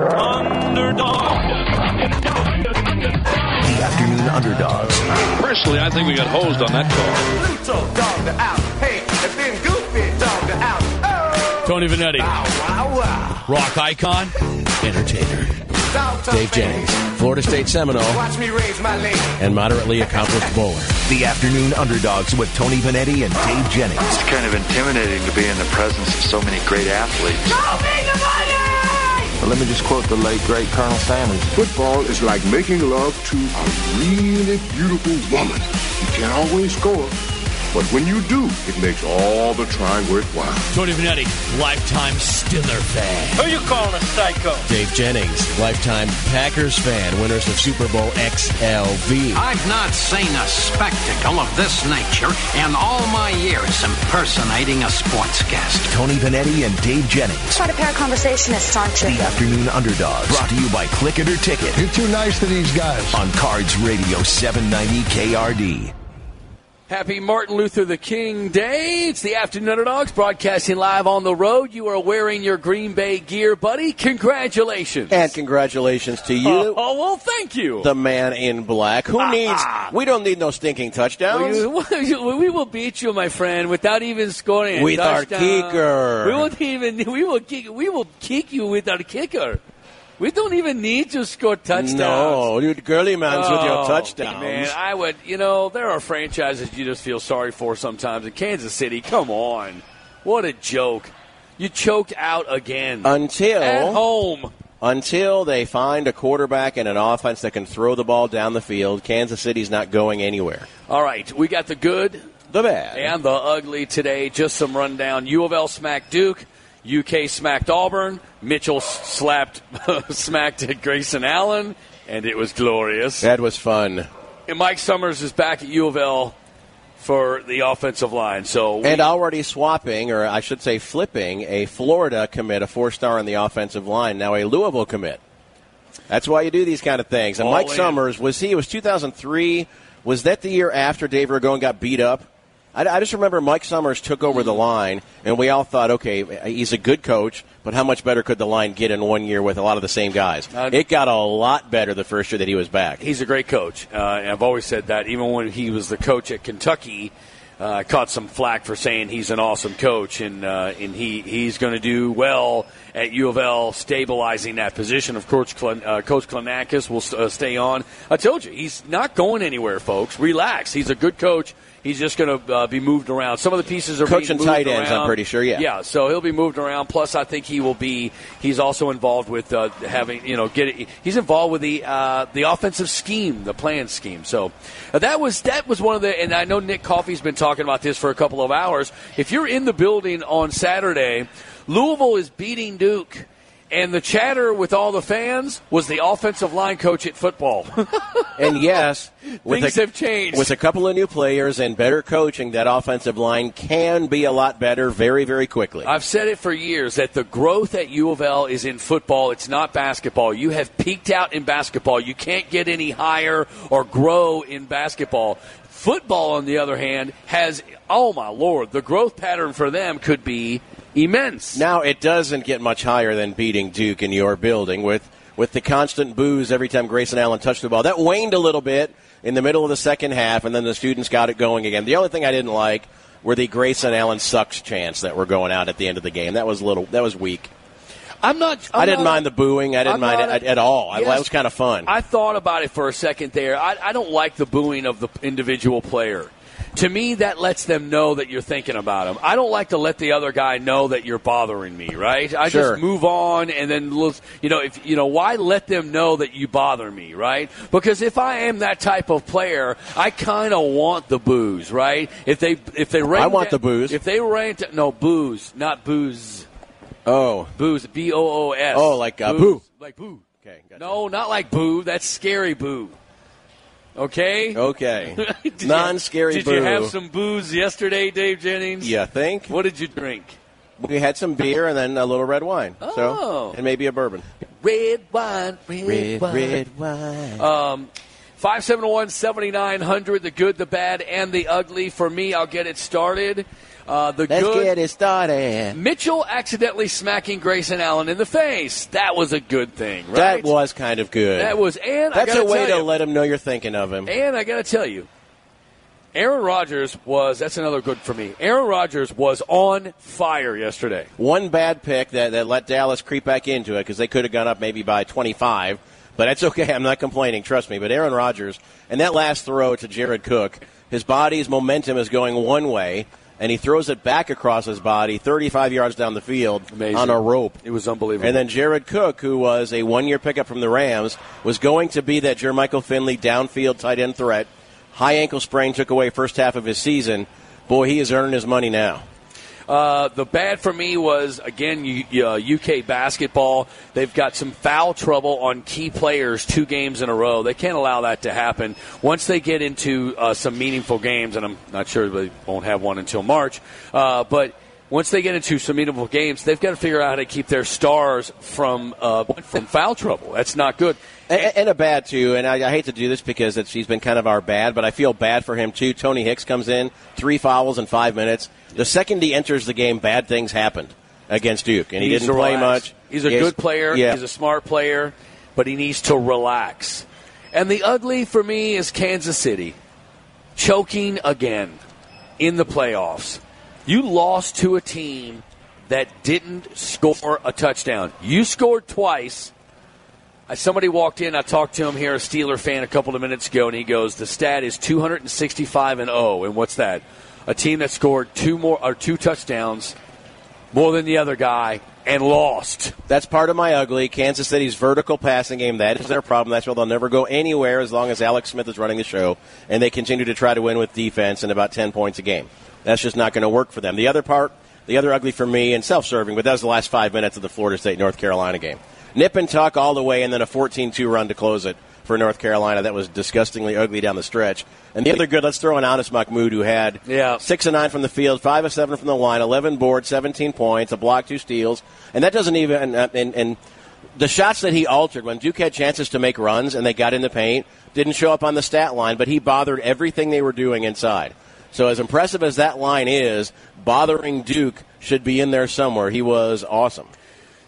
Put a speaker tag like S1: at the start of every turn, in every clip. S1: Underdog.
S2: The afternoon underdogs.
S1: Personally, I think we got hosed on that call.
S3: Pluto dogged her out. Hey, and then Goofy dogged her out. Oh,
S4: Tony Vanetti,
S3: wow, wow, wow.
S4: rock icon.
S5: entertainer,
S3: Dog tough
S5: Dave
S3: man.
S5: Jennings, Florida State Seminole,
S3: Watch me raise my leg.
S5: and moderately accomplished bowler.
S2: The afternoon underdogs with Tony Vanetti and Dave Jennings.
S6: It's kind of intimidating to be in the presence of so many great athletes.
S7: Let me just quote the late, great Colonel Sanders. Football is like making love to a really beautiful woman. You can't always score, but when you do, it makes all the trying worthwhile.
S4: Tony Vanetti, lifetime Stiller fan.
S1: Who you calling a psycho?
S5: Dave Jennings, lifetime Packers fan, winners of Super Bowl XLV.
S8: I've not seen a spectacle of this nature in all my years impersonating a sportscaster.
S2: Tony Vanetti and Dave Jennings.
S9: Try to pair conversationists, aren't
S2: The afternoon underdogs. Brought to you by Click It or Ticket. You're too nice to these guys. On Cards Radio 790 KRD.
S4: Happy Martin Luther the King Day. It's the Afternoon Underdogs broadcasting live on the road. You are wearing your Green Bay gear, buddy. Congratulations.
S8: And congratulations to
S4: oh,
S8: you,
S4: oh, Ah, well, thank you.
S8: the man in black. Who needs? We don't need no stinking touchdowns.
S4: We, we will beat you, my friend, without even scoring a
S8: With our
S4: touchdown.
S8: kicker.
S4: We won't even. We will kick. We will kick you with our kicker. We don't even need to score touchdowns.
S8: no, you girly mans with your
S4: Oh,
S8: touchdowns.
S4: Man, I would, you know, there are franchises you just feel sorry for sometimes. In Kansas City, come on. What a joke. You choked out again.
S8: Until-
S4: At home.
S8: Until they find a quarterback and an offense that can throw the ball down the field, Kansas City's not going anywhere.
S4: All right, we got the good
S8: The bad.
S4: and the ugly today. Just some rundown. U of L smacked Duke. UK smacked Auburn. Mitchell s- slapped, smacked at Grayson Allen. And it was glorious.
S8: that was fun.
S4: And Mike Summers is back at U of L for the offensive line. So we-
S8: And already swapping, or I should say flipping, a Florida commit, a four star on the offensive line, now a Louisville commit. That's why you do these kind of things. And
S4: All
S8: Mike
S4: in.
S8: Summers, was he, it was 2003, was that the year after Dave Ragone got beat up? I, I just remember Mike Summers took over
S4: Mm-hmm.
S8: the line, and we all thought, okay, he's a good coach, but how much better could the line get in one year with a lot of the same guys?
S4: Uh,
S8: it got a lot better the first year that he was back.
S4: He's a great coach. Uh, and I've always said that. Even when he was the coach at Kentucky, uh, I caught some flack for saying he's an awesome coach, and uh, and he, he's going to do well at U of L, stabilizing that position. Of course, Klin, uh, Coach Klinakis will st- uh, stay on. I told you, he's not going anywhere, folks. Relax. He's a good coach. He's just going to uh, be moved around. Some of the pieces are
S8: Coach
S4: being
S8: and
S4: moved
S8: tight ends, I'm
S4: around.
S8: pretty sure, yeah.
S4: Yeah, yeah, so he'll be moved around. Plus, I think he will be. He's also involved with uh, having you know get. He's involved with the uh, the offensive scheme, the plan scheme. So uh, that was that was one of the. And I know Nick Coffey's been talking about this for a couple of hours. If you're in the building on Saturday, Louisville is beating Duke. And the chatter with all the fans was the offensive line coach at football.
S8: And yes, with
S4: Things
S8: a,
S4: have changed.
S8: With a couple of new players and better coaching, that offensive line can be a lot better very, very quickly.
S4: I've said it for years that the growth at U of L is in football. It's not basketball. You have peaked out in basketball. You can't get any higher or grow in basketball. Football, on the other hand, has oh my lord, the growth pattern for them could be immense.
S8: now it doesn't get much higher than beating Duke in your building with with the constant booze every time Grayson Allen touched the ball. That waned a little bit in the middle of the second half, and then the students got it going again. The only thing I didn't like were the Grayson Allen sucks chants that were going out at the end of the game. That was a little that was weak.
S4: I'm not. I'm
S8: I didn't
S4: not-
S8: mind the booing. I didn't
S4: I'm
S8: mind
S4: not
S8: it
S4: a-
S8: at, at all. I,
S4: Yes.
S8: that was kind of fun.
S4: I thought about it for a second there. I, I don't like the booing of the individual player. To me, that lets them know that you're thinking about them. I don't like to let the other guy know that you're bothering me, right? I
S8: Sure.
S4: just move on and then look, you know, if you know why let them know that you bother me, right? Because if I am that type of player, I kind of want the booze, right? If they if they rent
S8: want the boos.
S4: If they rant no booze, not booze.
S8: Oh.
S4: Booze, B O O S.
S8: Oh, like, uh, boo.
S4: Booze. Like boo. Okay. No, not like boo. That's scary boo. Okay.
S8: Okay.
S4: Did you-
S8: Non-scary
S4: Did
S8: boo.
S4: you have some booze yesterday, Dave Jennings?
S8: You think?
S4: What did you drink?
S8: We had some beer and then a little red wine. So,
S4: Oh.
S8: and maybe a bourbon.
S4: Red wine, red,
S8: Red,
S4: wine.
S8: red
S4: wine. Um, 571 7900, the good, the bad, and the ugly. For me, I'll get it started. Uh, the
S8: Let's
S4: good.
S8: get it started.
S4: Mitchell accidentally smacking Grayson Allen in the face. That was a good thing,
S8: That
S4: right?
S8: was kind of good.
S4: That was- and I
S8: that's
S4: gotta
S8: a way
S4: tell
S8: to
S4: you-
S8: let him know you're thinking of him.
S4: And I got to tell you, Aaron Rodgers was, that's another good for me. Aaron Rodgers was on fire yesterday.
S8: One bad pick that, that let Dallas creep back into it because they could have gone up maybe by 25. But that's okay. I'm not complaining. Trust me. But Aaron Rodgers and that last throw to Jared Cook, his body's momentum is going one way, and he throws it back across his body 35 yards down the field on a rope.
S4: It was unbelievable.
S8: And then Jared Cook, who was a one year pickup from the Rams, was going to be that Jermichael Finley downfield tight end threat. High ankle sprain took away first half of his season. Boy, he is earning his money now.
S4: Uh, the bad for me was again U- uh, UK basketball. They've got some foul trouble on key players two games in a row. They can't allow that to happen. Once they get into uh, some meaningful games, and I'm not sure they won't have one until March, uh, but. Once they get into some meaningful games, they've got to figure out how to keep their stars from uh, from foul trouble. That's not good.
S8: And, and a bad too, and I, I hate to do this because it's, he's been kind of our bad, but I feel bad for him too. Tony Hicks comes in, three fouls in five minutes. The second he enters the game, bad things happened against Duke, and he
S4: He's
S8: didn't play much.
S4: relaxed. He's a good player.
S8: Yeah.
S4: He's a smart player, but he needs to relax. And the ugly for me is Kansas City choking again in the playoffs. You lost to a team that didn't score a touchdown. You scored twice. Uh, Somebody walked in. I talked to him here, a Steeler fan, a couple of minutes ago, and he goes, "The stat is 265 and 0, and what's that? A team that scored two more or two touchdowns more than the other guy and lost."
S8: That's part of my ugly. Kansas City's vertical passing game, that is their problem. That's why they'll never go anywhere as long as Alex Smith is running the show, and they continue to try to win with defense and about 10 points a game. That's just not going to work for them. The other part, the other ugly for me, and self serving, but that was the last five minutes of the Florida State North Carolina game. Nip and tuck all the way, and then a 14 2 run to close it for North Carolina. That was disgustingly ugly down the stretch. And the other good, let's throw in Anis Mahmoud, who had
S4: Yeah.
S8: Six and nine from the field, five of seven from the line, eleven boards, seventeen points, a block, two steals, and that doesn't even and, uh, and, and the shots that he altered when Duke had chances to make runs and they got in the paint didn't show up on the stat line, but he bothered everything they were doing inside. So as impressive as that line is, bothering Duke should be in there somewhere. He was awesome.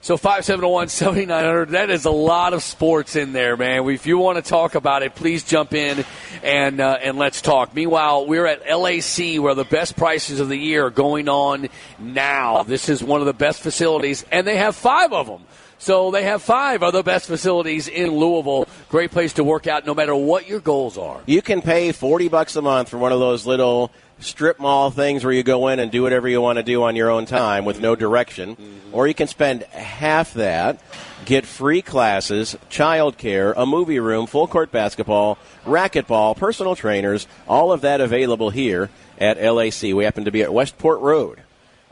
S4: So oh 571 7900, that is a lot of sports in there, man. If you want to talk about it, please jump in and uh, and let's talk. Meanwhile, we're at LAC where the best prices of the year are going on now. This is one of the best facilities, and they have five of them. So they have five of the best facilities in Louisville. Great place to work out no matter what your goals are.
S8: You can pay forty bucks a month for one of those little strip mall things where you go in and do whatever you want to do on your own time with no direction,
S4: Mm-hmm.
S8: or you can spend half that, get free classes, childcare, a movie room, full court basketball, racquetball, personal trainers, all of that available here at LAC. We happen to be at Westport Road.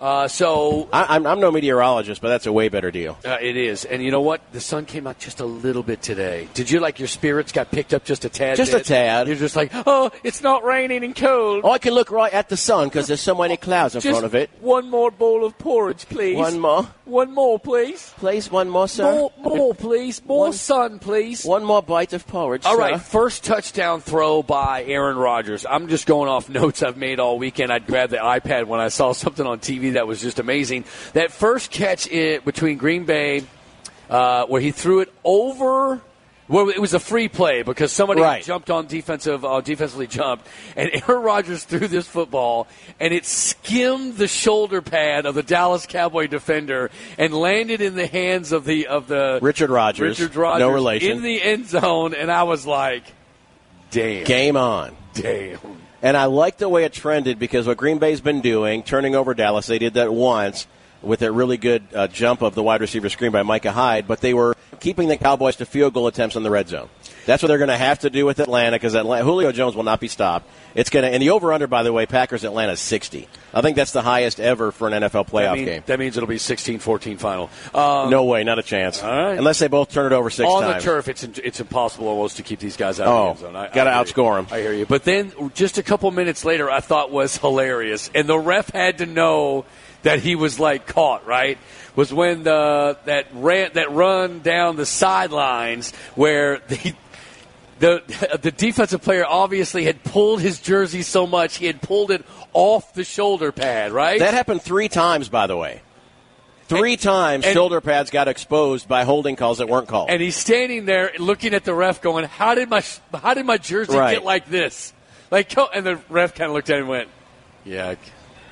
S4: Uh, so
S8: I, I'm, I'm no meteorologist, but that's a way better deal.
S4: Uh, it is, and you know what? The sun came out just a little bit today. Did you like your spirits got picked up just a tad?
S8: Just
S4: bit?
S8: a tad.
S4: You're just like, oh, it's not raining and cold.
S8: Oh, I can look right at the sun because there's so many clouds in
S4: Just
S8: front of it.
S4: One more bowl of porridge, please.
S8: One more.
S4: One more, please.
S8: Please, one more, sir.
S4: More, more, please. More
S8: One-
S4: sun, please.
S8: One more bite of porridge.
S4: All
S8: sir.
S4: right, first touchdown throw by Aaron Rodgers. I'm just going off notes I've made all weekend. I'd grab the iPad when I saw something on TV that was just amazing. That first catch it between Green Bay, uh, where he threw it over. Well, it was a free play because somebody
S8: Right.
S4: jumped on defensive, uh, defensively jumped, and Aaron Rodgers threw this football, and it skimmed the shoulder pad of the Dallas Cowboy defender and landed in the hands of the of the
S8: Richard Rodgers.
S4: Richard Rodgers,
S8: No relation.
S4: in the end zone, and I was like, "Damn,
S8: Game on.
S4: damn."
S8: And I like the way it trended because what Green Bay's been doing, turning over Dallas, they did that once with that really good uh, jump of the wide receiver screen by Micah Hyde, but they were keeping the Cowboys to field goal attempts in the red zone. That's what they're going to have to do with Atlanta because Atlanta, Julio Jones will not be stopped. It's going to and the over under by the way, Packers Atlanta is 60. I think that's the highest ever for an NFL playoff
S4: that, mean-
S8: game.
S4: that means it'll be 16-14 final. Um,
S8: no way, not a chance.
S4: All right.
S8: Unless they both turn it over six
S4: on
S8: times.
S4: the turf, it's it's impossible almost to keep these guys out
S8: Oh,
S4: of the end zone. I-
S8: got to
S4: I hear you.
S8: outscore them.
S4: I hear you. But then just a couple minutes later, I thought was hilarious, and the ref had to know that he was like caught. Right was when the that ran that run down the sidelines where the. The, the defensive player obviously had pulled his jersey so much he had pulled it off the shoulder pad, right?
S8: That happened three times, by the way. Three times
S4: and-
S8: shoulder pads got exposed by holding calls that weren't called.
S4: and he's standing there looking at the ref, going, "How did my how did my jersey
S8: Right.
S4: get like this?" Like, co- and the ref kind of looked at him and went, "Yeah,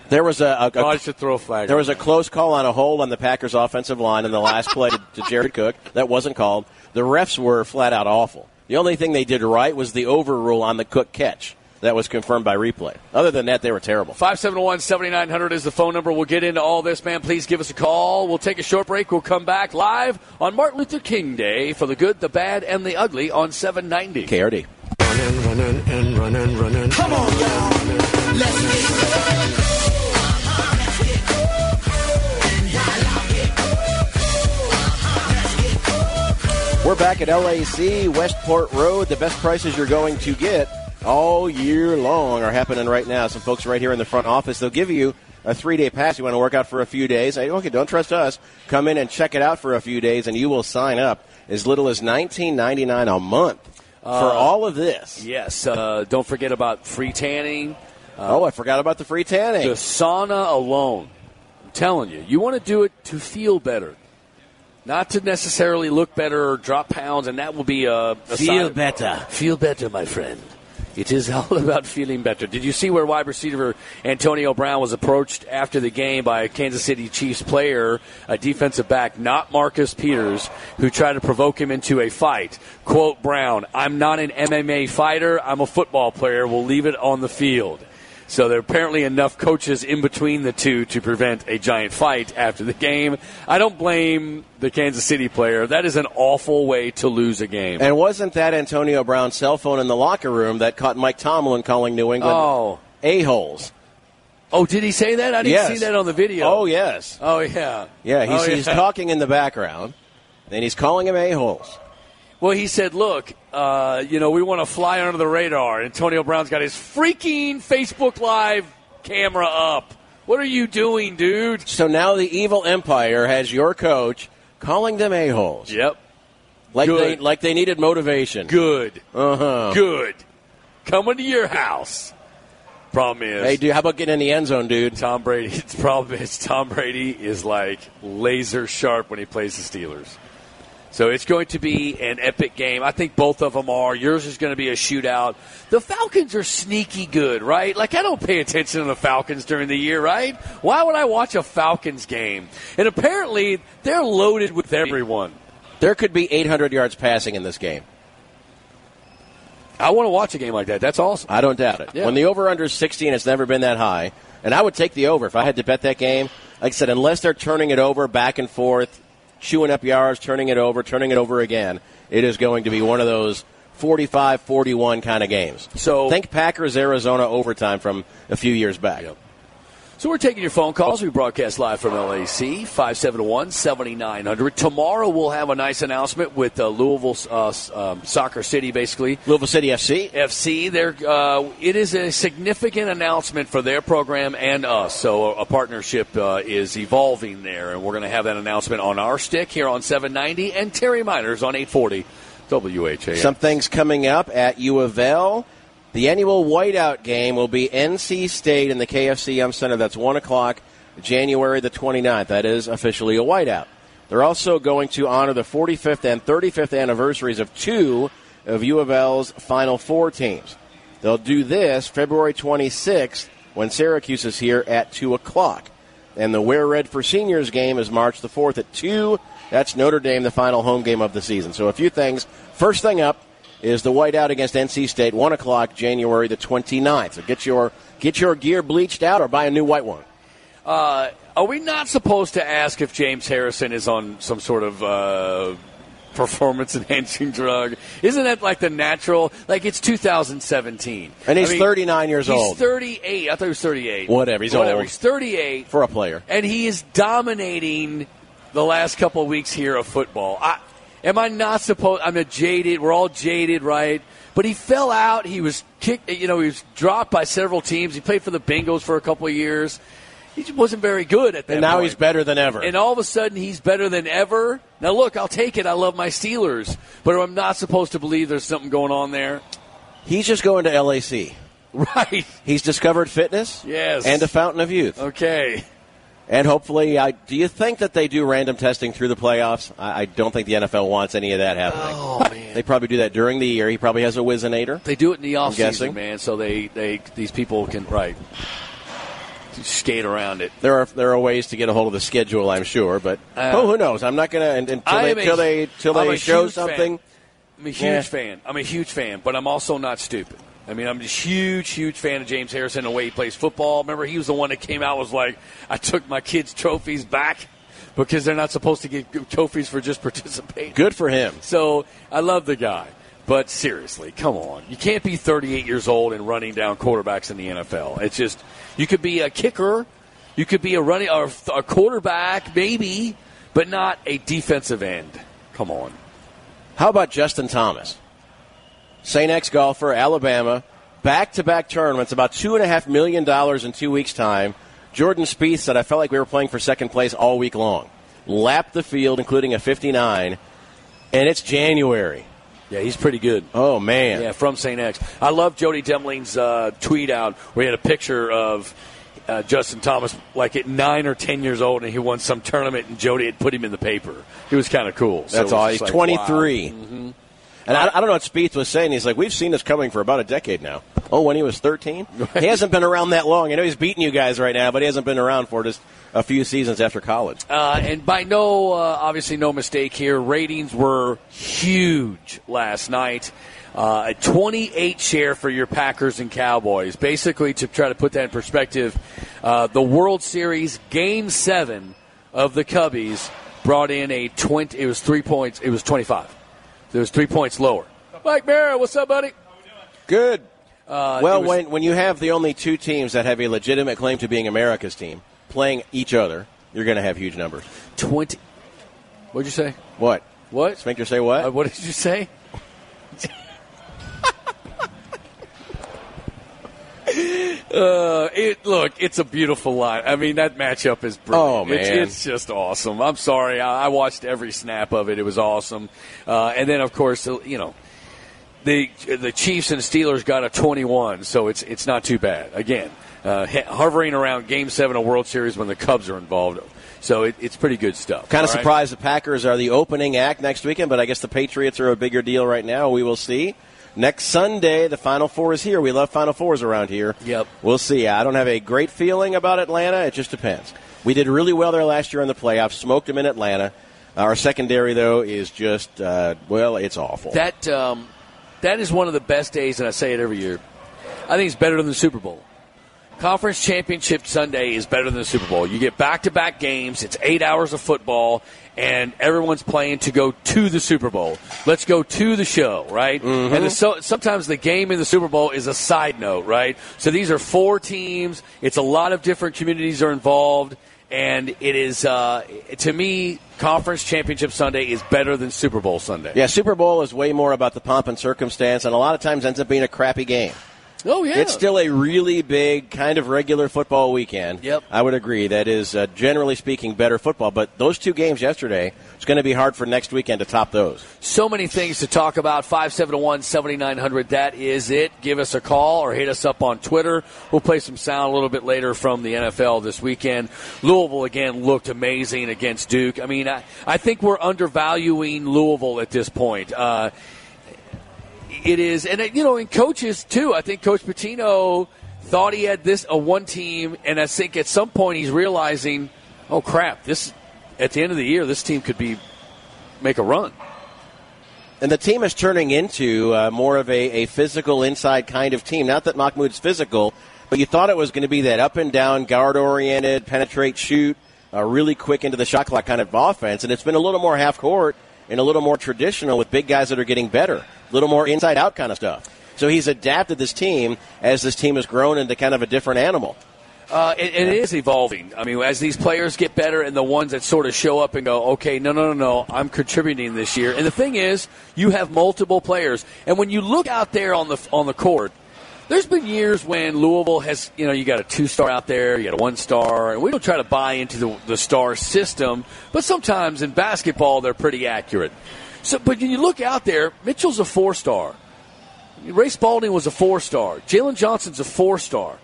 S8: There was a, a- a-
S4: I should throw a flag."
S8: there was a close call on a hold on the Packers offensive line in the last play to, to Jared Cook that wasn't called. The refs were flat out awful. The only thing they did right was the overrule on the Cook catch that was confirmed by replay. Other than that, they were terrible.
S4: 571 7900 is the phone number. We'll get into all this, man. Please give us a call. We'll take a short break. We'll come back live on Martin Luther King Day for the good, the bad, and the ugly on 790.
S8: KRD.
S10: Running, running, and running, running. Come on,
S8: We're back at LAC, Westport Road. The best prices you're going to get all year long are happening right now. Some folks right here in the front office, they'll give you a three day pass. You want to work out for a few days. Hey, okay, don't trust us. Come in and check it out for a few days, and you will sign up as little as $19.99 a month for
S4: Uh,
S8: all of this.
S4: Yes. Uh, don't forget about free tanning. Uh,
S8: oh, I forgot about the free tanning.
S4: The sauna alone. I'm telling you, you want to do it to feel better, not to necessarily look better or drop pounds, and that will be a, a
S11: Feel
S4: better. Feel better, my friend. It is all about feeling better. Did you see where wide receiver Antonio Brown was approached after the game by a Kansas City Chiefs player, a defensive back, not Marcus Peters, who tried to provoke him into a fight? Quote Brown, I'm not an MMA fighter. I'm a football player. We'll leave it on the field. So there are apparently enough coaches in between the two to prevent a giant fight after the game. I don't blame the Kansas City player. That is an awful way to lose a game.
S8: And wasn't that Antonio Brown's cell phone in the locker room that caught Mike Tomlin calling New England
S4: Oh.
S8: a-holes?
S4: Oh, did he say that? I didn't
S8: Yes.
S4: see that on the video.
S8: Oh, yes.
S4: Oh yeah.
S8: Yeah, he's,
S4: Oh,
S8: he's
S4: yeah.
S8: talking in the background, and he's calling him a-holes.
S4: Well, he said, "Look, uh, you know, we want to fly under the radar." Antonio Brown's got his freaking Facebook Live camera up. What are you doing, dude?
S8: So now the evil empire has your coach calling them a-holes.
S4: Yep.
S8: Like
S4: Good.
S8: they like they needed motivation.
S4: Good.
S8: Uh-huh.
S4: Good. Coming to your house. Problem is,
S8: Hey, dude, how about getting in the end zone, dude?
S4: Tom Brady. It's problem is Tom Brady is like laser sharp when he plays the Steelers. So it's going to be an epic game. I think both of them are. Yours is going to be a shootout. The Falcons are sneaky good, right? Like I don't pay attention to the Falcons during the year, right? Why would I watch a Falcons game? And apparently they're loaded with everyone.
S8: There could be 800 yards passing in this game.
S4: I want to watch a game like that. That's awesome.
S8: I don't doubt it.
S4: Yeah.
S8: When the over/under is 16, it's never been that high, and I would take the over if I had to bet that game. Like I said, unless they're turning it over back and forth, chewing up yards, turning it over, turning it over again, it is going to be one of those 45-41 kind of games.
S4: So
S8: think Packers Arizona overtime from a few years back.
S4: So we're taking your phone calls. We broadcast live from LAC, 571-7900. Tomorrow we'll have a nice announcement with uh, Louisville uh, s- um, Soccer City, basically.
S8: Louisville City FC.
S4: FC. They're, uh, it is a significant announcement for their program and us. So a, a partnership uh, is evolving there, and we're going to have that announcement on our stick here on 790 and Terry Miners on 840 WHAM.
S8: Some things coming up at U of L. The annual whiteout game will be NC State in the KFCM Center. That's 1 o'clock, January the 29th. That is officially a whiteout. They're also going to honor the 45th and 35th anniversaries of two of U of L's Final Four teams. They'll do this February 26th when Syracuse is here at 2 o'clock. And the Wear Red for Seniors game is March the 4th at 2. That's Notre Dame, the final home game of the season. So a few things. First thing up is the whiteout against NC State, 1 o'clock, January the 29th. So get your, get your gear bleached out or buy a new white one.
S4: Uh, are we not supposed to ask if James Harrison is on some sort of uh, performance enhancing drug. Isn't that like the natural? Like it's 2017,
S8: And he's
S4: I mean,
S8: 39 years
S4: he's
S8: old.
S4: 38. I thought he was 38.
S8: Whatever, he's
S4: Whatever.
S8: old.
S4: He's 38,
S8: for a player.
S4: and he is dominating the last couple of weeks here of football. I, am I not supposed? I'm a jaded. We're all jaded, right? But he fell out. He was kicked. You know, he was dropped by several teams. He played for the Bengals for a couple of years. He just wasn't very good at that.
S8: And now
S4: point.
S8: he's better than ever.
S4: And all of a sudden, he's better than ever. Now, look, I'll take it. I love my Steelers, but I'm not supposed to believe there's something going on there.
S8: He's just going to LAC.
S4: Right.
S8: He's discovered fitness.
S4: Yes.
S8: And a fountain of youth.
S4: Okay.
S8: And hopefully, I do you think that they do random testing through the playoffs? I, I don't think the NFL wants any of that happening. Oh man. They probably do that during the year. He probably has a Wizinator.
S4: They do it in the off
S8: guessing.
S4: season, man. So they, they these people can right skate around it.
S8: There are there are ways to get a hold of the schedule, I'm sure, but
S4: Uh,
S8: oh, who knows? I'm not gonna and- until
S4: I
S8: they
S4: am a-
S8: till they till
S4: I'm
S8: they
S4: a
S8: show
S4: huge fan.
S8: something.
S4: I'm a huge
S8: Yeah.
S4: fan. I'm a huge fan, but I'm also not stupid. I mean, I'm just huge, huge fan of James Harrison and the way he plays football. Remember, he was the one that came out was like, "I took my kids' trophies back because they're not supposed to get trophies for just participating."
S8: Good for him.
S4: So I love the guy, but seriously, come on, you can't be 38 years old and running down quarterbacks in the NFL. It's just you could be a kicker, you could be a running or a quarterback, maybe, but not a defensive end. Come on.
S8: How about Justin Thomas? St. X golfer, Alabama, back to back tournaments, about $2.5 million in two weeks' time. Jordan Spieth said, I felt like we were playing for second place all week long. Lapped the field, including a 59, and it's January.
S4: Yeah, he's pretty good.
S8: Oh, man.
S4: Yeah, from St. X. I love Jody Demling's uh, tweet out where he had a picture of uh, Justin Thomas, like at nine or ten years old, and he won some tournament, and Jody had put him in the paper. It was kind of cool. So it
S8: That's
S4: was
S8: all.
S4: just
S8: He's
S4: like,
S8: 23.
S4: wow.
S8: And I, I don't know what Spieth was saying. He's like, we've seen this coming for about a decade now. Oh, when he was 13? He hasn't been around that long. I know he's beating you guys right now, but he hasn't been around for just a few seasons after college.
S4: Uh, and by no, uh, obviously, no mistake here. Ratings were huge last night. Uh, a 28 share for your Packers and Cowboys. Basically, to try to put that in perspective, uh, the World Series Game Seven of the Cubbies brought in a 20. It was three points. It was 25. There was three points lower. Mike Mara, what's up, buddy?
S8: Good.
S4: Uh,
S8: well,
S4: it was-
S8: when when you have the only two teams that have a legitimate claim to being America's team playing each other, you're going to have huge numbers.
S4: Twenty. What'd you say?
S8: What?
S4: What?
S8: Spinker say what?
S4: Uh, what did you say? uh, it look, it's a beautiful line. I mean, that matchup is brilliant.
S8: Oh, man.
S4: It's, it's just awesome. I'm sorry, I, I watched every snap of it. It was awesome. Uh, and then, of course, you know, the the Chiefs and Steelers got a 21, so it's it's not too bad. Again, uh, he- hovering around Game Seven of World Series when the Cubs are involved, so it, it's pretty good stuff.
S8: Kind
S4: All
S8: of
S4: right?
S8: surprised the Packers are the opening act next weekend, but I guess the Patriots are a bigger deal right now. We will see. Next Sunday, the Final Four is here. We love Final Fours around here.
S4: Yep.
S8: We'll see. I don't have a great feeling about Atlanta. It just depends. We did really well there last year in the playoffs. Smoked them in Atlanta. Our secondary, though, is just, uh, well, it's awful.
S4: That um, that is one of the best days, and I say it every year. I think it's better than the Super Bowl. Conference Championship Sunday is better than the Super Bowl. You get back to back games. It's eight hours of football, and everyone's playing to go to the Super Bowl. Let's go to the show, right?
S8: Mm-hmm.
S4: And the, so, sometimes the game in the Super Bowl is a side note, right? So these are four teams. It's a lot of different communities are involved, and it is uh, to me, Conference Championship Sunday is better than Super Bowl Sunday.
S8: Yeah, Super Bowl is way more about the pomp and circumstance, and a lot of times ends up being a crappy game.
S4: Oh yeah,
S8: It's still a really big, kind of regular football weekend.
S4: Yep.
S8: I would agree. That is, uh, generally speaking, better football. But those two games yesterday, it's going to be hard for next weekend to top those.
S4: So many things to talk about. 571 7900. That is it. Give us a call or hit us up on Twitter. We'll play some sound a little bit later from the NFL this weekend. Louisville, again, looked amazing against Duke. I mean, I, I think we're undervaluing Louisville at this point. Uh, it is, and it, you know, in coaches too. I think Coach Patino thought he had this a one team, and I think at some point he's realizing, oh crap, this at the end of the year, this team could be make a run.
S8: And the team is turning into uh, more of a, a physical inside kind of team. Not that Mahmoud's physical, but you thought it was going to be that up and down, guard oriented, penetrate, shoot, uh, really quick into the shot clock kind of offense. And it's been a little more half court and a little more traditional with big guys that are getting better, a little more inside out kind of stuff. So he's adapted this team as this team has grown into kind of a different animal.
S4: Uh, and, and it is evolving. I mean, as these players get better and the ones that sort of show up and go, okay, no, no, no, no, I'm contributing this year. And the thing is, you have multiple players. And when you look out there on the on the court, there's been years when Louisville has, you know, you got a two star out there, you got a one star, and we don't try to buy into the, the star system, but sometimes in basketball they're pretty accurate. So, but when you look out there, Mitchell's a four star. Ray Spalding was a four star. Jalen Johnson's a four star.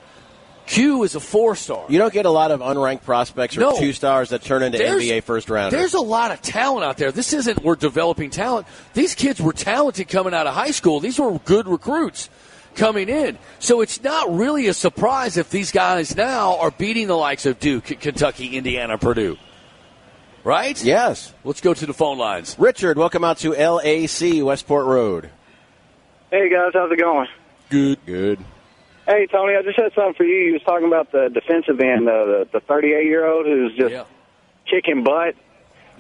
S4: Q is a four star.
S8: You don't get a lot of unranked prospects or
S4: No.
S8: two stars that turn into
S4: There's-
S8: NBA first rounders.
S4: There's a lot of talent out there. This isn't we're developing talent. These kids were talented coming out of high school. These were good recruits coming in. So it's not really a surprise if these guys now are beating the likes of Duke, K- Kentucky, Indiana, Purdue. Right?
S8: Yes.
S4: Let's go to the phone lines.
S8: Richard, welcome out to LAC Westport Road.
S11: Hey guys, how's it going?
S8: Good, good.
S11: Hey Tony, I just had something for you. You was talking about the defensive end, uh, the 38 year old who's just kicking butt.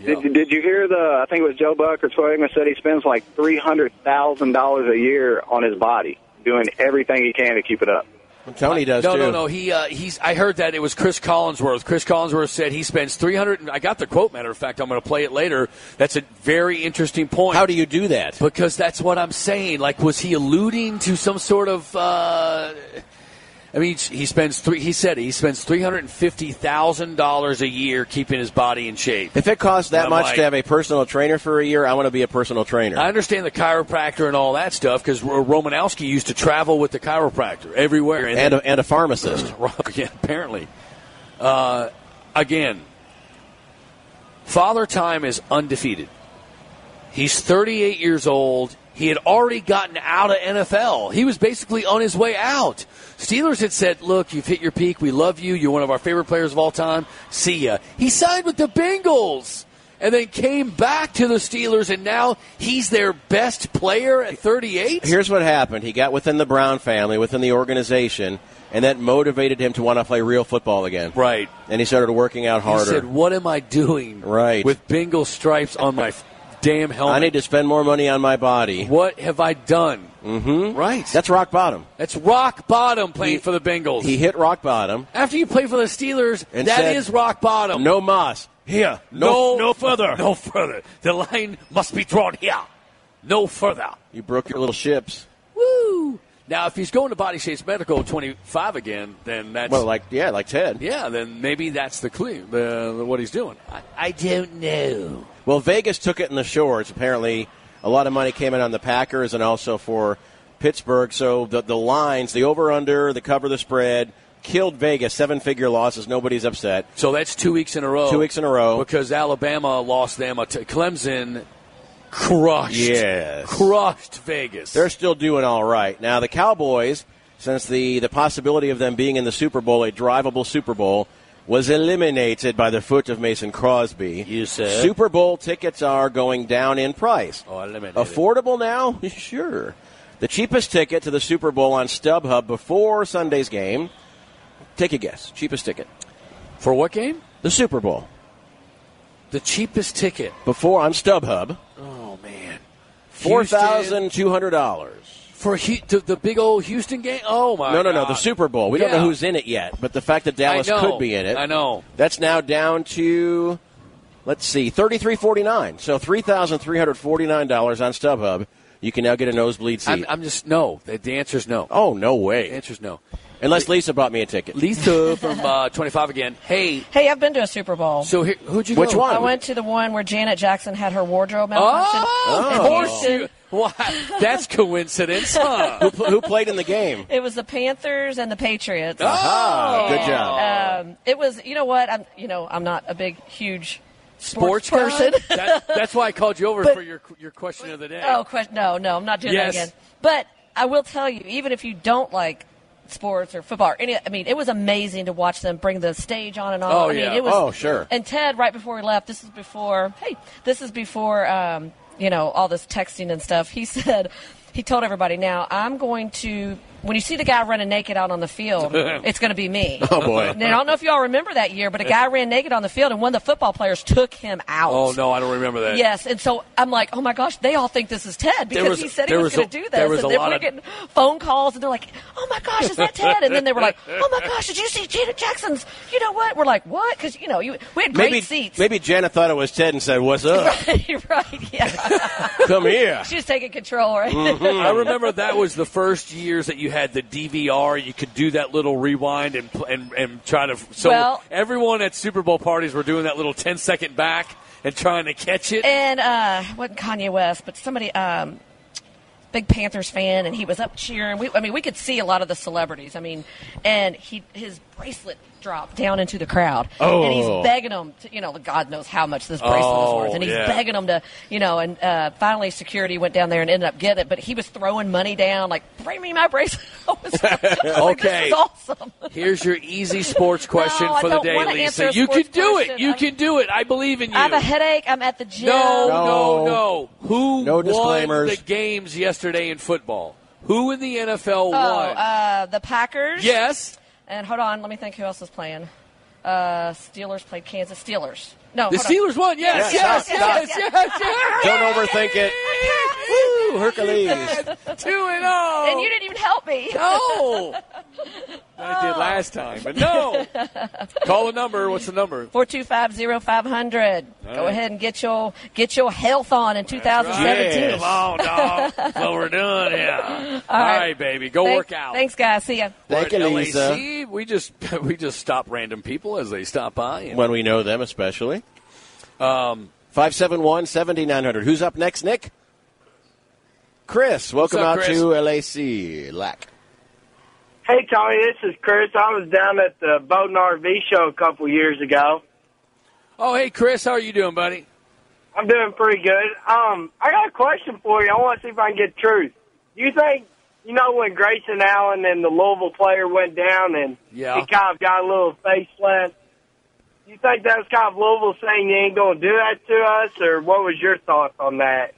S11: Did, did you hear the? I think it was Joe Buck or Troy Aikman said he spends like three hundred thousand dollars a year on his body, doing everything he can to keep it up.
S8: Tony does
S4: no,
S8: too.
S4: no, no. He uh, he's. I heard that it was Chris Collinsworth. Chris Collinsworth said he spends three hundred. and I got the quote. Matter of fact, I'm going to play it later. That's a very interesting point. How
S8: do you do that?
S4: Because that's what I'm saying. Like, was he alluding to some sort of? Uh, I mean, he spends three. He said he spends three hundred and fifty thousand dollars a year keeping his body in shape.
S8: If it costs that
S4: I'm
S8: much
S4: like-
S8: to have a personal trainer for a year, I want to be a personal trainer.
S4: I understand the chiropractor and all that stuff because Romanowski used to travel with the chiropractor everywhere
S8: and,
S4: then-
S8: a, and a pharmacist.
S4: yeah, apparently. Uh, again, Father Time is undefeated. He's 38 years old. He had already gotten out of NFL. He was basically on his way out. Steelers had said, "Look, you've hit your peak. We love you. You're one of our favorite players of all time. See ya." He signed with the Bengals and then came back to the Steelers and now he's their best player at 38.
S8: Here's what happened. He got within the Brown family, within the organization, and that motivated him to want to play real football again.
S4: Right.
S8: And he started working out harder.
S4: He said, "What am I doing
S8: right.
S4: with Bengal stripes on my f- damn helmet.
S8: I need to spend more money on my body.
S4: What have I done?
S8: Mm-hmm.
S4: Right.
S8: That's rock bottom.
S4: That's rock bottom playing for the Bengals.
S8: He hit rock bottom.
S4: After you play for the Steelers, that
S8: And
S4: is
S8: said,
S4: rock bottom.
S8: No moss. Here. No,
S4: further. No further. The line must be drawn here. No further.
S8: You broke your little ships.
S4: Woo! Now, if he's going to Body Shapes Medical 25 again, then that's
S8: Well, like yeah, like Ted.
S4: yeah. Then maybe that's the clue. The, the- what he's doing. I, I don't know.
S8: Well, Vegas took it in the shorts. Apparently, a lot of money came in on the Packers and also for Pittsburgh. So the the lines, the over under, the cover, the spread killed Vegas. Seven figure losses. Nobody's upset.
S4: So that's two weeks in a row.
S8: Two weeks in a row.
S4: because Alabama lost them. a T- Clemson crushed.
S8: Yes.
S4: crushed Vegas.
S8: They're still doing all right. Now the Cowboys, since the the possibility of them being in the Super Bowl, a drivable Super Bowl. Was eliminated by the foot of Mason Crosby. You
S4: said?
S8: Super Bowl tickets are going down in price.
S4: Oh, eliminated.
S8: Affordable now? sure. The cheapest ticket to the Super Bowl on StubHub before Sunday's game. Take a guess. Cheapest ticket.
S4: For what game?
S8: The Super Bowl.
S4: The cheapest ticket.
S8: Before on StubHub.
S4: Oh man,
S8: Four thousand two hundred dollars.
S4: for Hu- the, the big old Houston game. Oh my!
S8: No, no, no.
S4: God.
S8: The Super Bowl. We don't
S4: Yeah.
S8: know who's in it yet, but the fact that Dallas
S4: I know.
S8: could be in it.
S4: I know.
S8: That's now down to let's see, thirty three forty nine. So three thousand three hundred forty nine dollars on StubHub. You can now get a nosebleed seat.
S4: I'm, I'm just no. The, the answer is no.
S8: oh no way. The
S4: answer's no.
S8: Unless Lisa bought me a ticket.
S4: Lisa from uh, 25 again. Hey,
S12: Hey, I've been to a Super Bowl.
S4: so here, who'd you?
S8: Which
S4: go?
S8: one?
S12: I went to the one where Janet Jackson had her wardrobe malfunction.
S4: Oh,
S12: in
S4: of course
S12: Houston.
S4: you. Why? That's coincidence. Huh?
S8: who, pl- who played in the game?
S12: It was the Panthers and the Patriots.
S4: Ah,
S8: Aha, good
S12: And,
S8: job.
S12: Um, it was. You know what? I'm. You know, I'm not a big, huge sports,
S4: Sports guy?
S12: person.
S4: That- that's why I called you over
S12: But-
S4: for your your question of the day.
S12: Oh, question. No, no, I'm not doing
S4: Yes.
S12: that again. But I will tell you, even if you don't like sports or football, or any, I mean, it was amazing to watch them bring the stage on and on.
S8: Oh,
S12: I mean,
S8: yeah.
S12: it was,
S8: Oh, sure.
S12: And Ted, right before we left, this is before. Hey, this is before. Um, you know, all this texting and stuff. He said, he told everybody, now I'm going to when you see the guy running naked out on the field, it's going to be me.
S4: Oh, boy.
S12: And I don't know if y'all remember that year, but a guy ran naked on the field, and one of the football players took him out.
S4: Oh no, I don't remember that.
S12: Yes, and so I'm like, oh my gosh, they all think this is Ted because
S4: was-
S12: he said he
S4: there
S12: was,
S4: was a-
S12: going to do this.
S4: there was
S12: and
S4: a
S12: then
S4: lot
S12: we're
S4: of-
S12: getting phone calls, and they're like, oh my gosh, is that Ted? And then they were like, oh my gosh, did you see Janet Jackson's? You know what? We're like, what? Because you know, you, we had great
S8: Maybe,
S12: seats.
S8: maybe Jenna thought it was Ted and said, "What's up?
S12: right, right, yeah.
S8: Come here."
S12: She was taking control, right?
S4: Mm-hmm. I remember that was the first years that you had the DVR. You could do that little rewind and pl- and, and try to. So
S12: Well-
S4: everyone at Super Bowl parties were doing that little 10 second back and trying to catch it.
S12: And uh, wasn't Kanye West, but somebody, um, big Panthers fan, and he was up cheering. We, I mean, we could see a lot of the celebrities. I mean, and he his bracelet dropped down into the crowd,
S13: Oh.
S12: and he's begging them. To, you know, God knows how much this bracelet
S13: Oh,
S12: is worth, and he's
S13: yeah.
S12: begging them to, you know. And uh, finally, security went down there and ended up getting it, but he was throwing money down, like bring me my bracelet. I was like,
S4: okay.
S12: this is awesome.
S4: Here's your easy sports question
S12: No, I
S4: for the
S12: don't
S4: day,
S12: wanna answer
S4: Lisa.
S12: a
S4: You can
S12: sports
S4: do it.
S12: question.
S4: You
S12: I'm-
S4: can do it. I believe in you.
S12: I have a headache. I'm at the gym.
S4: No, no, no. Who
S8: No
S4: won
S8: disclaimers.
S4: the games yesterday in football? Who in the NFL
S12: Oh,
S4: won?
S12: uh, the Packers.
S4: Yes.
S12: And hold on, let me think who else was playing. Uh, Steelers played Kansas. Steelers. No.
S4: The
S12: hold
S4: Steelers
S12: on.
S4: won. Yes, yes, yes, yes, yes.
S8: Don't overthink it. Woo, Hercules.
S4: Two and oh.
S12: And you didn't even help me.
S4: No. I did last time, but no. Call a number. What's the number?
S12: Four two five zero five hundred.
S4: All
S12: Go
S4: right.
S12: ahead and get your get your health on in 2017.
S4: Yes. Come on, dog. That's what we're doing here. All
S12: right.
S4: right, baby. Go
S12: Thank-
S4: work out.
S12: Thanks, guys. See ya.
S8: Thank
S4: We're
S8: you,
S4: at
S8: Lisa.
S4: LAC. We just we just stop random people as they stop by. and-
S8: When we know them, especially. Um, 571 7900. Who's up next, Nick? Chris. Welcome
S14: up,
S8: out
S14: Chris?
S8: to LAC. LAC.
S14: Hey, Tommy, this is Chris. I was down at the Bowden RV show a couple years ago.
S4: Oh, hey, Chris. How are you doing, buddy?
S14: I'm doing pretty good. Um, I got a question for you. I want to see if I can get truth. Do you think, you know, when Grayson Allen and the Louisville player went down and
S4: Yeah.
S14: he kind of got a little face slant, you think that was kind of Louisville saying you ain't going to do that to us, or what was your thoughts on that?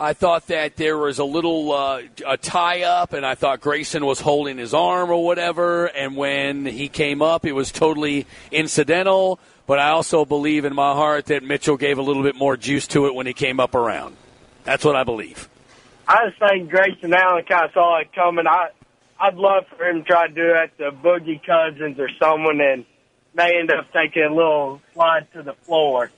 S4: I thought that there was a little uh, a tie up, and I thought Grayson was holding his arm or whatever. And when he came up, it was totally incidental. But I also believe in my heart that Mitchell gave a little bit more juice to it when he came up around. That's what I believe.
S14: I just think Grayson Allen kind of saw it coming. I, I'd love for him to try to do that to Boogie Cousins or someone, and they end up taking a little slide to the floor.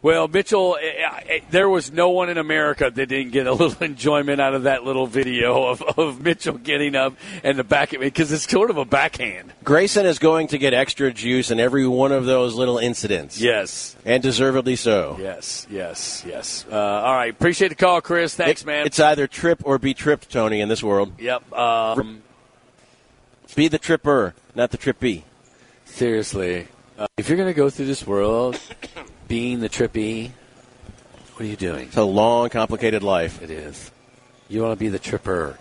S4: Well, Mitchell, eh, eh, there was no one in America that didn't get a little enjoyment out of that little video of, of Mitchell getting up and the back because it's sort of a backhand.
S8: Grayson is going to get extra juice in every one of those little incidents.
S4: Yes.
S8: And deservedly so.
S4: Yes, yes, yes. Uh, all right. Appreciate the call, Chris. Thanks,
S8: It-
S4: man.
S8: It's either trip or be tripped, Tony, in this world.
S4: Yep. Um,
S8: Be the tripper, not the trippy.
S4: Seriously. Uh, if you're going to go through this world being the trippy, what are you doing? It's
S8: a long, complicated life.
S4: It is. You want to be the tripper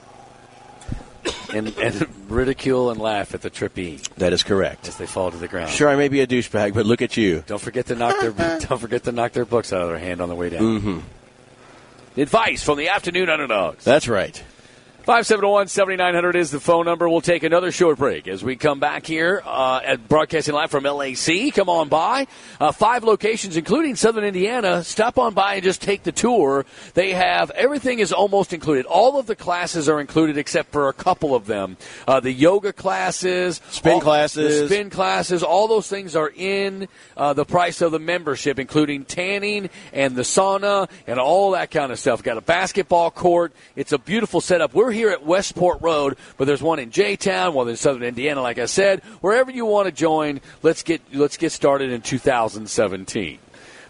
S4: and, and ridicule and laugh at the trippy
S8: That is correct.
S4: as they fall to the ground.
S8: Sure, I may be a douchebag, but look at you.
S4: Don't forget to knock their don't forget to knock their books out of their hand on the way down.
S8: Mm-hmm.
S4: Advice from the afternoon underdogs. oh
S8: That's right.
S4: 571 7900 is the phone number. We'll take another short break as we come back here uh, at Broadcasting Live from LAC. Come on by. Uh, five locations, including Southern Indiana. Stop on by and just take the tour. They have everything is almost included. All of the classes are included except for a couple of them. Uh, the yoga classes,
S8: Spin
S4: all-
S8: classes.
S4: the spin classes, all those things are in uh, the price of the membership, including tanning and the sauna and all that kind of stuff. Got a basketball court. It's a beautiful setup. We're here at Westport Road, but there's one in J Town, one in Southern Indiana. Like I said, wherever you want to join, let's get let's get started in 2017.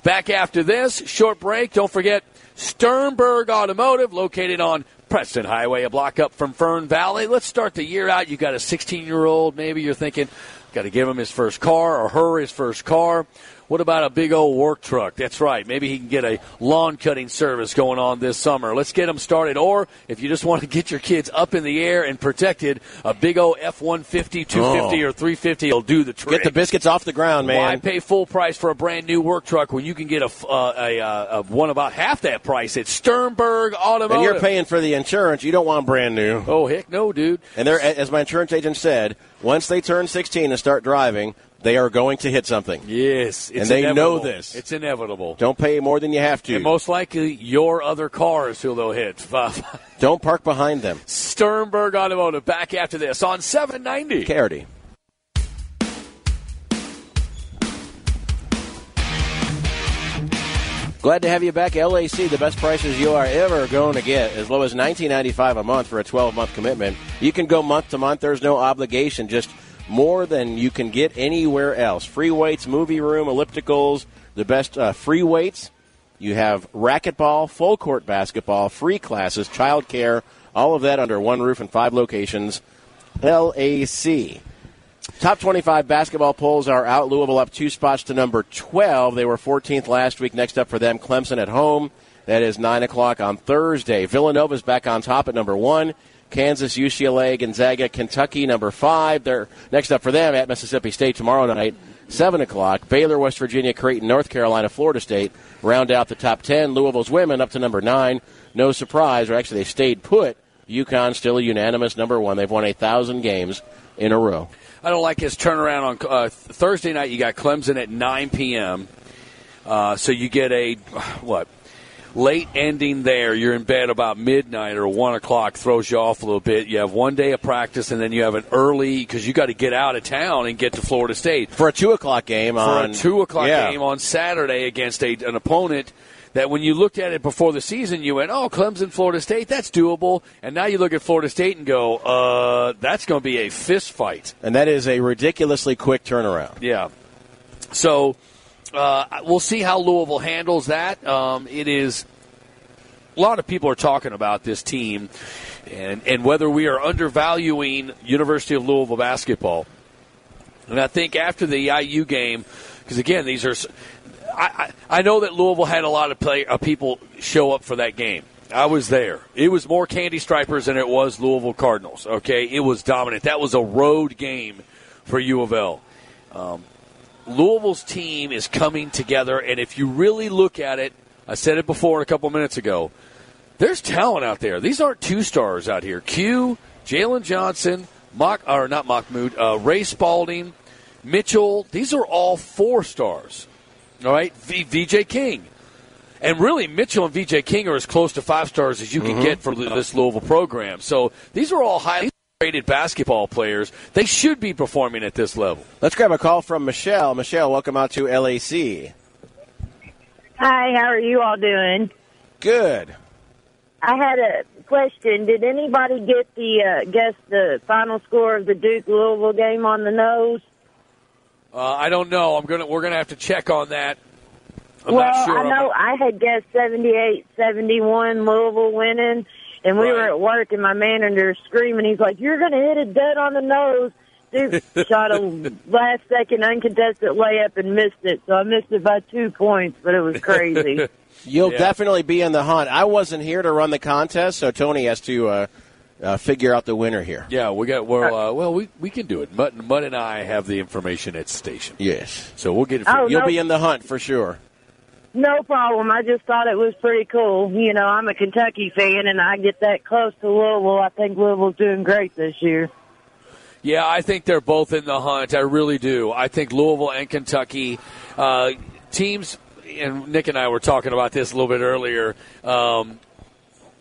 S4: Back after this short break. Don't forget Sternberg Automotive, located on Preston Highway, a block up from Fern Valley. Let's start the year out. You got a 16 year old, maybe you're thinking, got to give him his first car or her his first car. What about a big old work truck? That's right. Maybe he can get a lawn cutting service going on this summer. Let's get them started. Or if you just want to get your kids up in the air and protected, a big old F 150, 250,
S8: Oh.
S4: or 350 will do the
S8: Get
S4: trick.
S8: the biscuits off the ground,
S4: Why
S8: man.
S4: pay full price for a brand new work truck when you can get a, f- uh, a, uh, a one about half that price at Sternberg Automotive?
S8: And you're paying for the insurance. You don't want brand new.
S4: Oh heck no, dude.
S8: And they're as my insurance agent said, once they turn 16 and start driving, they are going to hit something.
S4: Yes, it's
S8: and they
S4: inevitable.
S8: know this.
S4: It's inevitable.
S8: Don't pay more than you have to.
S4: And most likely, your other car is who they'll hit.
S8: don't park behind them.
S4: Sternberg Automotive. Back after this on 790.
S8: Carity. Glad to have you back, LAC. The best prices you are ever going to get, as low as nineteen ninety five a month for a twelve month commitment. You can go month to month. There's no obligation. Just more than you can get anywhere else. Free weights, movie room, ellipticals, the best uh, free weights. You have racquetball, full court basketball, free classes, child care, all of that under one roof in five locations. LAC. Top 25 basketball polls are out. Louisville up two spots to number 12. They were 14th last week. Next up for them, Clemson at home. That is 9 o'clock on Thursday. Villanova's back on top at number 1. Kansas, UCLA, Gonzaga, Kentucky, number 5. They're next up for them at Mississippi State tomorrow night, 7 o'clock. Baylor, West Virginia, Creighton, North Carolina, Florida State round out the top 10. Louisville's women up to number 9. No surprise, or actually they stayed put. UConn still a unanimous number 1. They've won a 1,000 games in a row.
S4: I don't like his turnaround on uh, Thursday night. You got Clemson at 9 p.m. Uh, so you get a what late ending there. You're in bed about midnight or one o'clock. Throws you off a little bit. You have one day of practice, and then you have an early because you got to get out of town and get to Florida State
S8: for a two o'clock game
S4: for
S8: on
S4: a two o'clock
S8: yeah.
S4: game on Saturday against a, an opponent. That when you looked at it before the season, you went, "Oh, Clemson, Florida State, that's doable." And now you look at Florida State and go, "Uh, that's going to be a fist fight."
S8: and that is a ridiculously quick turnaround.
S4: Yeah. So uh, we'll see how Louisville handles that. Um, it is a lot of people are talking about this team and, and whether we are undervaluing University of Louisville basketball. And I think after the IU game, because again, these are. s- I, I I know that Louisville had a lot of play, uh, people show up for that game. I was there. It was more Candy Stripers than it was Louisville Cardinals. Okay, it was dominant. That was a road game for U of L. Um, Louisville's team is coming together, and if you really look at it, I said it before a couple minutes ago. There's talent out there. These aren't two stars out here. Q, Jalen Johnson, Mock or not Mahmoud, uh, Ray Spalding, Mitchell. These are all four stars. All right, v- VJ King, and really Mitchell and VJ King are as close to five stars as you can
S13: Mhm.
S4: get for this Louisville program. So these are all highly rated basketball players. They should be performing at this level.
S8: Let's grab a call from Michelle. Michelle, welcome out to LAC.
S15: Hi, how are you all doing?
S8: Good.
S15: I had a question. Did anybody get the uh, guess the final score of the Duke Louisville game on the nose?
S4: Uh, I don't know. I'm gonna we're gonna have to check on that. I'm
S15: well,
S4: not sure.
S15: I know I had guessed 78-71 Louisville winning, and we were at work, and my manager screaming, he's like, "You're going to hit it dead on the nose." Duke shot a last second uncontested layup and missed it, so I missed it by two points, but it was crazy.
S8: You'll
S15: Yeah.
S8: definitely be in the hunt. I wasn't here to run the contest, so Tony has to uh, uh, figure out the winner here.
S4: Yeah, we got. Well, uh, well, we we can do it. Mud, Mud and I have the information at station.
S8: Yes.
S4: So we'll get it. For,
S15: Oh,
S4: you'll
S15: no.
S4: be
S8: in the hunt for sure.
S15: No problem. I just thought it was pretty cool. You know, I'm a Kentucky fan, and I get that close to Louisville. I think Louisville's doing great this year.
S4: Yeah, I think they're both in the hunt. I really do. I think Louisville and Kentucky uh, teams, and Nick and I were talking about this a little bit earlier. Um,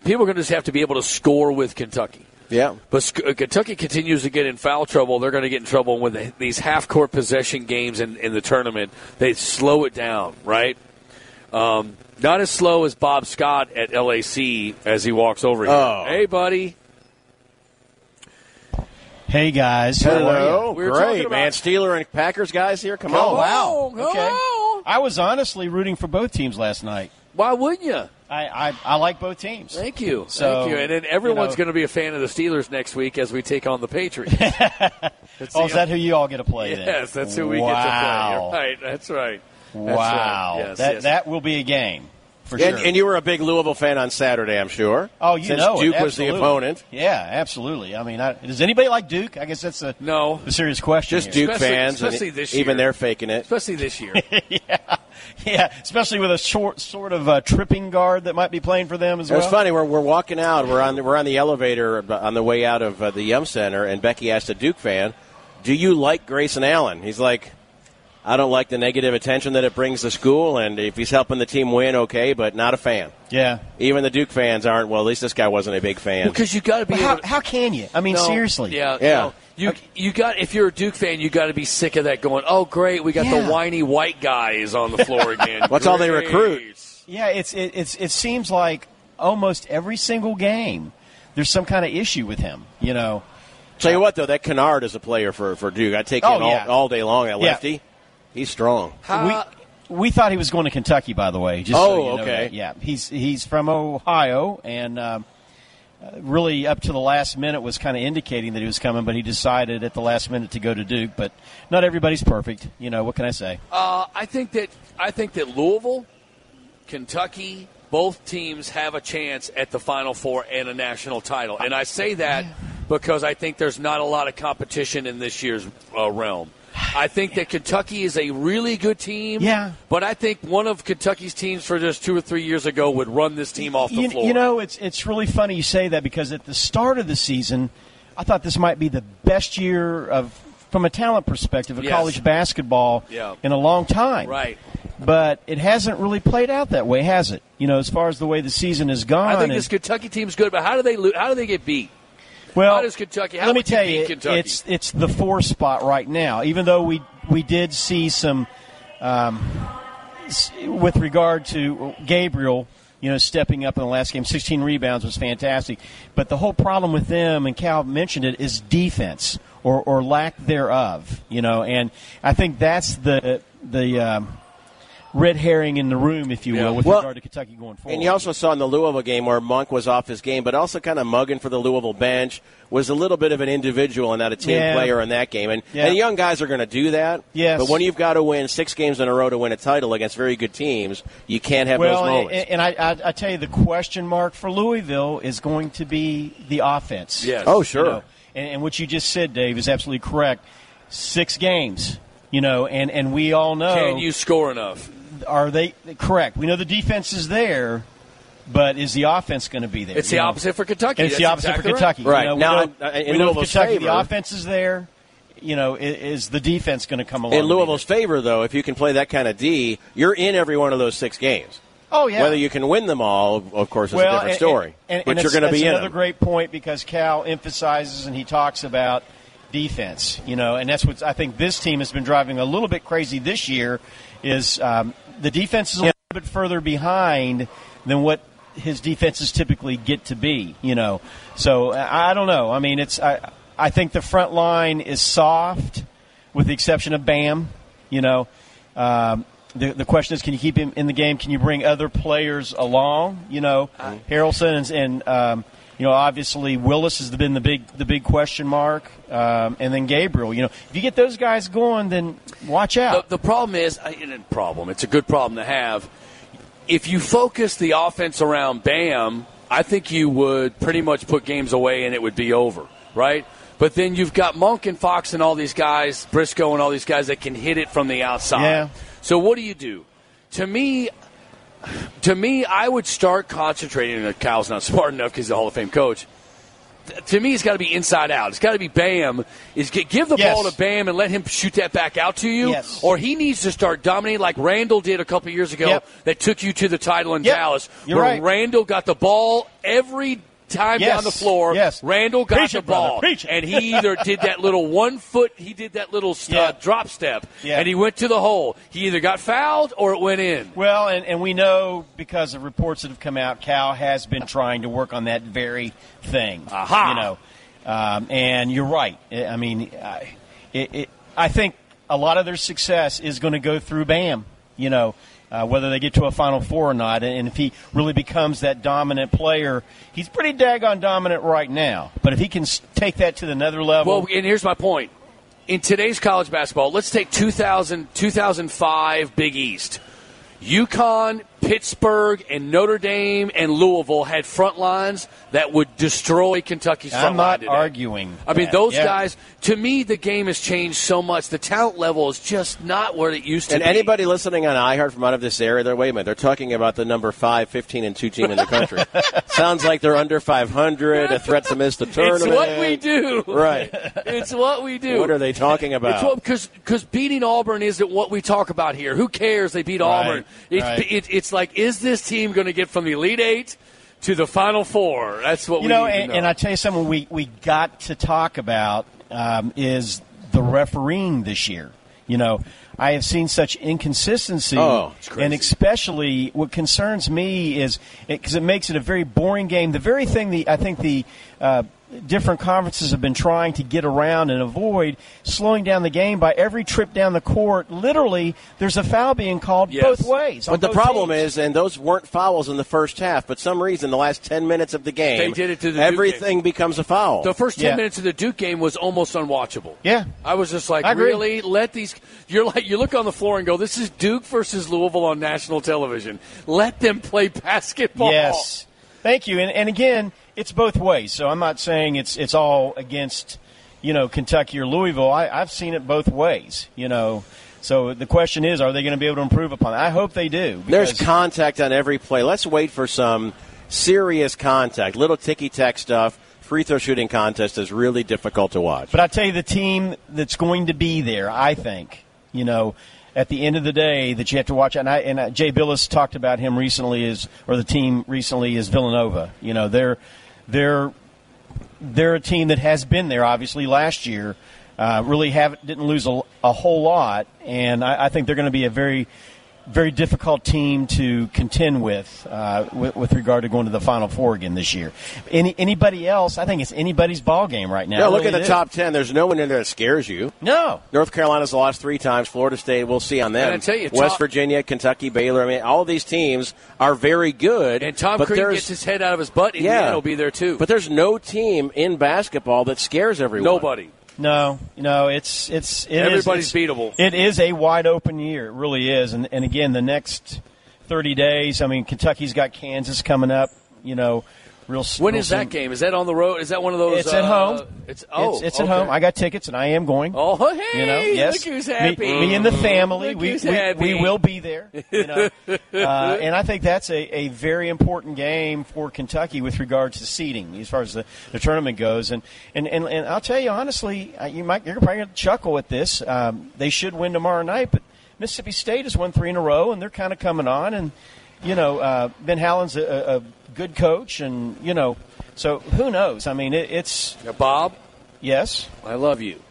S4: people are going to just have to be able to score with Kentucky.
S8: Yeah.
S4: But Sc- uh, Kentucky continues to get in foul trouble. They're going to get in trouble when they, these half court possession games in, in the tournament. They slow it down, right? Um, not as slow as Bob Scott at LAC as he walks over here.
S5: Oh.
S4: Hey, buddy.
S5: Hey guys,
S8: Hello.
S5: We're
S8: Great, man. Steeler and Packers guys here. Come,
S13: Oh,
S8: on.
S5: Okay. I was honestly rooting for both teams last night.
S4: Why wouldn't you?
S5: I, I, I like both teams.
S4: Thank you.
S5: So,
S4: Thank you. And then everyone's
S5: you
S4: going to be a fan of the Steelers next week as we take on the Patriots.
S5: know- Oh, is that who you all get to play? then?
S4: yes, that's who we
S5: wow.
S4: get to play. You're right. That's right. That's
S13: Wow.
S4: right. Yes,
S13: that,
S4: yes.
S13: that will be a game for
S8: and,
S13: sure.
S8: and you were a big Louisville fan on Saturday, I'm sure.
S13: oh, you
S8: since
S13: know it,
S8: Duke was the
S13: absolutely.
S8: opponent.
S13: Yeah, absolutely. I mean, I, does anybody like Duke? I guess that's a
S4: no
S13: a serious question.
S8: Just
S13: here.
S8: Duke fans, and even they're faking it.
S4: Especially this year.
S13: yeah, especially with a short sort of uh, tripping guard that might be playing for them as
S8: It was
S13: well.
S8: funny. We're, we're walking out. We're on the, we're on the elevator on the way out of uh, the Yum Center, and Becky asked a Duke fan, "Do you like Grayson Allen?" He's like, "I don't like the negative attention that it brings to school, and if he's helping the team win, okay, but not a fan."
S13: Yeah.
S8: Even the Duke fans aren't. Well, at least this guy wasn't a big fan.
S4: because you got to be.
S13: Well, how-
S4: able to-
S13: how can you? I mean,
S4: No,
S13: seriously.
S4: Yeah,
S8: Yeah.
S4: no. You you got if you're a Duke fan, you got to be sick of that. Going, oh great, we got
S13: Yeah.
S4: the whiny white guys on the floor again.
S8: What's all they
S4: Great.
S8: recruit?
S13: Yeah, it's it, it's it seems like almost every single game there's some kind of issue with him. You know.
S8: Tell you what, though, that Kennard is a player for, for Duke. I take
S13: Oh,
S8: him all,
S13: yeah.
S8: all day long. That
S13: Yeah.
S8: lefty, he's strong.
S13: we we thought he was going to Kentucky, by the way. Just so
S8: Oh,
S13: you know
S8: okay.
S13: that. Yeah, he's he's from Ohio, and um, uh, really up to the last minute was kind of indicating that he was coming, but he decided at the last minute to go to Duke. But not everybody's perfect. You know what can I say?
S4: Uh, I think that I think that Louisville, Kentucky, both teams have a chance at the Final Four and a national title. And I say that because I think there's not a lot of competition in this year's uh, realm. I think that Kentucky is a really good team.
S13: Yeah.
S4: But I think one of Kentucky's teams for just two or three years ago would run this team off the
S13: you,
S4: floor.
S13: you know, it's it's really funny you say that because at the start of the season, I thought this might be the best year of from a talent perspective of
S4: Yes.
S13: college basketball
S4: Yeah.
S13: in a long time.
S4: Right.
S13: But it hasn't really played out that way, has it? You know, as far as the way the season has gone.
S4: I think
S13: and-
S4: this Kentucky team's good, but how do they lo- how do they get beat?
S13: Well,
S4: how does Kentucky? How
S13: let me
S4: would you
S13: tell
S4: beat
S13: you,
S4: Kentucky?
S13: it's it's the four spot right now. Even though we we did see some, um, s- with regard to Gabriel, you know, stepping up in the last game, 16 rebounds was fantastic. But the whole problem with them, and Cal mentioned it, is defense or or lack thereof. You know, and I think that's the the. Um, Red herring in the room, if you will, with
S8: Well,
S13: regard to Kentucky going forward.
S8: And you also saw in the Louisville game where Monk was off his game, but also kind of mugging for the Louisville bench, was a little bit of an individual and not a team
S13: Yeah.
S8: player in that game. And,
S13: Yeah.
S8: and young guys are going to do that.
S13: Yes.
S8: But when you've got to win six games in a row to win a title against very good teams, you can't have
S13: well,
S8: those moments.
S13: and, and I, I, I tell you, the question mark for Louisville is going to be the offense.
S8: Yes. Oh, sure.
S13: You know, and, and what you just said, Dave, is absolutely correct. Six games, you know, and, and we all know.
S4: Can you score enough?
S13: Are they correct? We know the defense is there, but is the offense going to be there?
S4: It's
S13: you
S4: the
S13: know?
S4: opposite for Kentucky.
S13: It's the
S4: That's
S13: opposite
S4: exactly
S13: for Kentucky.
S4: right.
S13: You
S8: Right.
S13: know,
S8: Now,
S13: we know,
S8: in- in
S13: we know with
S8: Louisville's
S13: Kentucky,
S8: favor-
S13: the offense is there. You know, i- is the defense going to come along?
S8: In Louisville's favor, though, if you can play that kind of D, you're in every one of those six games.
S13: Oh, yeah.
S8: Whether you can win them all, of course, is a different
S13: and-
S8: story.
S13: and- and-
S8: but
S13: and
S8: you're
S13: it's-
S8: going to be
S13: that's
S8: in
S13: another
S8: them.
S13: great point because Cal emphasizes and he talks about defense, you know, and that's what I think this team has been driving a little bit crazy this year is um, the defense is a little bit further behind than what his defenses typically get to be, you know. So I, I don't know. I mean, it's I I think the front line is soft with the exception of Bam, you know. Um, the, the question is, can you keep him in the game? Can you bring other players along? You know, Harrelson and, and um, you know obviously Willis has been the big the big question mark, um, and then Gabriel. You know, if you get those guys going, then watch out.
S4: The, the problem is, I- and a problem. It's a good problem to have. If you focus the offense around Bam, I think you would pretty much put games away and it would be over, right? But then you've got Monk and Fox and all these guys, Briscoe and all these guys that can hit it from the outside.
S13: Yeah.
S4: So what do you do? To me, to me, I would start concentrating. And Kyle's not smart enough because he's a Hall of Fame coach. Th- To me, it's got to be inside out. It's got to be Bam. Is g- give the
S13: Yes.
S4: ball to Bam and let him shoot that back out to you,
S13: Yes.
S4: or he needs to start dominating like Randall did a couple years ago
S13: Yep.
S4: that took you to the title in
S13: Yep.
S4: Dallas,
S13: You're
S4: where
S13: right.
S4: Randall got the ball every time
S13: Yes.
S4: down the floor.
S13: Yes.
S4: Randall got
S13: Preach
S4: the
S13: it, brother.
S4: ball,
S13: Preach it.
S4: and he either did that little one foot, he did that little st-
S13: Yeah.
S4: uh, drop step,
S13: Yeah.
S4: and he went to the hole. He either got fouled or it went in.
S13: Well, and, and we know because of reports that have come out, Cal has been trying to work on that very thing.
S4: Aha.
S13: You know, um, and you're right. I I mean, I, it, it, I think a lot of their success is going to go through Bam. You know, uh, whether they get to a Final Four or not, and if he really becomes that dominant player, he's pretty daggone dominant right now. But if he can s- take that to another level,
S4: Well, and here's my point. in today's college basketball, let's take 2000, 2005 Big East. UConn, Pittsburgh, and Notre Dame and Louisville had front lines that would destroy Kentucky's front
S13: I'm
S4: line
S13: not
S4: today.
S13: arguing.
S4: eh? I mean,
S13: that.
S4: those
S13: Yeah.
S4: guys. To me, the game has changed so much. The talent level is just not where it used to
S8: And
S4: be.
S8: anybody listening on iHeart from out of this area, they're wait a minute, they're talking about the number 5, 15, and 2 team in the country. Sounds like they're under 500, a threat to miss the tournament.
S4: it's what we do,
S8: Right.
S4: It's what we do.
S8: What are they talking about?
S4: Because because beating Auburn isn't what we talk about here. Who cares? They beat
S8: Right,
S4: Auburn. It's
S13: right.
S4: it, it's like, is this team going to get from the elite eight to the final four? That's what
S13: you
S4: we
S13: know,
S4: need
S13: and,
S4: to know.
S13: and I tell you something we, we got to talk about um, is the refereeing this year. You know, I have seen such inconsistency,
S8: Oh, it's crazy.
S13: and especially what concerns me is because it, makes it a very boring game. The very thing that I think the uh, different conferences have been trying to get around and avoid slowing down the game by every trip down the court. Literally, there's a foul being called both ways. on
S8: But the
S13: both
S8: problem
S13: teams.
S8: is, and those weren't fouls in the first half, but some reason the last 10 minutes of the game,
S4: They did it to the Duke
S8: everything becomes a foul.
S4: The first ten
S8: Yeah.
S4: minutes of the Duke game was almost unwatchable.
S13: Yeah.
S4: I was just like,
S13: I agree.
S4: really? Let these. You're like, you look on the floor and go, this is Duke versus Louisville on national television. Let them play basketball.
S13: Yes. Thank you. And, and again, it's both ways. So I'm not saying it's it's all against, you know, Kentucky or Louisville. I, I've seen it both ways, you know. So the question is, are they going to be able to improve upon it? I hope they do.
S8: There's contact on every play. Let's wait for some serious contact. Little ticky tack stuff. Free throw shooting contest is really difficult to watch.
S13: But I tell you, the team that's going to be there, I think, you know, at the end of the day, that you have to watch. And I and uh, Jay Billis talked about him recently is, or the team recently is Villanova. You know, they're they're they're a team that has been there obviously last year. Uh, really haven't didn't lose a, a whole lot, and I, I think they're going to be a very very difficult team to contend with, uh, with with regard to going to the Final Four again this year. Any anybody else? I think it's anybody's ball game right now.
S8: No, look
S13: Really
S8: at the
S13: it is.
S8: top ten. There's no one in there that scares you.
S13: No.
S8: North Carolina's lost three times. Florida State, we'll see on them.
S4: And I tell you,
S8: West
S4: Tom-
S8: Virginia, Kentucky, Baylor. I mean, all these teams are very good.
S4: And Tom
S8: but
S4: Crean
S8: there's-
S4: gets his head out of his butt. and
S8: yeah,
S4: Indiana will be there too.
S8: But there's no team in basketball that scares everyone.
S4: Nobody.
S13: No, no, it's it's it is- it's-
S4: Everybody's beatable.
S13: It is a wide open year, it really is. And and again, the next thirty days. I mean, Kentucky's got Kansas coming up. You know, real.
S4: When
S13: real
S4: is that
S13: soon.
S4: game? Is that on the road? Is that one of those?
S13: It's at
S4: uh,
S13: home.
S4: It's oh,
S13: it's, it's
S4: okay.
S13: at home. I got tickets, and I am going.
S4: Oh, hey,
S13: you know, yes.
S4: look who's
S13: Me-
S4: happy.
S13: Me, and the family,
S4: Look
S13: we,
S4: who's
S13: we,
S4: happy.
S13: we will be there. You know? uh, and I think that's a, a very important game for Kentucky with regards to seeding, as far as the, the tournament goes. And and, and and I'll tell you honestly, uh, you might you're probably going to chuckle at this. Um, they should win tomorrow night, but Mississippi State has won three in a row, and they're kind of coming on. And you know, uh, Ben Howland's a, a a good coach, and you know, so who knows? I mean, it, it's
S4: Now, Bob,
S13: yes,
S4: I love you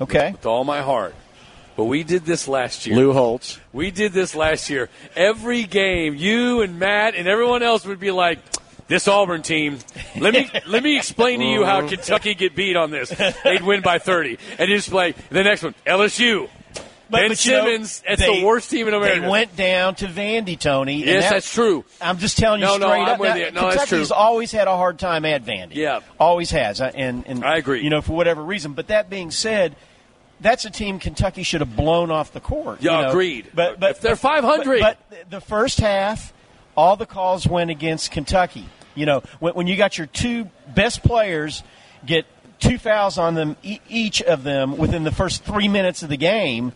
S13: okay.
S4: with all my heart, but we did this last year.
S8: Lou Holtz.
S4: We did this last year. Every game, you and Matt and everyone else would be like, "This Auburn team, let me let me explain to you
S8: Uh-huh.
S4: how Kentucky get beat on this. They'd win by 30." And you just play the next one, LSU. ben
S13: you know,
S4: Simmons, that's
S13: they-
S4: the worst team in America.
S13: They went down to Vandy, Tony. and
S4: Yes,
S13: that-
S4: that's true.
S13: I'm just telling you
S4: No, no,
S13: straight
S4: I'm
S13: up.
S4: with
S13: now,
S4: you. No, that's
S13: Kentucky's
S4: true.
S13: always had a hard time at Vandy.
S4: Yeah.
S13: always has. I- And, and
S4: I agree.
S13: You know, for whatever reason. But that being said, that's a team Kentucky should have blown off the court.
S4: Yeah,
S13: you know.
S4: agreed.
S13: But but
S4: If they're 500.
S13: But, but the first half, all the calls went against Kentucky. You know, when, when you got your two best players get two fouls on them e- each of them within the first three minutes of the game,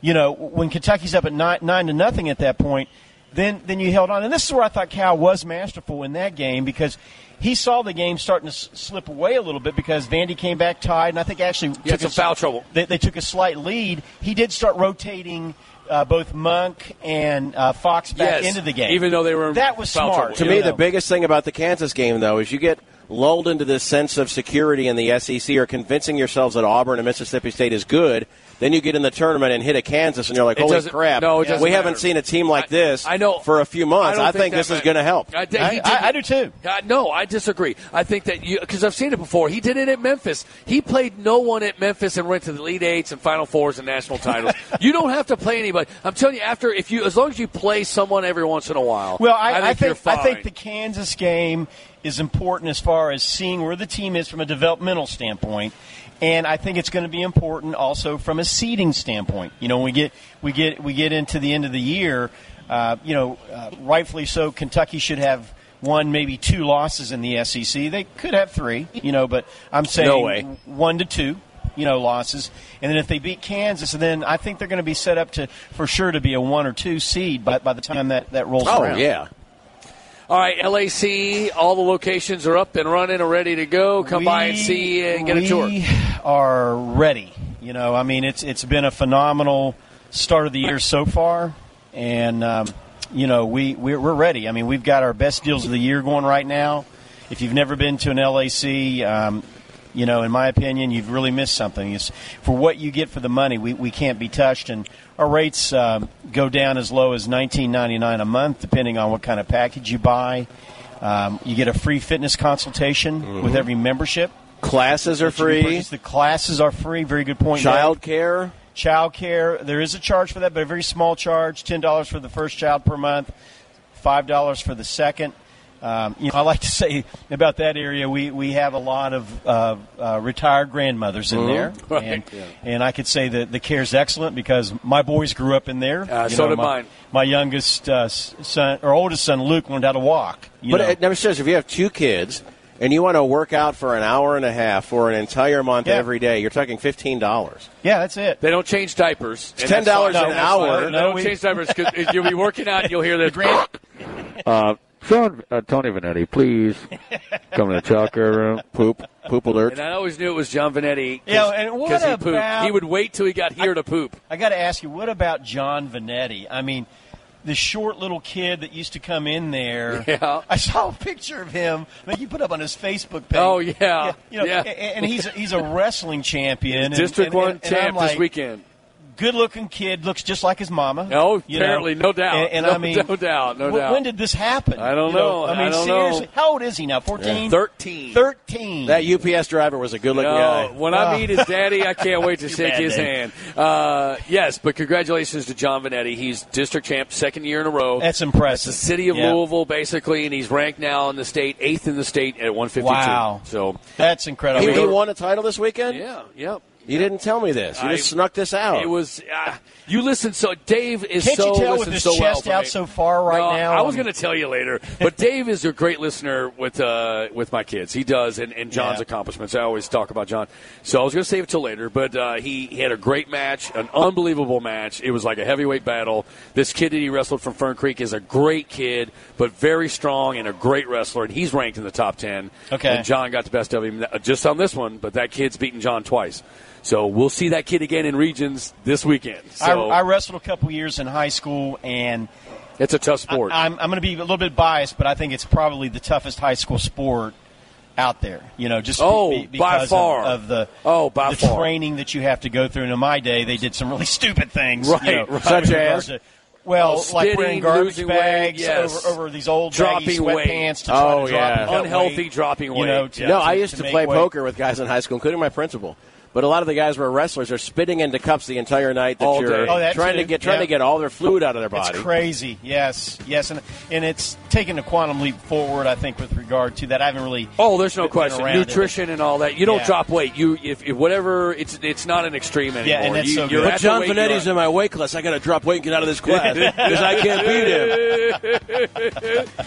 S13: you know, when Kentucky's up at nine, nine to nothing at that point, then then you held on. And this is where I thought Cal was masterful in that game because he saw the game starting to s- slip away a little bit because Vandy came back tied, and I think actually
S4: Yeah,
S13: took
S4: some
S13: a-
S4: foul trouble.
S13: They, they took a slight lead. He did start rotating. Uh, both Monk and uh, Fox back
S4: Yes,
S13: into the game,
S4: even though they were in
S13: that was
S4: foul
S13: smart.
S8: To
S13: you
S8: me,
S13: know.
S8: the biggest thing about the Kansas game, though, is you get lulled into this sense of security in the SEC or convincing yourselves that Auburn and Mississippi State is good. Then you get in the tournament and hit a Kansas, and you're like,
S4: It
S8: holy
S4: doesn't-
S8: crap.
S4: no, it doesn't
S8: we haven't
S4: matter.
S8: seen a team like this I, know, for a few months. I,
S4: don't
S8: think,
S4: that
S8: this is
S4: ma-
S8: going to help.
S4: I, think he
S13: I-
S4: did-
S13: I do too.
S4: Uh, no, I disagree. I think that you because I've seen it before. He did it at Memphis. He played no one at Memphis and went to the lead eights and final fours and national titles. you don't have to play anybody. I'm telling you, after if you as long as you play someone every once in a while.
S13: Well, I, I think I
S4: you're fine.
S13: think the Kansas game is important as far as seeing where the team is from a developmental standpoint. And I think it's going to be important also from a seeding standpoint. You know, when we get we get we get into the end of the year. Uh, you know, uh, rightfully so, Kentucky should have one, maybe two losses in the SEC. They could have three, you know, but I'm saying
S8: No way.
S13: one to two, you know, losses. And then if they beat Kansas, then I think they're going to be set up to for sure to be a one or two seed by, by the time that that rolls
S4: Oh,
S13: around.
S4: yeah. All right, LAC, all the locations are up and running and ready to go. Come by and see and get a
S13: we
S4: tour.
S13: are ready. You know, I mean, it's it's been a phenomenal start of the year so far, and um, you know we we're, we're ready. I mean, we've got our best deals of the year going right now. If you've never been to an LAC, um, you know, in my opinion, you've really missed something. It's, for what you get for the money, we, we can't be touched, and our rates um, go down as low as nineteen ninety nine a month, depending on what kind of package you buy. Um, you get a free fitness consultation with every membership.
S8: Classes are
S13: That you can
S8: free.
S13: purchase. The classes are free. Very good point.
S8: Child
S13: care. Child care. There is a charge for that, but a very small charge. Ten dollars for the first child per month. Five dollars for the second. Um, you know, I like to say about that area, we, we have a lot of uh, uh, retired grandmothers in
S4: Mhm.
S13: there,
S4: Right.
S13: and,
S4: Yeah.
S13: and I could say that the care is excellent because my boys grew up in there.
S4: Uh, so did
S13: my,
S4: mine.
S13: My youngest uh, s- son or oldest son, Luke, learned how to walk. You
S8: but
S13: know.
S8: it never says if you have two kids and you want to work out for an hour and a half for an entire month
S13: Yeah.
S8: every day, you're talking fifteen dollars.
S13: yeah, that's it.
S4: They don't change diapers.
S8: It's
S4: and that's
S8: $10
S4: fine.
S8: an
S4: That's fine.
S8: hour.
S4: They
S8: No,
S4: don't
S8: we-
S4: change diapers 'cause if you'll be working out and you'll hear this.
S16: Uh, Sean, uh, Tony Vanetti, please come to the childcare room. Poop, poop alert.
S4: And I always knew it was John Vanetti. 'cause-
S13: Yeah, and what
S4: 'cause he pooped.
S13: about-
S4: He would wait till he got here to poop.
S13: I got to ask you, what about John Vanetti? I mean, the short little kid that used to come in there.
S4: Yeah.
S13: I saw a picture of him that you put up on his Facebook page.
S4: Oh, yeah.
S13: you know,
S4: Yeah.
S13: a- And he's a, he's a wrestling champion. and-
S4: District
S13: and-
S4: one
S13: and- and
S4: champ
S13: I'm like,
S4: this weekend.
S13: Good looking kid, looks just like his mama.
S4: No,
S13: you know?
S4: apparently, no doubt.
S13: And, and
S4: no,
S13: I mean,
S4: no doubt, no
S13: wh-
S4: doubt.
S13: When did this happen?
S4: I don't
S13: You know,
S4: know.
S13: I mean,
S4: I don't know.
S13: seriously, how old is he now? 14?
S4: Yeah. 13.
S13: 13.
S8: That UPS driver was a good looking
S4: No,
S8: guy.
S4: when
S13: Ah.
S4: I meet his daddy, I can't wait to
S8: Too
S4: shake
S8: bad,
S4: his
S8: Dave.
S4: hand. Uh, yes, but congratulations to John Vanetti. He's district champ, second year in a row.
S13: That's impressive.
S4: It's the city of
S13: Yeah.
S4: Louisville, basically, and he's ranked now in the state, eighth in the state at 152.
S13: Wow.
S4: So
S13: That's incredible.
S8: He, he won a title this weekend.
S4: Yeah, yep.
S8: You didn't tell me this. You
S4: I-
S8: just snuck this out.
S4: It was uh, you listen so Dave is
S13: Can't
S4: so
S13: you tell with
S4: listens
S13: his
S4: so well
S13: chest
S4: for
S13: out
S4: me.
S13: so far right
S4: No,
S13: now?
S4: I was
S13: I'm-
S4: going to tell you later, but Dave is a great listener with uh, with my kids. He does, and, and John's
S13: Yeah.
S4: accomplishments. I always talk about John, so I was going to save it till later. But uh, he, he had a great match, an unbelievable match. It was like a heavyweight battle. This kid that he wrestled from Fern Creek is a great kid, but very strong and a great wrestler, and he's ranked in the top ten.
S13: Okay.
S4: And John got the best of him uh, just on this one, but that kid's beaten John twice. So we'll see that kid again in regions this weekend. So
S13: I, I wrestled a couple years in high school, and
S4: it's a tough sport.
S13: I, am I'm going to be a little bit biased, but I think it's probably the toughest high school sport out there. You know, just be-
S4: Oh,
S13: be-
S4: by
S13: because of-
S4: far.
S13: of, the
S4: Oh, by
S13: the
S4: far.
S13: training that you have to go through. And in my day, they did some really stupid things, you
S4: Right,
S13: know,
S4: right.
S13: with
S4: Such
S13: regards to-
S4: as?
S13: well,
S4: Oh,
S13: like
S4: spitting,
S13: wearing garbage
S4: losing weight,
S13: bags
S4: yes.
S13: over, over these old baggy
S4: Dropping weight.
S13: sweatpants to try
S8: Oh,
S13: to
S8: yeah.
S13: drop and cut
S4: Unhealthy
S13: weight,
S4: dropping
S13: You know,
S4: weight.
S13: to,
S8: no,
S13: to-
S8: I used to,
S13: make
S8: play
S13: weight.
S8: poker with guys in high school, including my principal. But a lot of the guys who are wrestlers are spitting into cups the entire night that
S13: All
S8: you're
S13: day. Oh, that
S8: trying
S13: too.
S8: to get trying
S13: Yeah.
S8: to get all their fluid out of their body.
S13: It's crazy. Yes, yes, and and it's taken a quantum leap forward. I think with regard to that, I haven't really.
S4: Oh, there's no
S13: been
S4: question.
S13: around it.
S4: Nutrition and all that. You don't
S13: Yeah.
S4: drop weight. You if, if whatever it's it's not an extreme anymore.
S13: Yeah, and that's
S4: you,
S13: so good.
S4: you're at
S8: But
S4: the
S8: John
S4: weight you
S8: Finetti's
S4: are.
S8: in my weight class. I got to drop weight and get out of this class because I can't beat him.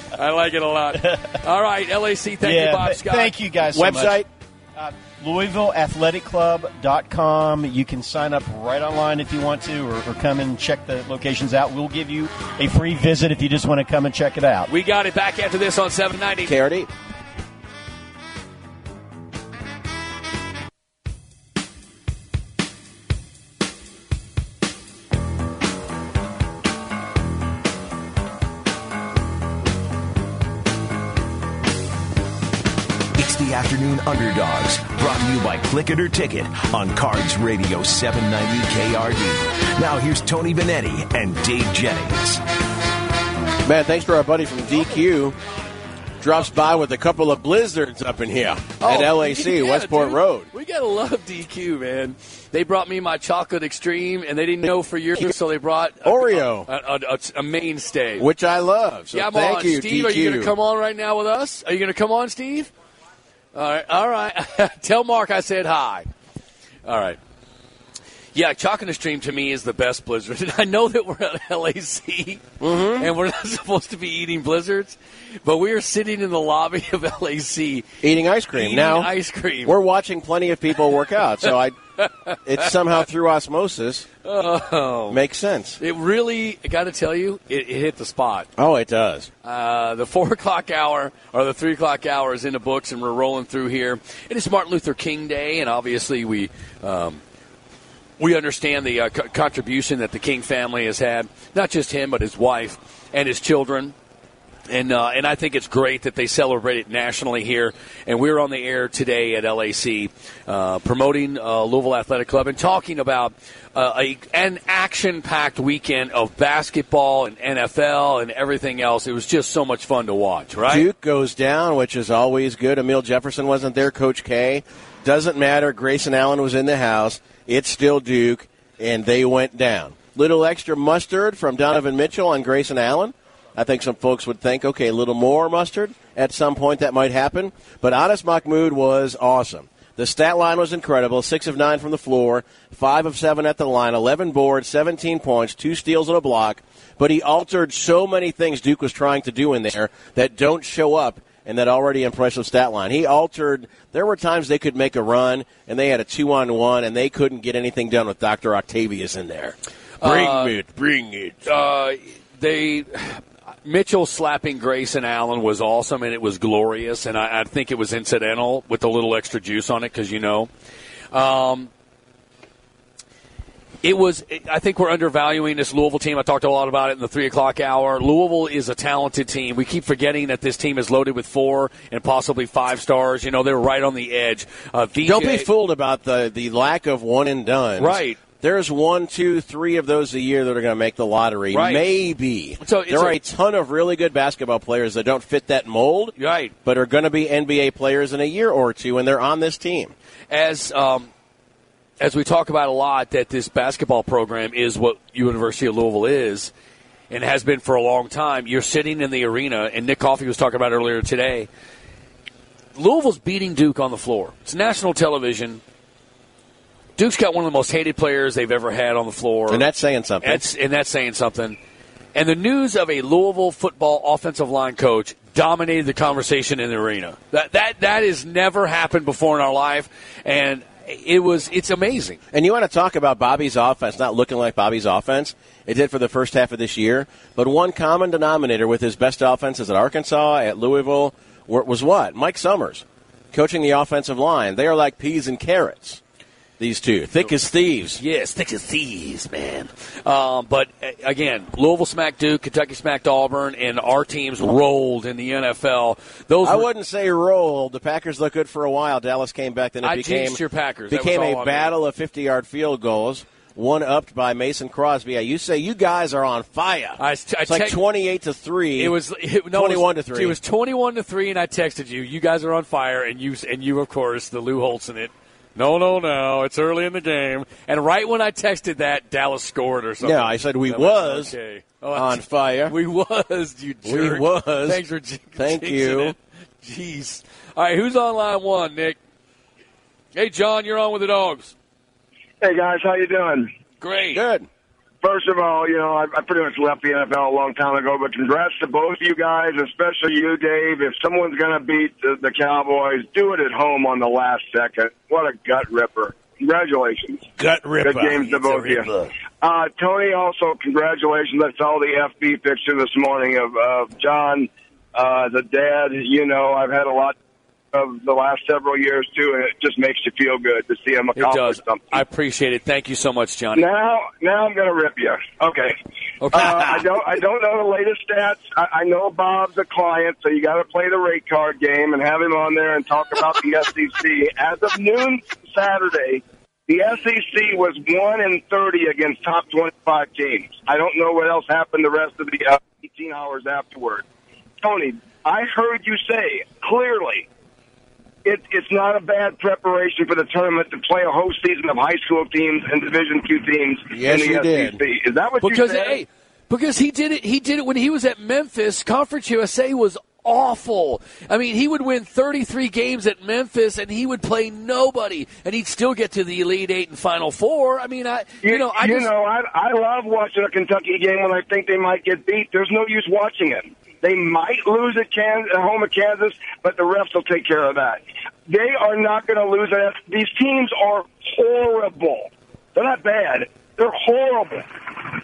S4: I like it a lot. All right, LAC. Thank
S13: Yeah,
S4: you, Bob
S13: th-
S4: Scott.
S13: Thank you guys. Uh,
S8: Website?
S13: LouisvilleAthleticClub.com. You can sign up right online if you want to, or, or come and check the locations out. We'll give you a free visit if you just want to come and check it out.
S4: We got it back after this on 790.
S8: KRD.
S2: It's the Afternoon Underdogs, brought to you by Click It or Ticket on Cards Radio 790 KRD. Now here's Tony Benetti and Dave Jennings.
S8: Man, thanks to our buddy from DQ drops by with a couple of blizzards up in here at
S4: Oh,
S8: LAC,
S4: yeah,
S8: Westport
S4: dude.
S8: Road.
S4: We gotta love DQ, man. They brought me my chocolate extreme, and they didn't know for years, so they brought a,
S8: Oreo.
S4: a, a, a mainstay,
S8: Which I love. So
S4: yeah, I'm
S8: thank
S4: on.
S8: you,
S4: Steve,
S8: DQ.
S4: are you going to come on right now with us? Are you going to come on, Steve? All right, all right. Tell Mark I said hi. All right. Yeah, Chalk in the Stream to me is the best blizzard. And I know that we're at LAC
S8: Mm-hmm.
S4: and we're not supposed to be eating blizzards, but we are sitting in the lobby of LAC
S8: Eating ice cream.
S4: Eating
S8: now,
S4: ice cream.
S8: We're watching plenty of people work out, so I, it somehow through osmosis
S4: Oh.
S8: makes sense.
S4: It really, I got to tell you, it, it hit the spot.
S8: Oh, it does.
S4: Uh, the four o'clock hour or the three o'clock hour is in the books, and we're rolling through here. It is Martin Luther King Day, and obviously we um, we understand the uh, co- contribution that the King family has had, not just him, but his wife and his children. And, uh, and I think it's great that they celebrate it nationally here. And we're on the air today at LAC uh, promoting uh, Louisville Athletic Club and talking about uh, a, an action packed weekend of basketball and NFL and everything else. It was just so much fun to watch, right?
S8: Duke goes down, which is always good. Emil Jefferson wasn't there. Coach K doesn't matter. Grayson Allen was in the house. It's still Duke, and they went down. Little extra mustard from Donovan Mitchell on Grayson Allen. I think some folks would think, okay, a little more mustard at some point that might happen. But Anas Mahmoud was awesome. The stat line was incredible. Six of nine from the floor, five of seven at the line, 11 boards, 17 points, two steals and a block. But he altered so many things Duke was trying to do in there that don't show up in that already impressive stat line. He altered, there were times they could make a run, and they had a two on one, and they couldn't get anything done with Dr. Octavius in there. Bring
S4: Uh,
S8: it, bring it.
S4: Uh, they Mitchell slapping Grayson Allen was awesome and it was glorious, and I, I think it was incidental with a little extra juice on it because you know. Um, it was. I think we're undervaluing this Louisville team. I talked a lot about it in the three o'clock hour. Louisville is a talented team. We keep forgetting that this team is loaded with four and possibly five stars. You know, they're right on the edge. Uh, VJ,
S8: Don't be fooled about the, the lack of one and done.
S4: Right.
S8: There's one, two, three of those a year that are going to make the lottery.
S4: Right.
S8: Maybe.
S4: So it's
S8: there are
S4: a-
S8: a ton of really good basketball players that don't fit that mold,
S4: right?
S8: but are going to be NBA players in a year or two, and they're on this team.
S4: as um, as we talk about a lot that this basketball program is what University of Louisville is and has been for a long time. You're sitting in the arena, and Nick Coffey was talking about earlier today. Louisville's beating Duke on the floor. It's national television. Duke's got one of the most hated players they've ever had on the floor.
S8: And that's saying something.
S4: That's and that's saying something. And the news of a Louisville football offensive line coach dominated the conversation in the arena. That that that has never happened before in our life, and it was it's amazing.
S8: And you want to talk about Bobby's offense not looking like Bobby's offense? It did for the first half of this year. But one common denominator with his best offenses at Arkansas, at Louisville, were- was what? Mike Summers, coaching the offensive line. They are like peas and carrots, these two. Thick as thieves.
S4: Yes, thick as thieves, man. Um, but uh, again, Louisville smacked Duke, Kentucky smacked Auburn, and our teams rolled in the NFL. Those
S8: I
S4: were-
S8: wouldn't say rolled. The Packers looked good for a while. Dallas came back, then it
S4: I
S8: became
S4: jinxed your Packers. That was
S8: became
S4: all I
S8: a
S4: meant.
S8: battle of fifty-yard field goals. One upped by Mason Crosby. Yeah, you say you guys are on fire.
S4: I, I
S8: it's like
S4: text-
S8: twenty-eight to three.
S4: It was it, no, it was-
S8: twenty-one to three.
S4: It was twenty-one to three, and I texted you. You guys are on fire, and you and you of course the Lou Holtz in it. No, no, no! It's early in the game, and right when I texted that, Dallas scored or something.
S8: Yeah, I said we
S4: I'm like,
S8: was
S4: okay. Oh,
S8: on fire.
S4: We was you. Jerk.
S8: We was.
S4: Thanks for jin-
S8: Thank
S4: jinxing
S8: you.
S4: it. Jeez. All right, who's on line one, Nick? Hey, John, you're on with the dogs.
S17: Hey guys, how you doing?
S4: Great.
S8: Good.
S17: First of all, you know, I, I pretty much left the NFL a long time ago, but congrats to both of you guys, especially you, Dave. If someone's going to beat the, the Cowboys, do it at home on the last second. What a gut ripper. Congratulations.
S8: Gut
S17: ripper. Good games to both of you. Uh, Tony, also, congratulations. That's all the FB picture this morning of, of John, uh, the dad. You know, I've had a lot of the last several years, too, and it just makes you feel good to see him
S4: It
S17: accomplish
S4: does.
S17: something.
S4: I appreciate it. Thank you so much, Johnny.
S17: Now, now I'm going to rip you. Okay.
S4: Okay.
S17: Uh, I don't. I don't know the latest stats. I, I know Bob's a client, so you got to play the rate card game and have him on there and talk about the SEC. As of noon Saturday, the SEC was one in thirty against top twenty-five teams. I don't know what else happened the rest of the uh, eighteen hours afterward. Tony, I heard you say clearly it, it's not a bad preparation for the tournament to play a whole season of high school teams and Division two teams
S4: Yes,
S17: in
S4: you
S17: the
S4: did.
S17: SEC. Is that what
S4: because
S17: you said?
S4: hey, because he did it. He did it when he was at Memphis. Conference USA was awful. I mean, he would win 33 games at Memphis, and he would play nobody, and he'd still get to the Elite Eight and Final Four. I mean, I you, know, I
S17: you
S4: just,
S17: know, I, I love watching a Kentucky game when I think they might get beat. There's no use watching it. They might lose at, Kan at home at Kansas, but the refs will take care of that. They are not going to lose. That. These teams are horrible. They're not bad. They're horrible.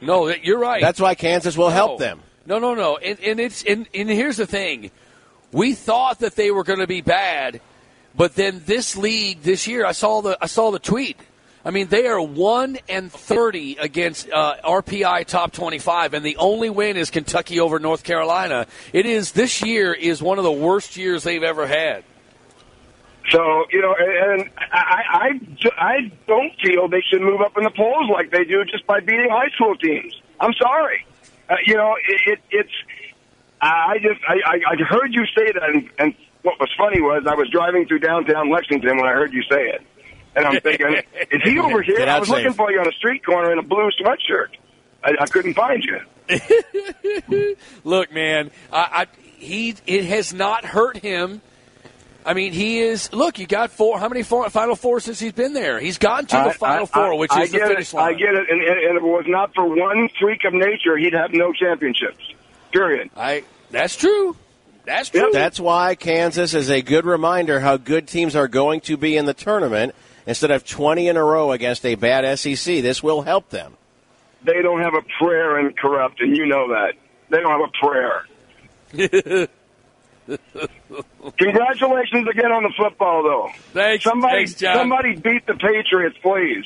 S4: No, that- you're right.
S8: That's why Kansas will help
S4: No.
S8: them.
S4: No, no, no. And, and it's and, and here's the thing. We thought that they were going to be bad, but then this league this year, I saw the I saw the tweet. I mean, they are one and thirty against uh, RPI top twenty-five, and the only win is Kentucky over North Carolina. It is this year is one of the worst years they've ever had.
S17: So you know, and, and I, I ju- I don't feel they should move up in the polls like they do just by beating high school teams. I'm sorry, uh, you know, it, it it's. I I just I, I, I heard you say that, and, and what was funny was I was driving through downtown Lexington when I heard you say it, and I'm thinking, is he over here?
S8: Get out
S17: I was looking
S8: safe.
S17: for you on a street corner in a blue sweatshirt. I, I couldn't find you.
S4: Look, man, I, I he it has not hurt him. I mean, he is. Look, you got four. How many four, final four since he's been there? He's gotten to the
S17: I-
S4: final
S17: I-
S4: four,
S17: I-
S4: which
S17: I
S4: is the
S17: get
S4: finish
S17: it.
S4: line.
S17: I get it, and, and, and if it was not for one freak of nature, he'd have no championships. Period.
S4: I. That's true. That's true.
S8: That's why Kansas is a good reminder how good teams are going to be in the tournament instead of 20 in a row against a bad SEC. This will help them.
S17: They don't have a prayer in corrupt, and you know that. They don't have a prayer. Congratulations again on the football, though.
S4: Thanks,
S17: somebody,
S4: thanks, John.
S17: Somebody beat the Patriots, please.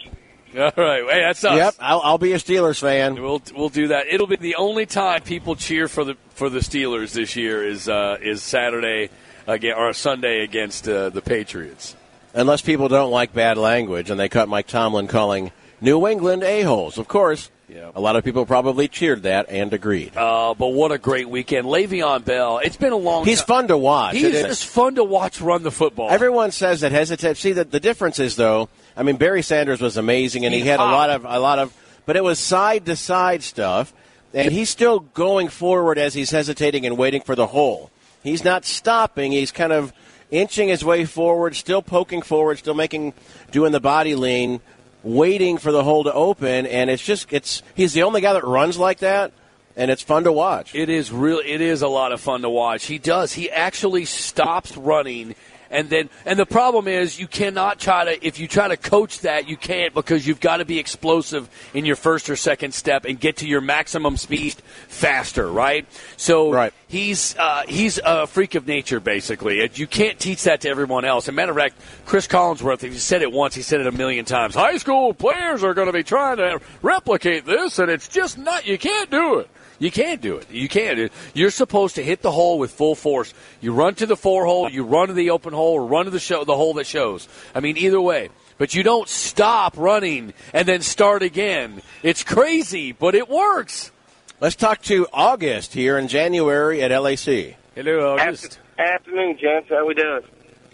S4: All right. Hey, that's us.
S8: Yep, I'll, I'll be a Steelers fan.
S4: We'll we'll do that. It'll be the only time people cheer for the for the Steelers this year is uh, is Saturday again or Sunday against uh, the Patriots.
S8: Unless people don't like bad language and they cut Mike Tomlin calling New England a-holes. Of course, a lot of people probably cheered that and agreed.
S4: Uh, but what a great weekend, Le'Veon Bell. It's been a long.
S8: He's
S4: time.
S8: fun to watch.
S4: He's
S8: isn't he?
S4: just fun to watch run the football.
S8: Everyone says that hesitate. See, the, the difference is though. I mean, Barry Sanders was amazing, and he,
S4: He
S8: had a
S4: hopped.
S8: lot of a lot of, but it was side to side stuff, and he's still going forward as he's hesitating and waiting for the hole. He's not stopping. He's kind of inching his way forward, still poking forward, still making doing the body lean, waiting for the hole to open, and it's just it's he's the only guy that runs like that, and it's fun to watch.
S4: It is real. It is a lot of fun to watch. He does. He actually stops running, and then and the problem is you cannot try to if you try to coach that you can't because you've got to be explosive in your first or second step and get to your maximum speed faster, right? So he's uh, he's a freak of nature basically. And You can't teach that to everyone else. As a matter of fact, Chris Collinsworth, if he said it once, he said it a million times. High school players are going to be trying to replicate this, and it's just not. You can't do it. You can't do it. You can't. You're supposed to hit the hole with full force. You run to the four hole, you run to the open hole, or run to the show, the hole that shows. I mean, either way. But you don't stop running and then start again. It's crazy, but it works.
S8: Let's talk to August here in January at LAC.
S4: Hello,
S18: August. Afternoon, gents. How we doing?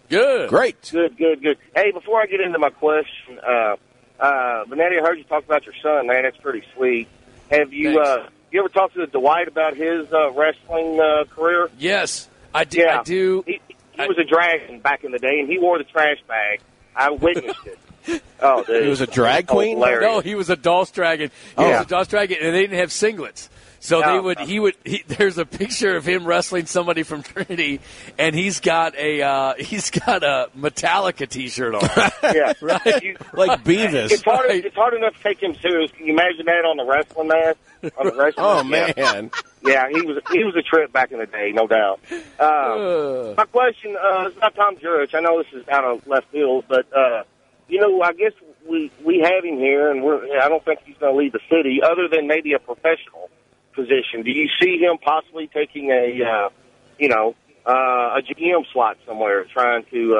S4: Good.
S8: Great.
S18: Good, good, good. Hey, before I get into my question, uh, uh, Benetti, I heard you talk about your son, man. That's pretty sweet. Have you,
S4: Thanks.
S18: uh, you ever talked to Dwight about his, uh, wrestling, uh, career?
S4: Yes, I do.
S18: Yeah.
S4: I do.
S18: He, he was a dragon back in the day, and he wore the trash bag. I witnessed it. Oh, dude.
S4: He was a
S8: drag
S18: queen? hilarious.
S4: No, he was a Doss Dragon. He
S18: Oh.
S4: was a Doss Dragon, and they didn't have singlets. So they
S18: No.
S4: would, he would. He, there's a picture of him wrestling somebody from Trinity, and he's got a uh, he's got a Metallica T-shirt on.
S18: Yeah.
S4: right?
S8: like Beavis.
S18: It's hard, it's hard enough to take him serious. Can you imagine that on the wrestling mask? On the wrestling
S8: Oh
S18: yeah.
S8: man.
S18: Yeah, he was he was a trip back in the day, no doubt. Um, my question uh, is about Tom Jurich. I know this is out of left field, but uh, you know, I guess we we have him here, and we're I don't think he's going to leave the city, other than maybe a professional position. Do you see him possibly taking a uh, you know uh, a GM slot somewhere, trying to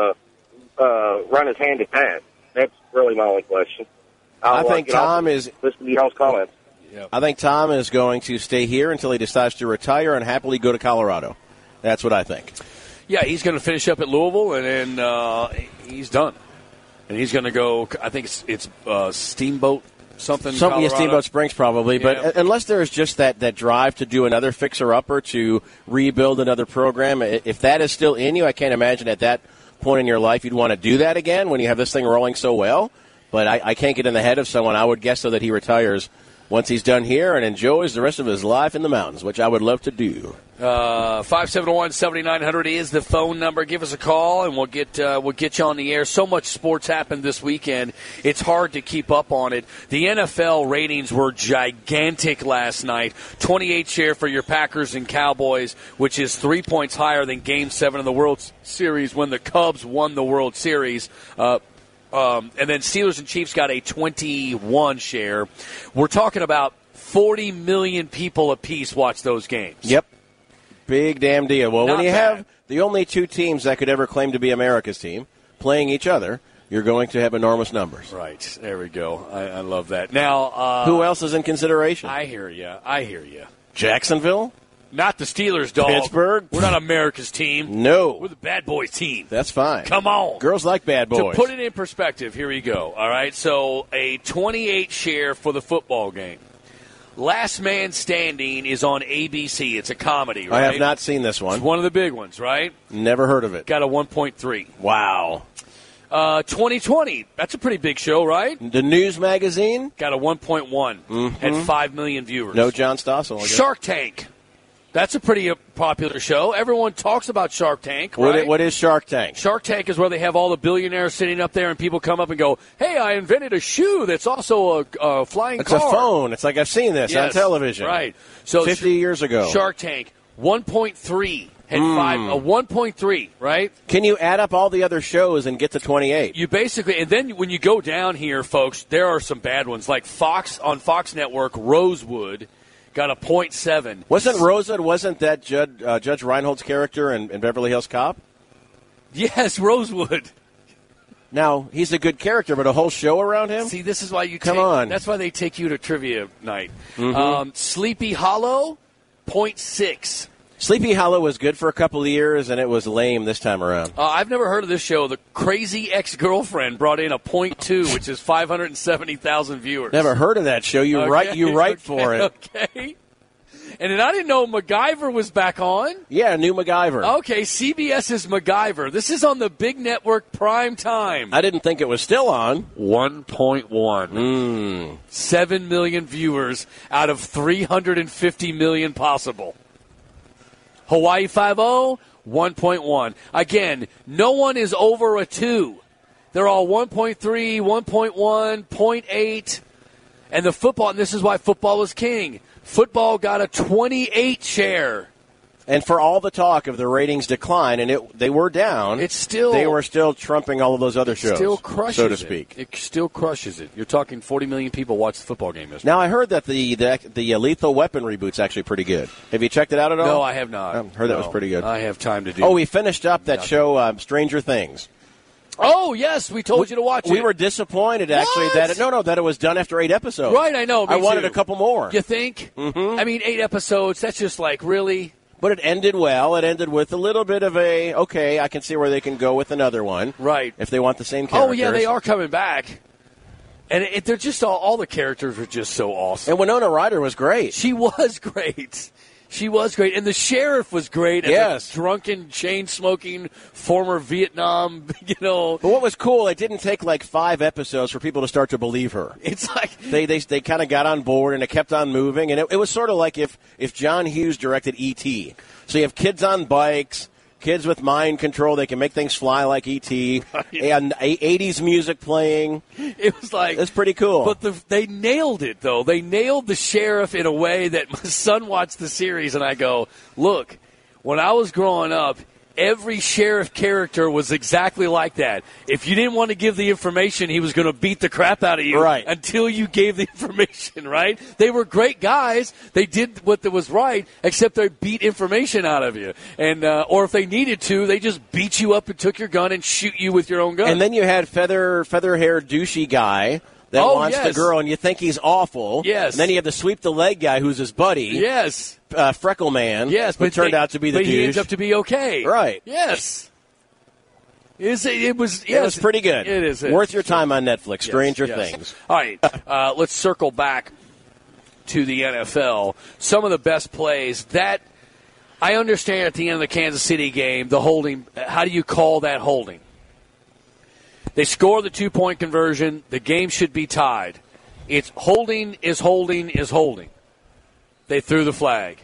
S18: uh, uh, run his hand at that? That's really my only question.
S8: I
S18: I'll, uh,
S8: think
S18: get off-
S8: Tom is-
S18: listen to y'all's comments.
S8: I think Tom is going to stay here until he decides to retire and happily go to Colorado. That's what I think.
S4: Yeah, he's going to finish up at Louisville, and then uh, he's done. And he's going to go. I think it's, it's uh, Steamboat something.
S8: Something in
S4: Colorado.
S8: Steamboat Springs, probably. But
S4: Yeah.
S8: unless there is just that, that drive to do another fixer upper to rebuild another program, i- if that is still in you, I can't imagine at that point in your life you'd want to do that again when you have this thing rolling so well. But I, I can't get in the head of someone. I would guess though that he retires once he's done here and enjoys the rest of his life in the mountains, which I would love to do.
S4: Uh, 571-7900 is the phone number. Give us a call, and we'll get uh, we'll get you on the air. So much sports happened this weekend; it's hard to keep up on it. The NFL ratings were gigantic last night. Twenty-eight share for your Packers and Cowboys, which is three points higher than Game Seven of the World Series when the Cubs won the World Series. Uh, um, and then Steelers and Chiefs got a 21 share. We're talking about 40 million people apiece watch those games.
S8: Yep. Big damn deal. Well,
S4: Not
S8: when you
S4: bad.
S8: have the only two teams that could ever claim to be America's team playing each other, you're going to have enormous numbers.
S4: Right. There we go. I, I love that. Now, uh,
S8: Who else is in consideration?
S4: I hear you. I hear you.
S8: Jacksonville?
S4: Not the Steelers, dog.
S8: Pittsburgh?
S4: We're not America's team.
S8: No.
S4: We're the bad boys team.
S8: That's fine.
S4: Come on.
S8: Girls like bad boys.
S4: To put it in perspective, here we go. All right. So a 28 share for the football game. Last Man Standing is on ABC. It's a comedy. Right?
S8: I have not seen this
S4: It's
S8: one.
S4: one of the big ones, right?
S8: Never heard of it.
S4: Got a 1.3.
S8: Wow.
S4: Uh, 2020. That's a pretty big show, right?
S8: The news magazine?
S4: Got a one1 Had
S8: Mhm.
S4: 5 million viewers.
S8: No John Stossel. I guess.
S4: Shark Tank. That's a pretty uh, popular show. Everyone talks about Shark Tank,
S8: What,
S4: right?
S8: i- what is Shark Tank?
S4: Shark Tank is where they have all the billionaires sitting up there, and people come up and go, "Hey, I invented a shoe that's also a, a flying
S8: It's a
S4: car."
S8: phone. It's like I've seen this on
S4: Yes,
S8: television.
S4: Right. So
S8: 50 years ago.
S4: Shark Tank 1.3 had
S8: Mm.
S4: five a 1.3 right.
S8: Can you add up all the other shows and get to 28?
S4: You basically, and then when you go down here, folks, there are some bad ones. Like Fox on Fox Network, Rosewood got a 0.7.
S8: Wasn't Rosa, wasn't that Judge, uh, Judge Reinhold's character in, in Beverly Hills Cop?
S4: Yes, Rosewood.
S8: Now, he's a good character, but a whole show around him?
S4: See, this is why you
S8: Come
S4: take-
S8: on.
S4: That's why they take you to trivia night.
S8: Mhm.
S4: Um, Sleepy Hollow, 0.6.
S8: Sleepy Hollow was good for a couple of years, and it was lame this time around.
S4: Uh, I've never heard of this show. The Crazy Ex-Girlfriend brought in a 0.2, which is 570,000 viewers.
S8: Never heard of that show. You
S4: Okay,
S8: write, you write for it.
S4: Okay. And then I didn't know MacGyver was back on.
S8: Yeah, new MacGyver.
S4: Okay, CBS's MacGyver. This is on the big network prime time.
S8: I didn't think it was still on.
S4: 1.1.
S8: Mm.
S4: 7 million viewers out of 350 million possible. Hawaii oh, 5 1.1. Again, no one is over a 2. They're all 1.3, 1.1, 0.8. And the football, and this is why football is king. Football got a 28 share.
S8: And for all the talk of the ratings decline, and it they were down, it's
S4: still
S8: they were still trumping all of those other shows,
S4: Still crushes
S8: so to
S4: it.
S8: speak.
S4: It. still crushes it. You're talking 40 million people watch the football game yesterday.
S8: Now I heard that the the, the uh, Lethal Weapon reboot's actually pretty good. Have you checked it out at all?
S4: No, I have not.
S8: I heard that was
S4: No.
S8: pretty good.
S4: I have time to do.
S8: Oh, we finished up that
S4: Nothing.
S8: show, um, Stranger Things.
S4: Oh yes, we told you to watch
S8: We
S4: it.
S8: were disappointed actually
S4: What?
S8: that it, no, no, that it was done after eight episodes.
S4: Right, I know. me
S8: I wanted
S4: too.
S8: a couple more.
S4: You think? Mm-hmm. I mean, eight episodes. That's just like really.
S8: But it ended well. It ended with a little bit of a okay. I can see where they can go with another one,
S4: right?
S8: If they want the same characters.
S4: Oh yeah, they are coming back, and it, they're just all, all the characters are just so awesome.
S8: And Winona Ryder was great.
S4: She was great. She was great, and the sheriff was great. as a
S8: Yes.
S4: drunken, chain smoking former Vietnam. You know,
S8: But what was cool, it didn't take like five episodes for people to start to believe her.
S4: It's like
S8: they they, they kind of got on board and it kept on moving, and it, it was sort of like if if John Hughes directed E.T. So you have kids on bikes, kids with mind control, they can make things fly like E.T. and a- '80s music playing.
S4: It was like
S8: it's pretty cool.
S4: But the, they nailed it, though. They nailed the sheriff in a way that my son watched the series, and I go, look, when I was growing up, every sheriff character was exactly like that. If you didn't want to give the information, he was going to beat the crap out of you
S8: Right.
S4: until you gave the information, right? They were great guys. They did what was right, except they beat information out of you. And uh, Or if they needed to, they just beat you up and took your gun and shoot you with your own gun.
S8: And then you had feather feather hair douchey guy that
S4: Oh,
S8: wants the
S4: yes.
S8: girl, and you think he's awful.
S4: Yes.
S8: And then you have the sweep the leg guy who's his buddy.
S4: Yes.
S8: Uh, Freckle Man.
S4: Yes,
S8: who
S4: but
S8: turned
S4: they-
S8: out to be the
S4: but he ends
S8: douche.
S4: up to be okay.
S8: Right.
S4: Yes. Is it, it was.
S8: It
S4: Yes,
S8: was pretty good.
S4: It is.
S8: worth your time on Netflix.
S4: Yes,
S8: Stranger
S4: yes.
S8: Things.
S4: All right, uh, let's circle back to the NFL. Some of the best plays that I understand at the end of the Kansas City game, the holding. How do you call that holding? They score the two point conversion. The game should be tied. It's holding is holding is holding. They threw the flag,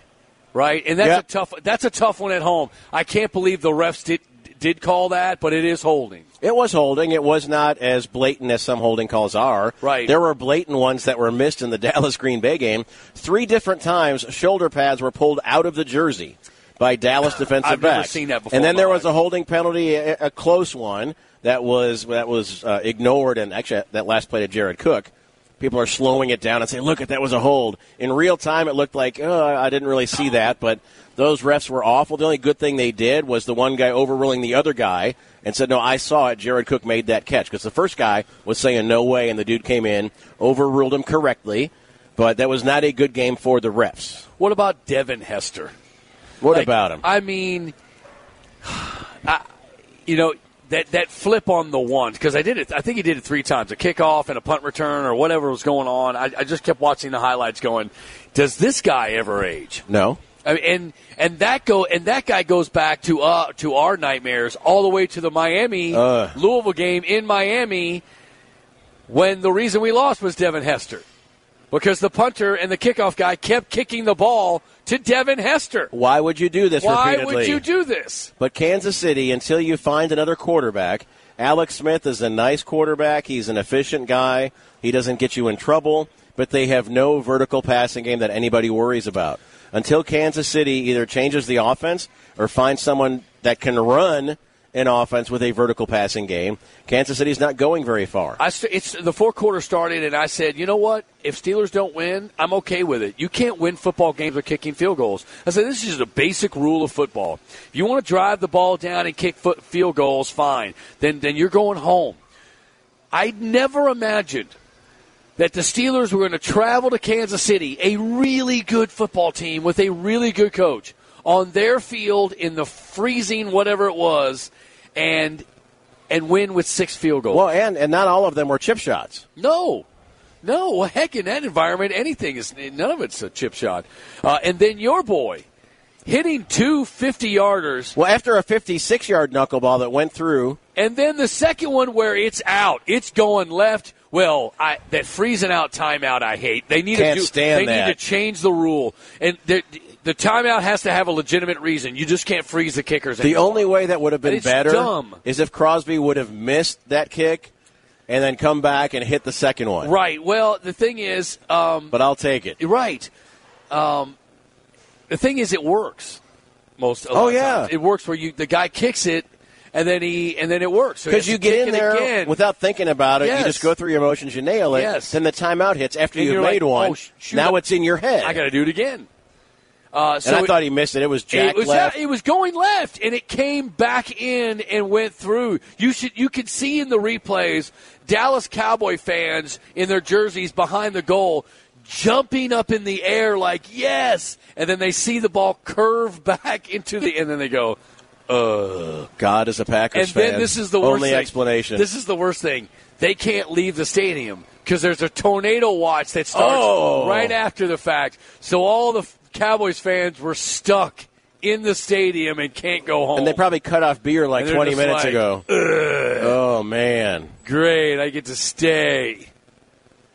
S4: right? And that's
S8: Yep.
S4: a tough. That's a tough one at home. I can't believe the refs did did call that, but it is holding.
S8: It was holding. It was not as blatant as some holding calls are. Right. There were blatant ones that were missed in the Dallas Green Bay game. Three different times, shoulder pads were pulled out of the jersey by Dallas defensive
S4: I've never
S8: backs.
S4: seen that before
S8: And then
S4: in my
S8: there was a holding penalty, a, a close one that was that was uh, ignored. And actually, that last play to Jared Cook. People are slowing it down and saying, "Look, that was a hold." In real time, it looked like oh, I didn't really see that, but those refs were awful. The only good thing they did was the one guy overruling the other guy and said, "No, I saw it. Jared Cook made that catch." Because the first guy was saying, "No way," and the dude came in, overruled him correctly, but that was not a good game for the refs.
S4: What about Devin Hester?
S8: What
S4: Like,
S8: about him?
S4: I mean, I, you know that that flip on the one because I did it. I think he did it three times: a kickoff and a punt return, or whatever was going on. I, I just kept watching the highlights, going, "Does this guy ever age?"
S8: No.
S4: I mean, and and that go and that guy goes back to uh to our nightmares all the way to the Miami
S8: Uh.
S4: Louisville game in Miami when the reason we lost was Devin Hester because the punter and the kickoff guy kept kicking the ball to Devin Hester.
S8: Why would you do this?
S4: Why
S8: repeatedly?
S4: would you do this?
S8: But Kansas City, until you find another quarterback, Alex Smith is a nice quarterback. He's an efficient guy. He doesn't get you in trouble, but they have no vertical passing game that anybody worries about. Until Kansas City either changes the offense or finds someone that can run an offense with a vertical passing game, Kansas City's not going very far.
S4: I st- it's the fourth quarter started, and I said, you know what? If Steelers don't win, I'm okay with it. You can't win football games with kicking field goals. I said this is just a basic rule of football. If you want to drive the ball down and kick foot- field goals, fine. Then then you're going home. I never imagined that the Steelers were going to travel to Kansas City, a really good football team with a really good coach, on their field in the freezing whatever it was, and and win with six field goals.
S8: Well, and, and not all of them were chip shots.
S4: No, no. Well, heck, in that environment, anything is none of it's a chip shot. Uh, and then your boy hitting two 50 yarders,
S8: Well, after a 56 yard knuckleball that went through,
S4: and then the second one where it's out, it's going left. Well, I, that freezing out timeout, I hate. They need
S8: Can't
S4: to do,
S8: stand
S4: They
S8: that.
S4: need to change the rule, and the, the timeout has to have a legitimate reason. You just can't freeze the kickers.
S8: The
S4: anymore.
S8: only way that would have been
S4: It's
S8: better
S4: dumb.
S8: is if Crosby would have missed that kick and then come back and hit the second one.
S4: Right. Well, the thing is, um,
S8: But I'll take it.
S4: Right. Um, the thing is, it works. Most. Of
S8: Oh,
S4: the
S8: yeah.
S4: times. it works where you the guy kicks it, and then he and then it works So he has
S8: Because you
S4: to
S8: get
S4: kick
S8: in
S4: it
S8: there
S4: again.
S8: without thinking about it,
S4: Yes.
S8: you just go through your emotions, you nail it.
S4: Yes.
S8: Then the timeout hits after
S4: And
S8: you've
S4: you're
S8: made
S4: like,
S8: one.
S4: oh, sh- shoot,
S8: now
S4: I-
S8: it's in your head.
S4: I got to do it again. Uh, so
S8: and I
S4: it-
S8: thought he missed it. It was Jack
S4: it was
S8: left.
S4: it was going left, and it came back in and went through. You should you could see in the replays Dallas Cowboy fans in their jerseys behind the goal jumping up in the air like yes, and then they see the ball curve back into the and then they go, uh.
S8: God is a Packers
S4: and then
S8: fan.
S4: this is the worst
S8: only
S4: thing.
S8: explanation.
S4: This is the worst thing. They can't leave the stadium because there's a tornado watch that starts
S8: Oh.
S4: right after the fact. So all the Cowboys fans were stuck in the stadium and can't go home.
S8: and they probably cut off beer like
S4: And they're
S8: 20
S4: just
S8: minutes
S4: like,
S8: ago. Oh man.
S4: Great, I get to stay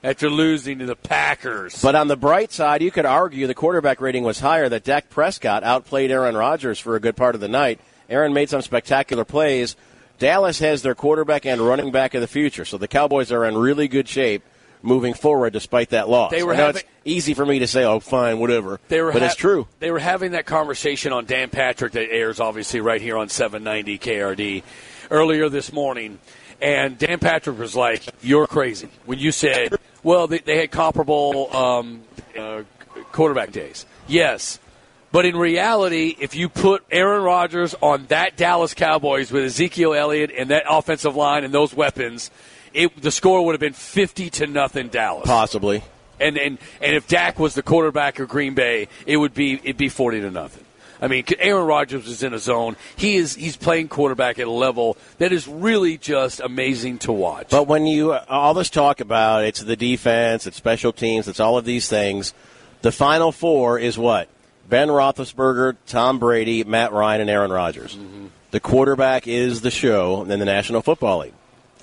S4: after losing to the Packers.
S8: But on the bright side, you could argue the quarterback rating was higher that Dak Prescott outplayed Aaron Rodgers for a good part of the night. Aaron made some spectacular plays. Dallas has their quarterback and running back of the future, so the Cowboys are in really good shape moving forward despite that loss.
S4: They were
S8: I know
S4: having-
S8: it's easy for me to say, oh, fine, whatever.
S4: They were
S8: but
S4: ha-
S8: it's true.
S4: They were having that conversation on Dan Patrick that airs obviously right here on 790 KRD earlier this morning, and Dan Patrick was like, "You're crazy" when you said, "Well, they, they had comparable um, uh, quarterback days." Yes. But in reality, if you put Aaron Rodgers on that Dallas Cowboys with Ezekiel Elliott and that offensive line and those weapons, it the score would have been fifty to nothing Dallas.
S8: Possibly.
S4: And and and if Dak was the quarterback of Green Bay, it would be it'd be forty to nothing. I mean, Aaron Rodgers is in a zone. He is he's playing quarterback at a level that is really just amazing to watch.
S8: But when you all this talk about it's the defense, it's special teams, it's all of these things. The final four is what Ben Roethlisberger, Tom Brady, Matt Ryan, and Aaron Rodgers. The quarterback is the show in the National Football League.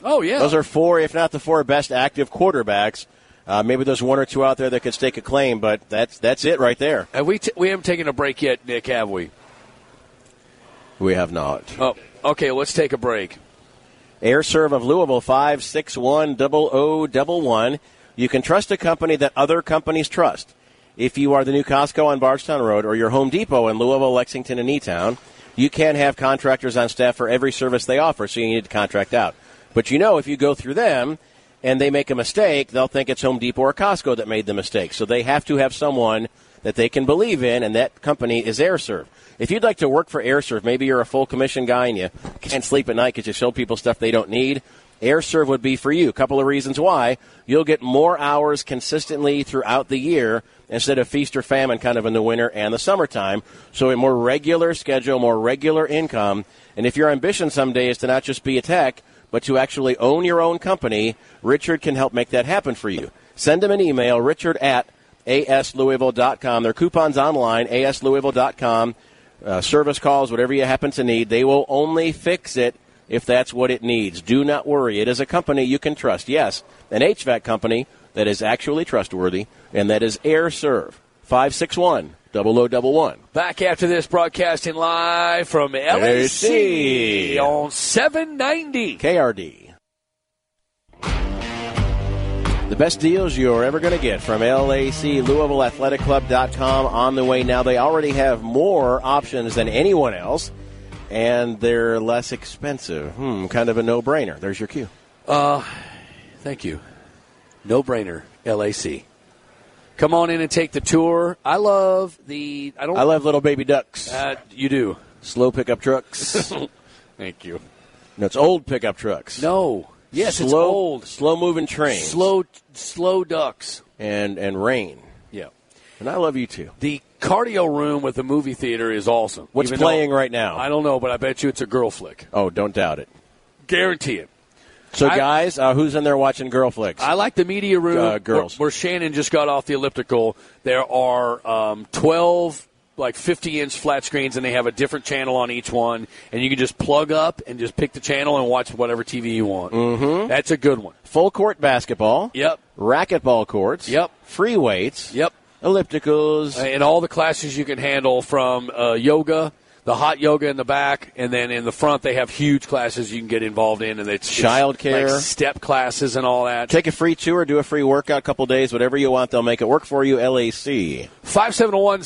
S4: Oh yeah,
S8: Those are four, if not the four best active quarterbacks. Uh, maybe there's one or two out there that could stake a claim, but that's that's it right there.
S4: Have we t- we haven't taken a break yet, Nick, have we?
S8: We have not.
S4: Oh, okay. Let's take a break.
S8: Air Serve of Louisville, 561 0011. oh, You can trust a company that other companies trust. If you are the new Costco on Bardstown Road or your Home Depot in Louisville, Lexington, and Etown, you can have contractors on staff for every service they offer, so you need to contract out. But you know, if you go through them and they make a mistake, they'll think it's Home Depot or Costco that made the mistake. So they have to have someone that they can believe in, and that company is AirServe. If you'd like to work for AirServe, maybe you're a full commission guy and you can't sleep at night because you sold people stuff they don't need. AirServe would be for you. A couple of reasons why. You'll get more hours consistently throughout the year instead of feast or famine kind of in the winter and the summertime. So a more regular schedule, more regular income. And if your ambition someday is to not just be a tech, but to actually own your own company, Richard can help make that happen for you. Send him an email, richard at aslouisville.com. Their coupons online, aslouisville.com. Uh, service calls, whatever you happen to need, they will only fix it if that's what it needs. Do not worry. It is a company you can trust. Yes, an HVAC company that is actually trustworthy, and that is AirServe. 561 0011.
S4: Back after this, broadcasting live from LAC
S8: LAC.
S4: on 790.
S8: KRD. The best deals you're ever going to get from LAC, Louisville Athletic Club.com on the way now. They already have more options than anyone else, and they're less expensive. Hmm, kind of a no brainer. There's your cue.
S4: Uh, thank you. No brainer, LAC. Come on in and take the tour. I love the. I don't.
S8: I love little baby ducks.
S4: Uh, you do.
S8: Slow pickup trucks.
S4: Thank you.
S8: no, it's old pickup trucks.
S4: No. Yes,
S8: slow,
S4: it's old.
S8: Slow moving trains.
S4: Slow, slow ducks.
S8: And, and rain.
S4: Yeah.
S8: And I love you too.
S4: The cardio room with the movie theater is awesome.
S8: What's
S4: Even though-
S8: playing right now?
S4: I don't know, but I bet you it's a girl flick.
S8: Oh, don't doubt it.
S4: Guarantee it.
S8: So,
S4: I-
S8: guys, uh, who's in there watching girl flicks?
S4: I like the media room
S8: Uh, girls.
S4: where, where Shannon just got off the elliptical. There are um, twelve like fifty inch flat screens, and they have a different channel on each one, and you can just plug up and just pick the channel and watch whatever TV you want.
S8: Mhm.
S4: That's a good one.
S8: Full court basketball.
S4: Yep.
S8: Racquetball courts.
S4: Yep.
S8: Free weights.
S4: Yep.
S8: Ellipticals.
S4: And all the classes you can handle from uh, yoga, the hot yoga in the back, and then in the front they have huge classes you can get involved in, and it's it's
S8: Childcare.
S4: like step classes, and all that.
S8: Take a free tour, do a free workout, couple days, whatever you want. They'll make it work for you. LAC.
S4: 571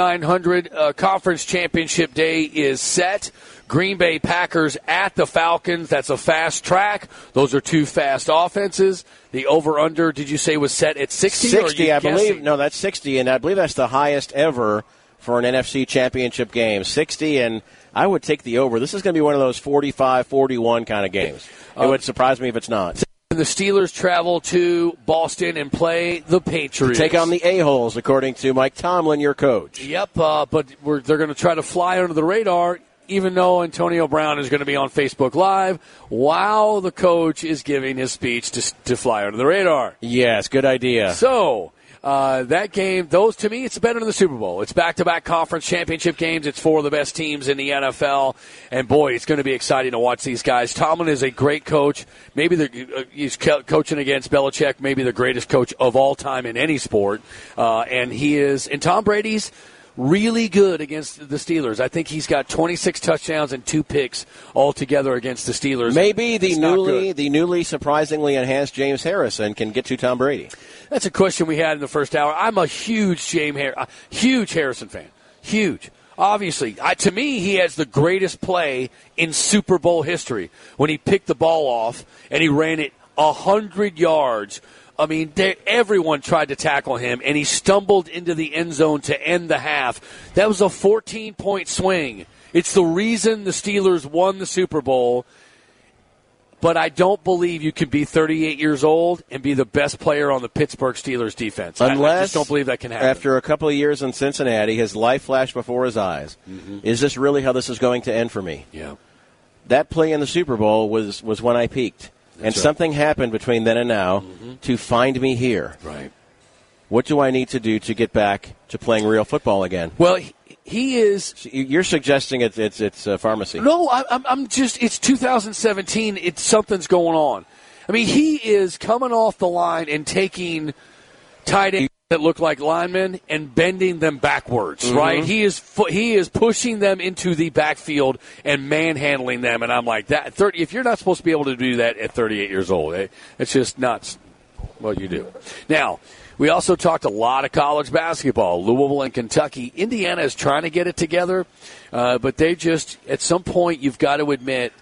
S4: 7900 uh, conference championship day is set. Green Bay Packers at the Falcons. That's a fast track. Those are two fast offenses. The over under, did you say, was set at 60? or are you
S8: 60, I believe.
S4: guessing?
S8: No, that's 60, and I believe that's the highest ever for an NFC championship game. 60, and I would take the over. This is going to be one of those 45 41 kind of games.
S4: Uh,
S8: It would surprise me if it's not.
S4: And the Steelers travel to Boston and play the Patriots.
S8: Take on the A-holes, according to Mike Tomlin, your coach.
S4: Yep, uh, but we're, they're going to try to fly under the radar, even though Antonio Brown is going to be on Facebook Live while the coach is giving his speech to, to fly under the radar.
S8: Yes, good idea.
S4: So uh, that game, those to me, it's better than the Super Bowl. It's back-to-back conference championship games. It's four of the best teams in the NFL, and boy, it's going to be exciting to watch these guys. Tomlin is a great coach. Maybe the, uh, he's co- coaching against Belichick, maybe the greatest coach of all time in any sport, uh, and he is. And Tom Brady's. Really good against the Steelers. I think he's got 26 touchdowns and two picks altogether against the Steelers.
S8: Maybe the
S4: It's not good.
S8: newly the newly surprisingly enhanced James Harrison can get to Tom Brady.
S4: That's a question we had in the first hour. I'm a huge James Har- uh, huge Harrison fan. Huge. Obviously, I, to me, he has the greatest play in Super Bowl history when he picked the ball off and he ran it a hundred yards. I mean, there- everyone tried to tackle him, and he stumbled into the end zone to end the half. That was a 14 point swing. It's the reason the Steelers won the Super Bowl but I don't believe you can be 38 years old and be the best player on the Pittsburgh Steelers defense. I- I,
S8: Unless
S4: just don't believe that can happen.
S8: After a couple of years in Cincinnati, his life flashed before his eyes.
S4: Mm-hmm.
S8: Is this really how this is going to end for me?
S4: Yeah.
S8: That play in the Super Bowl was was when I peaked, and
S4: right. Mm-hmm.
S8: something happened between then and now to find me here.
S4: Right.
S8: What do I need to do to get back to playing real football again?
S4: Well, he, he is.
S8: You're suggesting it's it's it's a pharmacy.
S4: No, I, I'm, I'm just. It's 2017. It's something's going on. I mean, he is coming off the line and taking tight ends that look like linemen and bending them backwards.
S5: Mhm.
S4: Right? He is. fu- He is pushing them into the backfield and manhandling them. And I'm like that. Thirty. If you're not supposed to be able to do that at 38 years old, it, it's just nuts. Well, you do. Now, we also talked a lot of college basketball. Louisville and Kentucky. Indiana is trying to get it together, uh, but they just, at some point, you've got to admit,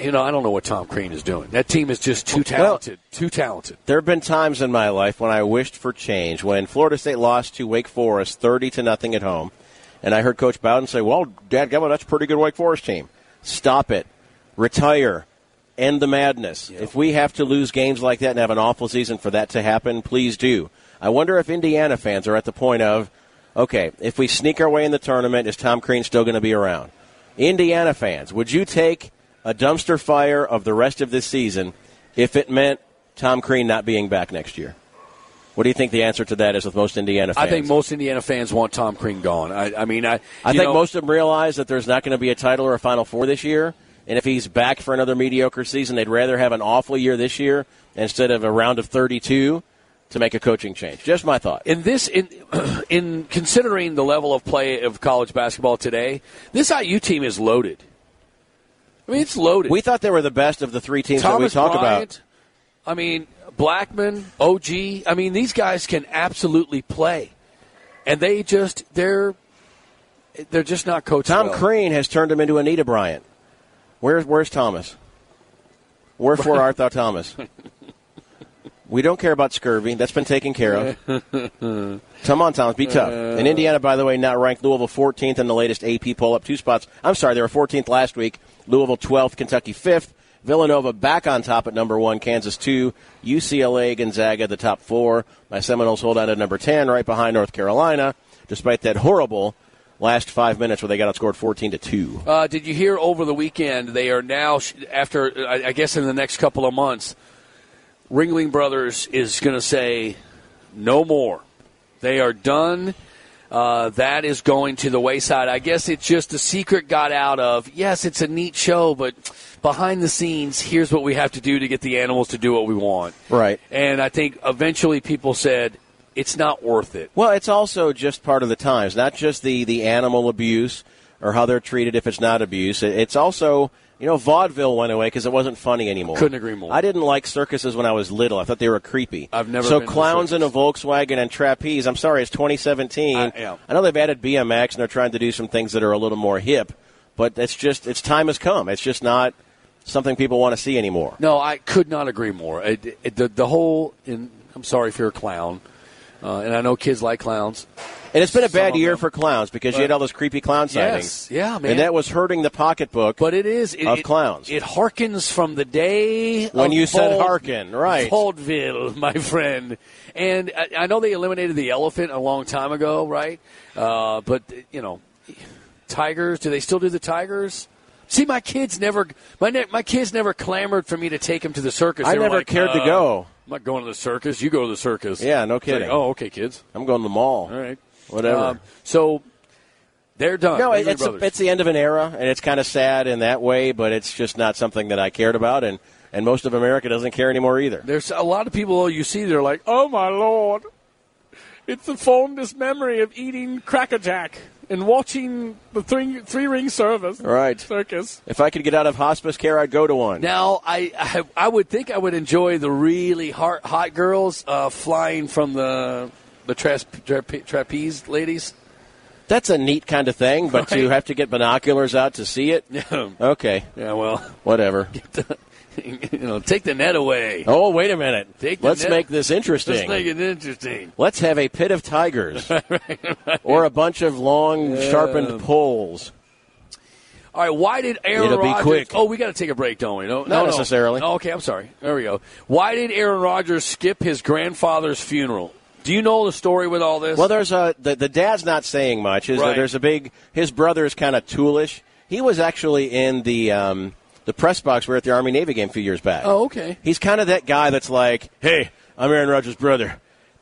S4: you know, I don't know what Tom Crean is doing. That team is just too talented. too talented.
S8: There have been times in my life when I wished for change. When Florida State lost to Wake Forest thirty to nothing at home, and I heard Coach Bowden say, "Well, Dad, that's a pretty good Wake Forest team. Stop it, retire, end the madness. If we have to lose games like that and have an awful season for that to happen, please do." I wonder if Indiana fans are at the point of, okay, if we sneak our way in the tournament, is Tom Crean still going to be around? Indiana fans, would you take a dumpster fire of the rest of this season if it meant Tom Crean not being back next year? What do you think the answer to that is with most Indiana fans?
S4: I think most Indiana fans want Tom Crean gone. I, I mean, I,
S8: I
S4: you
S8: think
S4: know-
S8: most of them realize that there's not going to be a title or a Final Four this year. And if he's back for another mediocre season, they'd rather have an awful year this year instead of a round of 32 to make a coaching change. Just my thought.
S4: In this, in in considering the level of play of college basketball today, this IU team is loaded. I mean, it's loaded.
S8: We thought they were the best of the three teams
S4: Thomas
S8: that we talk about.
S4: Bryant, I mean, Blackman, OG. I mean, these guys can absolutely play, and they just they're they're just not coached.
S8: Tom
S4: well.
S8: Crean has turned him into Anita Bryant. Where's where's Thomas? Wherefore art thou Thomas? We don't care about scurvy. That's been taken care of. Come on, Thomas, be tough. And Indiana, by the way, now ranked Louisville 14th in the latest AP poll, up two spots. I'm sorry, they were 14th last week. Louisville 12th, Kentucky 5th. Villanova back on top at number one, Kansas 2, UCLA, Gonzaga, the top four. My Seminoles hold out at number 10, right behind North Carolina, despite that horrible last five minutes where they got outscored 14 to 2.
S4: Uh, did you hear over the weekend they are now sh- after I, I guess in the next couple of months, Ringling Brothers is going to say no more. They are done. Uh, that is going to the wayside. I guess it's just the secret got out of. Yes, it's a neat show, but behind the scenes, here's what we have to do to get the animals to do what we want.
S8: Right.
S4: And I think eventually people said it's not worth it.
S8: Well, it's also just part of the times, not just the, the animal abuse or how they're treated if it's not abuse. It- It's also, you know, vaudeville went away because it wasn't funny anymore.
S4: Couldn't agree more.
S8: I didn't like circuses when I was little. I thought they were creepy. I've
S4: never
S8: So
S4: been to a
S8: clowns in a Volkswagen and trapeze. I'm sorry, it's 2017. I,
S4: yeah.
S8: know they've added BMX and they're trying to do some things that are a little more hip, but it's just it's time has come. It's just not something people want to see anymore.
S4: No, I could not agree more. It, it, the, the whole, and I'm sorry if you're a clown, uh, and I know kids like clowns.
S8: And it's been a
S4: Some
S8: bad
S4: of
S8: year
S4: them.
S8: for clowns because you
S4: But-
S8: had all those creepy clown
S4: Yes,
S8: sightings.
S4: yeah, man.
S8: And that was hurting the pocketbook.
S4: But it is it,
S8: of
S4: it-
S8: clowns.
S4: It, harkens from the day
S8: When
S4: of
S8: you said
S4: vaud-
S8: harken, right.
S4: Vaudeville, my friend. And I, I know they eliminated the elephant a long time ago, right? Uh, but you know, tigers. Do they still do the tigers? See, my kids never my ne- my kids never clamored for me to take them to the circus.
S8: I
S4: They were
S8: never
S4: like,
S8: cared to
S4: uh,
S8: go.
S4: I'm not going to the circus. You go to the circus.
S8: Yeah, no
S4: It's like,
S8: kidding.
S4: oh, okay, kids.
S8: I'm going to the mall.
S4: All right,
S8: Whatever.
S4: Um, so they're done.
S8: no,
S4: Ringling
S8: it's
S4: Brothers.
S8: it's the end of an era, and it's kind of sad in that way. But it's just not something that I cared about, and and most of America doesn't care anymore either.
S4: There's a lot of people you see. They're like, "Oh my lord, it's the fondest memory of eating Cracker Jack and watching the three three ring service
S8: Right.
S4: circus."
S8: If I could get out of hospice care, I'd go to one.
S4: Now, I, I I would think I would enjoy the really hot hot girls uh, flying from the the tra- tra- trapeze ladies.
S8: That's a neat kind of thing, but to
S4: Right.
S8: have to get binoculars out to see it.
S4: Yeah.
S8: Okay.
S4: Yeah. Well.
S8: Whatever.
S4: you know, take the net away.
S8: Oh, wait a minute.
S4: Take the
S8: Let's
S4: net-
S8: make this interesting.
S4: Let's make it interesting.
S8: Let's have a pit of tigers or a bunch of long,
S4: Yeah.
S8: sharpened poles.
S4: All right, why did Aaron
S8: It'll be
S4: Rodgers?
S8: quick.
S4: Oh, we got to take a break, don't we? No,
S8: Not necessarily.
S4: Oh, okay, I'm sorry. There we go. Why did Aaron Rodgers skip his grandfather's funeral? Do you know the story with all this?
S8: Well, there's a the, the dad's not saying much. Is that
S4: Right.
S8: there's a big his brother is kind of toolish. He was actually in the um, the press box. We were at the Army Navy game a few years back.
S4: Oh, okay.
S8: He's kind of that guy that's like, hey, I'm Aaron Rodgers' brother.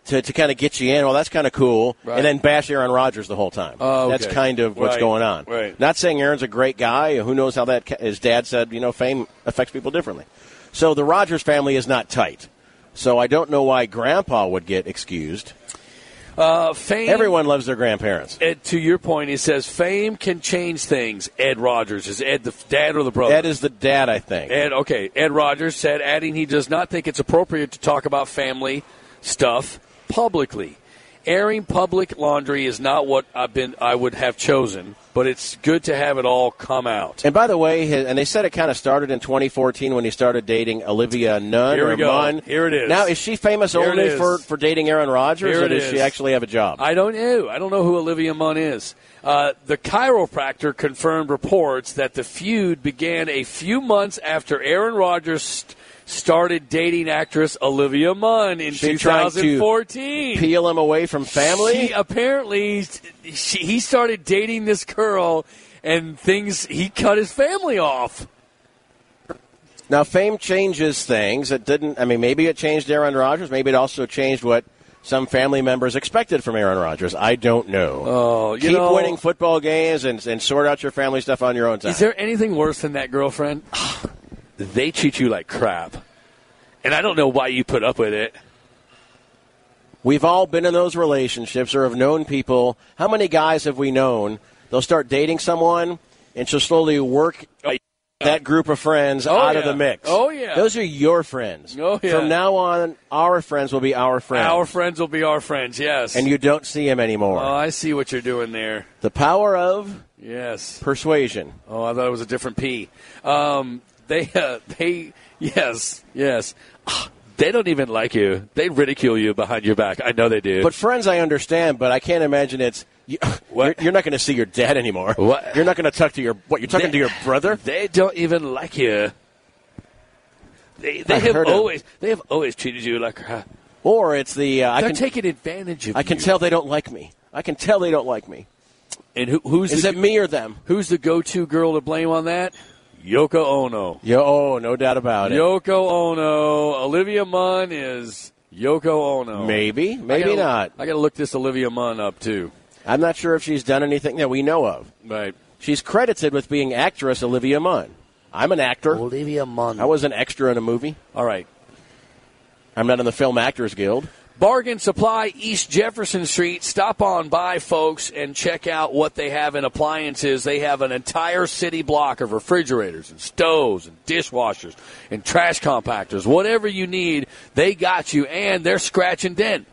S8: To, to kind of get you in, well, that's kind of cool,
S4: Right.
S8: and then bash Aaron Rodgers the whole time.
S4: Oh, okay.
S8: That's kind of what's
S4: Right.
S8: going on.
S4: Right.
S8: Not saying Aaron's a great guy. Who knows how that? ca- His dad said, you know, fame affects people differently. So the Rodgers family is not tight. So I don't know why Grandpa would get excused.
S4: Uh, fame.
S8: Everyone loves their grandparents.
S4: Ed, to your point, he says fame can change things. Ed Rogers is Ed the f- dad or the brother?
S8: That is the dad, I think.
S4: Ed, okay. Ed Rogers said, adding he does not think it's appropriate to talk about family stuff publicly. Airing public laundry is not what I've been. I would have chosen, but it's good to have it all come out.
S8: And by the way, his, and they said it kind of started in 2014 when he started dating Olivia Nunn
S4: Here we
S8: or
S4: go.
S8: Munn.
S4: Here it is.
S8: Now, is she famous
S4: Here it
S8: only
S4: is.
S8: for, for dating Aaron Rodgers,
S4: Here
S8: or
S4: it
S8: does she
S4: is. Uh,
S8: actually have a job?
S4: I don't know. I don't know who Olivia Munn is. Uh, the chiropractor confirmed reports that the feud began a few months after Aaron Rodgers st- started dating actress Olivia Munn in
S8: She trying to
S4: 2014.
S8: Peel him away from family?
S4: She apparently, she, he started dating this girl, and things he cut his family off.
S8: now, fame changes things. It didn't, I mean, maybe it changed Aaron Rodgers. Maybe it also changed what some family members expected from Aaron Rodgers. I don't know.
S4: Oh, you
S8: Keep
S4: know-
S8: winning football games and, and sort out your family stuff on your own time.
S4: Is there anything worse than that girlfriend? they treat you like crap, and I don't know why you put up with it.
S8: We've all been in those relationships or have known people. How many guys have we known? They'll start dating someone and she'll slowly work that group of friends
S4: Oh,
S8: out of
S4: yeah.
S8: the mix.
S4: Oh, yeah.
S8: Those are your friends.
S4: Oh, yeah.
S8: From now on, our friends will be our friends.
S4: Our friends will be our friends, yes.
S8: and you don't see them
S4: Oh,
S8: anymore.
S4: I see what you're doing there.
S8: the power of
S4: Yes.
S8: persuasion.
S4: Oh, I thought it was a different P. Um, they, uh, they, yes, yes. Ah, They don't even like you. They ridicule you behind your back. I know they do.
S8: But friends, I understand, but I can't imagine it's. You, you're, you're not going to see your dad anymore. What? You're not going to talk to your. What? You're talking
S4: They-
S8: to your brother?
S4: They don't even like you. They, they
S8: I've
S4: have
S8: heard of-
S4: always, they have always treated you like crap.
S8: Or it's the. Uh, I
S4: They're
S8: can
S4: taking advantage of
S8: I can
S4: you.
S8: tell they don't like me. I can tell they don't like me.
S4: And who, who's
S8: Is
S4: the,
S8: it me or them?
S4: who's the go-to girl to blame on that? Yoko Ono.
S8: Yo, oh, no doubt about it.
S4: Yoko Ono. Olivia Munn is Yoko Ono.
S8: Maybe,
S4: I
S8: maybe
S4: gotta-
S8: not.
S4: I got to look this Olivia Munn up too.
S8: I'm not sure if she's done anything that we know of.
S4: Right.
S8: She's credited with being actress Olivia Munn. I'm an actor. Olivia Munn. I was an extra in a movie.
S4: All right.
S8: I'm not in the Film Actors Guild.
S4: Bargain Supply East Jefferson Street. Stop on by, folks, and check out what they have in appliances. They have an entire city block of refrigerators and stoves and dishwashers and trash compactors. Whatever you need, they got you, and they're scratch and dent.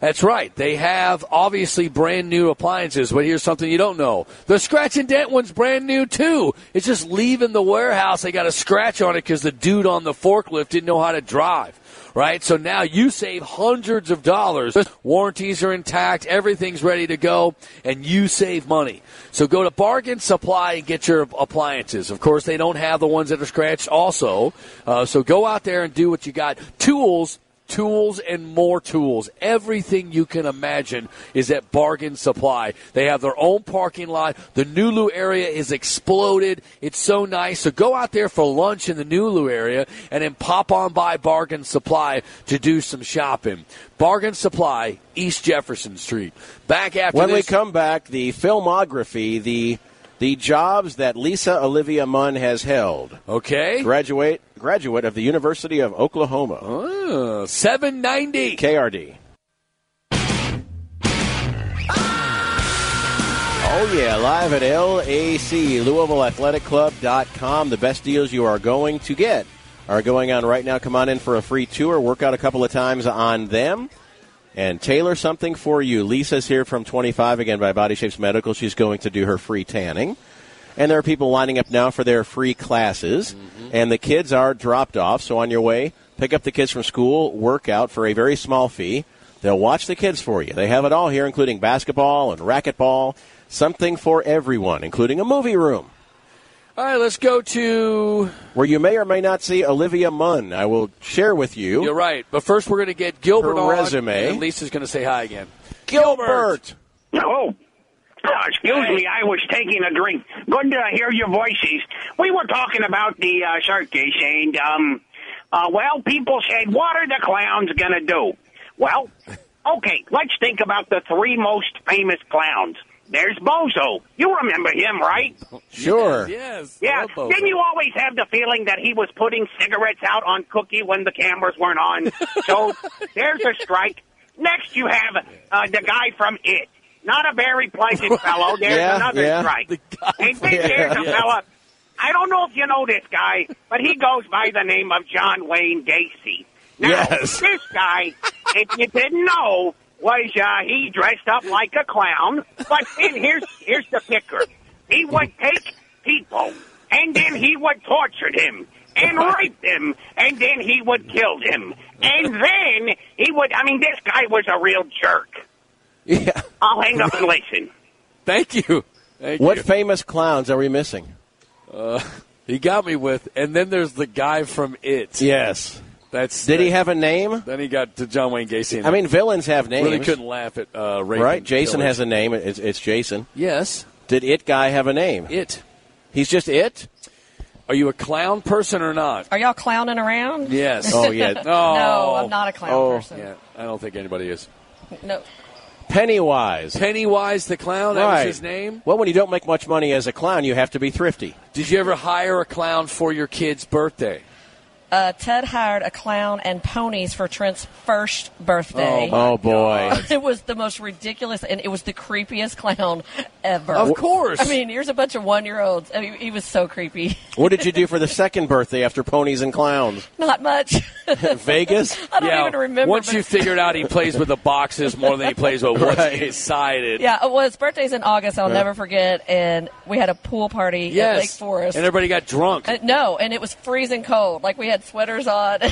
S4: That's right. They have obviously brand new appliances, but here's something you don't know. The scratch and dent one's brand new too. It's just leaving the warehouse. They got a scratch on it because the dude on the forklift didn't know how to drive. Right? So now you save hundreds of dollars. Warranties are intact. Everything's ready to go and you save money. So go to Bargain Supply and get your appliances. Of course, they don't have the ones that are scratched also. Uh, so go out there and do what you got. Tools tools and more tools. Everything you can imagine is at Bargain Supply. They have their own parking lot. The Nulu area is exploded. It's so nice. So go out there for lunch in the Nulu area and then pop on by Bargain Supply to do some shopping. Bargain Supply, East Jefferson Street. Back after
S8: when we
S4: this.
S8: come back, the filmography, the the jobs that Lisa Olivia Munn has held.
S4: Okay.
S8: Graduate graduate of the University of Oklahoma.
S4: Oh, 790
S8: KRD. Oh yeah, live at LAC, Louisville Athletic Club.com. The best deals you are going to get are going on right now. Come on in for a free tour, work out a couple of times on them, and tailor something for you. Lisa's here from 25 again by Body Shapes Medical. She's going to do her free tanning. And there are people lining up now for their free classes.
S4: Mm-hmm.
S8: And the kids are dropped off. So on your way, pick up the kids from school, work out for a very small fee. They'll watch the kids for you. They have it all here, including basketball and racquetball. Something for everyone, including a movie room.
S4: All right, let's go to.
S8: Where you may or may not see Olivia Munn. I will share with you.
S4: You're right, but first we're going to get Gilbert
S8: Her
S4: on.
S8: resume.
S4: And Lisa's going to say hi again.
S8: Gilbert.
S19: Oh. Excuse me, I was taking a drink. Good to hear your voices. We were talking about the uh, circus, and um, uh, well, people said, "What are the clowns gonna do?" Well, okay, let's think about the three most famous clowns. There's Bozo. You remember him, right?
S8: Sure.
S4: Yes.
S19: Yeah.
S8: Love Bozo.
S19: Didn't you always have the feeling that he was putting cigarettes out on Cookie when the cameras weren't on? so there's a strike. Next, you have uh, the guy from It. Not a very pleasant fellow. There's
S3: Yeah,
S19: another
S3: yeah.
S19: strike. And then
S3: Yeah.
S19: there's a
S3: Yes.
S19: fella. I don't know if you know this guy, but he goes by the name of John Wayne Gacy. Now,
S3: Yes.
S19: this guy, if you didn't know, was uh, he dressed up like a clown? But then here's here's the kicker: he would take people, and then he would torture them and rape them, and then he would kill them, and then he would. I mean, this guy was a real jerk.
S8: Yeah.
S19: I'll hang up and listen.
S4: Thank you.
S8: what famous clowns are we missing?
S4: Uh, he got me with, and then there's the guy from It.
S8: Yes.
S4: That's.
S8: Did he have a name?
S4: Then he got to John Wayne Gacy. and
S8: I mean, villains have names.
S4: Really couldn't laugh at uh, rape.
S8: Right?
S4: and
S8: Jason
S4: pillage.
S8: has a name. It's, it's Jason.
S4: Yes.
S8: Did it guy have a name?
S4: It.
S8: He's just it?
S4: Are you a clown person or not?
S12: Are y'all clowning around?
S4: Yes.
S8: Oh, yeah.
S12: no, I'm not a clown
S8: Oh.
S12: person.
S4: Yeah, I don't think anybody is.
S12: No.
S8: Pennywise.
S4: Pennywise the clown. That was
S8: right.
S4: his name.
S8: Well, when you don't make much money as a clown, you have to be thrifty.
S4: Did you ever hire a clown for your kid's birthday?
S12: Uh, Ted hired a clown and ponies for Trent's first birthday.
S8: oh boy.
S12: It was the most ridiculous, and it was the creepiest clown ever.
S8: Of course.
S12: I mean, here's a bunch of one year olds. I mean, he was so creepy.
S8: What did you do for the second birthday after ponies and clowns?
S12: Not much.
S8: Vegas?
S12: I don't even remember.
S4: Once
S12: but-
S4: you figured out he plays with the boxes more than he plays with what's decided.
S12: Yeah, uh, well, his birthday's in August. I'll
S4: Yeah.
S12: never forget. And we had a pool party at Lake
S4: Yes.
S12: Forest.
S4: And everybody got drunk.
S12: Uh, no, and it was freezing cold. Like we had sweaters on.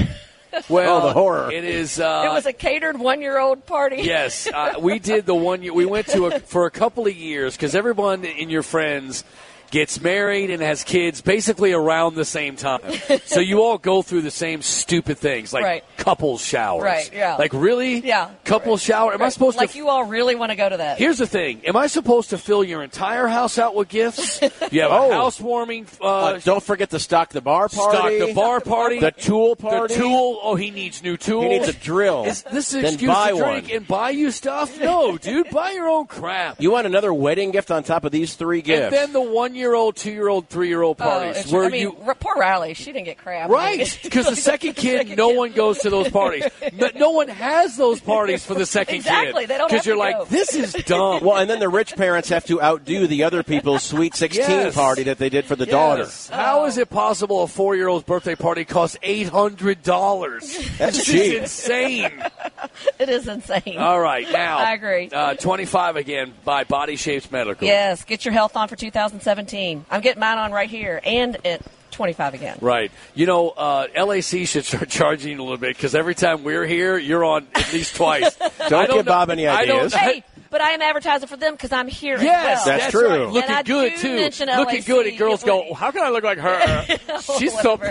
S4: Well,
S8: Oh, the horror.
S4: It is. Uh,
S12: it was a catered one-year-old party.
S4: Yes, uh, we did the one year. We went to a, for a couple of years because everyone in your friends gets married and has kids basically around the same time. so you all go through the same stupid things like
S12: Right.
S4: couple showers.
S12: Right, yeah.
S4: Like really?
S12: Yeah.
S4: Couple shower. Am I supposed
S12: like
S4: to?
S12: you all really want to go to that?
S4: Here's the thing. Am I supposed to fill your entire house out with gifts? You have
S8: Oh.
S4: a housewarming
S8: Uh,
S4: uh,
S8: don't forget the stock the bar
S4: Stock
S8: party.
S4: the bar party.
S8: The tool party.
S4: The tool. Oh, he needs new tools.
S8: He needs a drill.
S4: Is this an
S8: Then
S4: excuse
S8: buy
S4: to drink
S8: one.
S4: and buy you stuff? No, dude, buy your own crap.
S8: You want another wedding gift on top of these three gifts?
S4: And then the one-year-old, two-year-old, three-year-old
S12: Oh,
S4: parties
S12: it's-
S4: where
S12: I mean,
S4: you.
S12: r- poor Riley, she didn't get crap.
S4: Right, because the second kid, no one goes to those parties. No, no one has those parties for the second
S12: Exactly,
S4: kid.
S12: they don't have
S4: Because you're
S12: to
S4: like,
S12: go.
S4: this is dumb.
S8: well, and then the rich parents have to outdo the other people's sweet sixteen
S4: Yes.
S8: party that they did for the daughter.
S4: Yes.
S12: Oh.
S4: How is it possible a four-year-old's birthday party costs eight hundred dollars?
S8: That's
S4: this
S8: cheap.
S4: Is insane.
S12: it is insane.
S4: All right, now
S12: I agree.
S4: Uh, Twenty-five again by Body Shapes Medical.
S12: Yes, get your health on for 2017. I'm getting mine on right here and at 25 again.
S4: Right. You know, uh, LAC should start charging a little bit because every time we're here, you're on at least twice.
S8: Don't
S4: I
S8: give
S4: know-
S8: Bob any
S4: I don't-
S8: ideas.
S12: Hey, but but I am advertising for them because I'm here.
S4: Yes,
S12: as well.
S8: That's true. right.
S12: And
S4: Looking
S12: I
S4: good
S12: do
S4: too.
S12: mention
S4: Looking
S12: LAC.
S4: good, and girls go, "How can I look like her? She's so
S12: Oh, Whatever. Oh,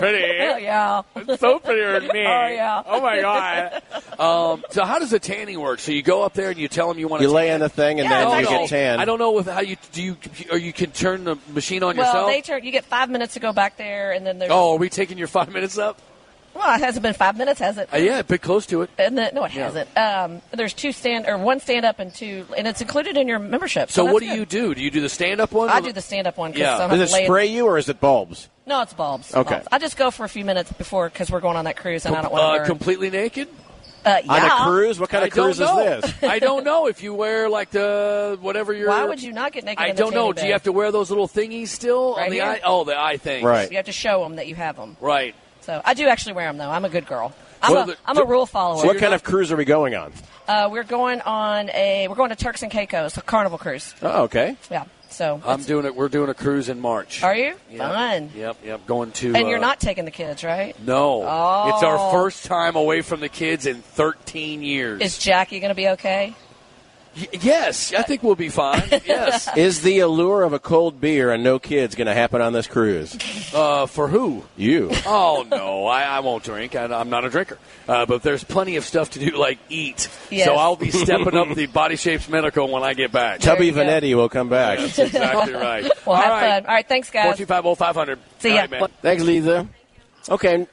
S4: pretty,
S12: yeah.
S4: so prettier than me."
S12: Oh, yeah.
S4: Oh my god. Um, so how does the tanning work? So you go up there and you tell them you want to.
S8: You lay in the thing and
S4: I
S8: then you
S4: don't know.
S8: get tan.
S4: I don't know with how you do. You or you can turn the machine on
S12: Well,
S4: yourself.
S12: they turn. You get five minutes to go back there, and then there's.
S4: oh, are we taking your five minutes up?
S12: Well, it hasn't been five minutes, has it?
S4: Uh, yeah, a bit close to it.
S12: And then, no, it
S4: Yeah.
S12: hasn't. Um, there's two stand or one stand up and two, and it's included in your membership.
S4: So,
S12: So,
S4: what do
S12: that's
S4: you do? Do you do the stand up one?
S12: good. I do the stand up one. 'cause
S4: Yeah.
S12: I don't have
S8: Does
S12: to lay
S8: it spray you or is it bulbs?
S12: No, it's bulbs.
S8: Okay.
S12: Bulbs. I just go for a few minutes before because we're going on that cruise, and I don't want to.
S4: uh, completely naked.
S12: uh, yeah.
S8: On a cruise? What kind
S4: I
S8: of cruise
S4: don't know.
S8: is this?
S4: I don't know Oh, if you wear like the whatever your.
S12: Why would you not get naked?
S4: I
S12: in the
S4: don't know.
S12: tanning
S4: Do
S12: bed?
S4: you have to wear those little thingies still
S12: Right
S4: on the
S12: here?
S4: eye? Oh, the eye thing.
S12: You have to show them that you have them.
S4: Right.
S12: So I do actually wear them though. I'm a good girl. I'm,
S8: Well,
S12: a,
S8: the-
S12: am a rule follower.
S8: what kind of cruise are we going on?
S12: Uh, we're going on a. We're going to Turks and Caicos, a carnival cruise.
S8: Oh, okay.
S12: Yeah. So.
S4: I'm doing it. We're doing a cruise in March.
S12: Are you?
S4: Yep.
S12: Fun.
S4: Yep. Yep. Going to.
S12: And
S4: uh,
S12: you're not taking the kids, right?
S4: No. It's our
S12: Oh.
S4: first time away from the kids in 13 years.
S12: Is Jackie going to be okay?
S4: Y- yes, I think we'll be fine. Yes.
S8: Is the allure of a cold beer and no kids going to happen on this cruise?
S4: Uh, for who?
S8: You.
S4: oh no, I, I won't drink. I, I'm not a drinker. Uh, but there's plenty of stuff to do, like eat.
S8: Yes.
S4: So I'll be stepping up the body shapes medical when I get back.
S8: Tubby Vanetti will come back.
S4: That's exactly right.
S12: Well, have fun. All right, thanks, guys.
S4: 4250500.
S12: See
S4: All
S12: ya.
S4: right, man.
S8: Thanks, Lisa. Okay.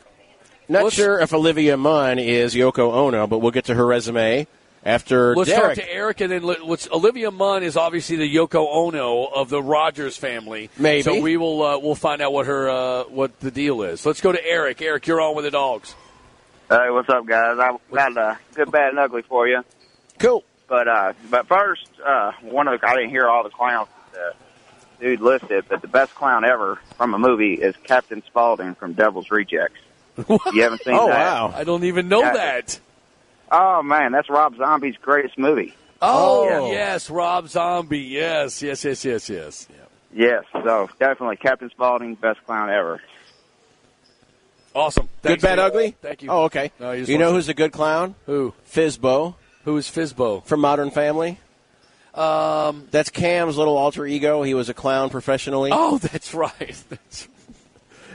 S8: Not sure if Olivia Munn is Yoko Ono, but we'll get to her resume after
S4: Let's
S8: Derek.
S4: talk to Eric, and then let- let's, Olivia Munn is obviously the Yoko Ono of the Rogers family.
S8: Maybe.
S4: so. We will uh, we'll find out what her uh, what the deal is. Let's go to Eric. Eric, you're on with the dogs.
S20: Hey, what's up, guys? I've got a good, bad, and ugly for you.
S8: Cool.
S20: But uh, but first, uh, one of the, I didn't hear all the clowns that the dude listed, but the best clown ever from a movie is Captain Spaulding from Devil's Rejects. You haven't seen
S4: oh
S20: that?
S4: wow! I don't even know
S20: Yeah.
S4: that.
S20: Oh man, that's Rob Zombie's greatest movie.
S4: Oh,
S20: Yeah.
S4: yes, Rob Zombie. Yes, yes, yes, yes, yes.
S20: Yes, so definitely Captain Spaulding, best clown ever.
S4: Awesome. Thanks,
S8: good, bad,
S4: Eric.
S8: ugly?
S4: Thank you.
S8: Oh, okay.
S4: No,
S8: you
S4: just
S8: know
S4: wanted-
S8: who's a good clown?
S4: Who?
S8: Fizbo.
S4: Who is Fizbo?
S8: From Modern Family.
S4: Um,
S8: That's Cam's little alter ego. He was a clown professionally.
S4: oh, that's right. That's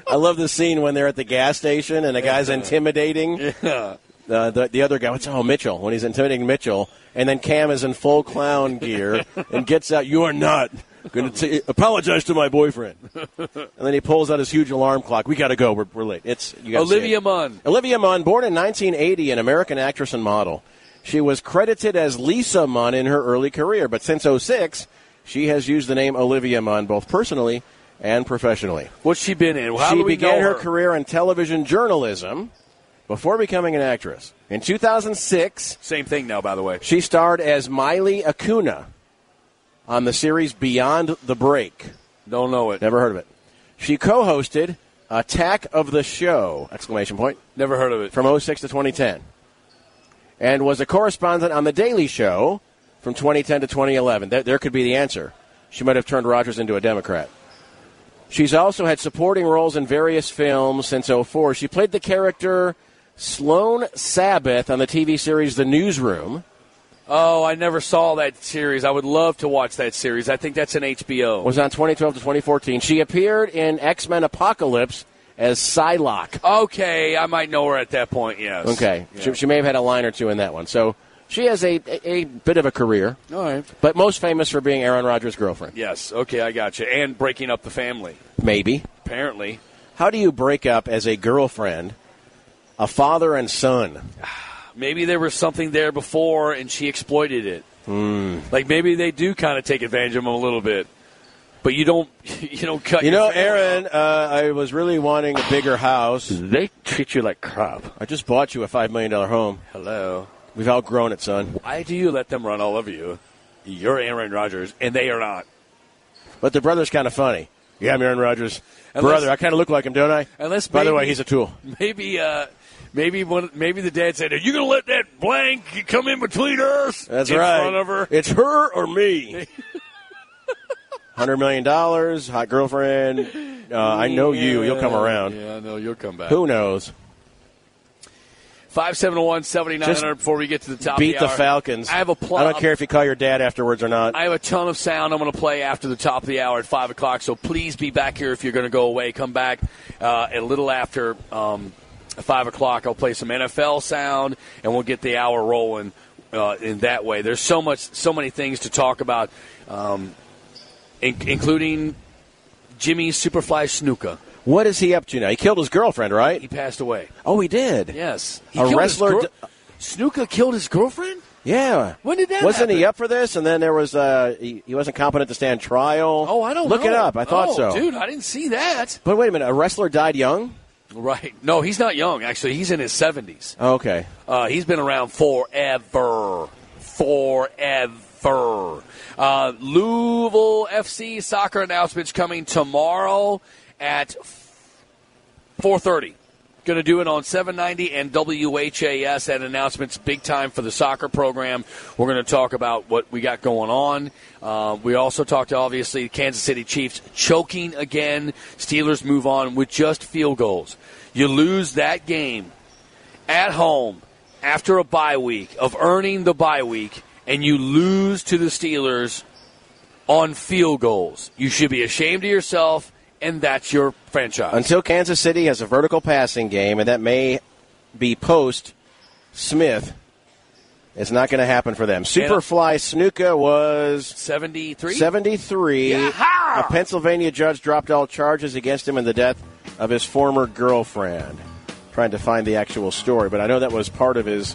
S8: I love the scene when they're at the gas station and the guy's intimidating.
S4: Yeah.
S8: Uh, the, the other guy, what's oh Mitchell? When he's intimidating Mitchell, and then Cam is in full clown gear and gets out. You are not going to apologize to my boyfriend. And then he pulls out his huge alarm clock. We got to go. We're, we're late. It's you gotta see it.
S4: Olivia Munn.
S8: Olivia Munn, born in 1980, an American actress and model. She was credited as Lisa Munn in her early career, but since 06, she has used the name Olivia Munn both personally and professionally.
S4: What's she been in? How
S8: she
S4: do we
S8: began
S4: know
S8: her
S4: her?
S8: career in television journalism before becoming an actress. In 2006,
S4: same thing now, by the way.
S8: she starred as Miley Acuna on the series Beyond the Break.
S4: Don't know it.
S8: Never heard of it. She co-hosted Attack of the Show! Exclamation point.
S4: Never heard of it.
S8: From 06 to 2010. And was a correspondent on The Daily Show from 2010 to 2011. There, there could be the answer. She might have turned Rogers into a Democrat. She's also had supporting roles in various films since 04. She played the character Sloane Sabbath on the TV series The Newsroom.
S4: Oh, I never saw that series. I would love to watch that series. I think that's an HBO.
S8: Was on 2012 to 2014. She appeared in X-Men Apocalypse as Psylocke.
S4: Okay, I might know her at that point. Yes.
S8: Okay.
S4: Yeah.
S8: She, she may have had a line or two in that one. So she has a, a, a bit of a career.
S4: All right.
S8: But most famous for being Aaron Rodgers' girlfriend.
S4: Yes. Okay, I got you. And breaking up the family.
S8: Maybe.
S4: Apparently,
S8: How do you break up as a girlfriend, a father and son?
S4: maybe there was something there before, and she exploited it.
S8: Hmm.
S4: Like maybe they do kind of take advantage of them a little bit, but you don't. You don't cut.
S8: You
S4: your
S8: know,
S4: family
S8: Aaron, uh, I was really wanting a bigger house.
S4: They treat you like crap.
S8: I just bought you a $5 million home.
S4: Hello.
S8: We've outgrown it, son.
S4: Why do you let them run all over you? You're Aaron Rodgers, and they are not.
S8: But the brother's kind of funny. Yeah, I'm Aaron Rodgers.
S4: Unless-
S8: Brother, I kind of look like him, don't I?
S4: Unless
S8: By the way,
S4: maybe-
S8: he's a tool.
S4: Maybe, uh, maybe one, maybe the dad said, "Are you gonna let that blank come in between us?"
S8: That's
S4: in
S8: right.
S4: Front of her.
S8: It's her or me. Hundred million dollars, hot girlfriend. Uh, I know you. You'll come around.
S4: Yeah, I know you'll come back.
S8: Who knows?
S4: Five seven one seventy nine hundred. Before we get to the top,
S8: Beat
S4: of
S8: the
S4: hour.
S8: Falcons.
S4: I have a
S8: I
S4: plot.
S8: don't care if you call your dad afterwards or not.
S4: I have a ton of sound I'm going to play after the top of the hour at 5 o'clock, so please be back here if you're going to go away. Come back uh, a little after um, 5 o'clock. I'll play some NFL sound, and we'll get the hour rolling uh, in that way. There's so much, so many things to talk about, um, in- including Jimmy Superfly Snuka.
S8: What is he up to now? He killed his girlfriend, right?
S4: He passed away.
S8: Oh, he did.
S4: Yes. He
S8: A
S4: killed his
S8: wrestler.
S4: girl-
S8: d-
S4: Snuka killed his girlfriend?
S8: yeah.
S4: When did that
S8: Wasn't he
S4: happen?
S8: up for this? And then there was uh, he, he wasn't competent to stand trial.
S4: Oh, I don't
S8: look
S4: know.
S8: it up. I thought
S4: Oh,
S8: so.
S4: Dude, I didn't see that.
S8: But wait a minute. A wrestler died young.
S4: Right. No, he's not young, actually. He's in his 70s.
S8: Okay.
S4: Uh, he's been around forever. Forever. Uh, Louisville FC soccer announcements coming tomorrow at 4.30. Going to do it on 790 and WHAS. That announcement's big time for the soccer program. We're going to talk about what we got going on. Uh, we also talked to, obviously, Kansas City Chiefs choking again. Steelers move on with just field goals. You lose that game at home after a bye week of earning the bye week and you lose to the Steelers on field goals. You should be ashamed of yourself, and that's your franchise.
S8: Until Kansas City has a vertical passing game, and that may be post Smith, it's not going to happen for them. Superfly Snuka was
S4: 73?
S8: 73. A Pennsylvania judge dropped all charges against him in the death of his former girlfriend. Trying to find the actual story, but I know that was part of his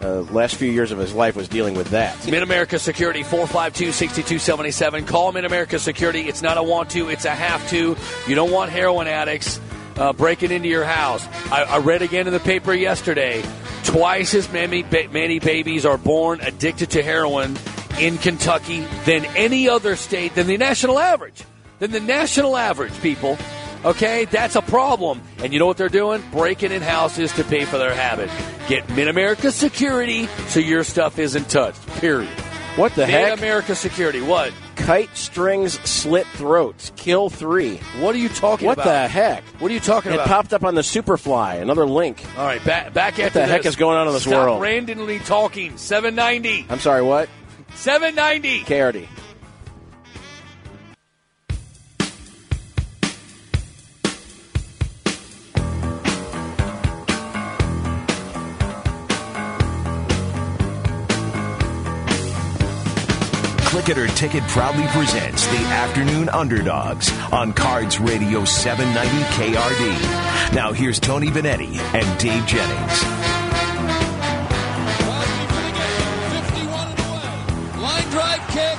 S8: uh, last few years of his life was dealing with that.
S4: Mid America Security, 452 6277. Call Mid America Security. It's not a want to, it's a have to. You don't want heroin addicts uh, breaking into your house. I, I read again in the paper yesterday twice as many, ba- many babies are born addicted to heroin in Kentucky than any other state, than the national average. Than the national average, people. Okay, that's a problem. And you know what they're doing? Breaking in houses to pay for their habit. Get Mid America Security so your stuff isn't touched. Period.
S8: What the heck?
S4: Mid America Security. What?
S8: Kite strings slit throats. Kill three.
S4: What are you talking
S8: what
S4: about?
S8: the heck?
S4: What are you talking
S8: it
S4: about?
S8: popped up on the Superfly, another link.
S4: All right, back back
S8: What
S4: after
S8: the heck
S4: this.
S8: is going on in this
S4: Stop
S8: world?
S4: randomly talking. Seven ninety.
S8: I'm sorry, what?
S4: Seven ninety.
S8: KRD.
S2: Click It or Ticket proudly presents the Afternoon Underdogs on Cards Radio 790 KRD. Now here's Tony Benetti and Dave Jennings.
S21: Line drive kick.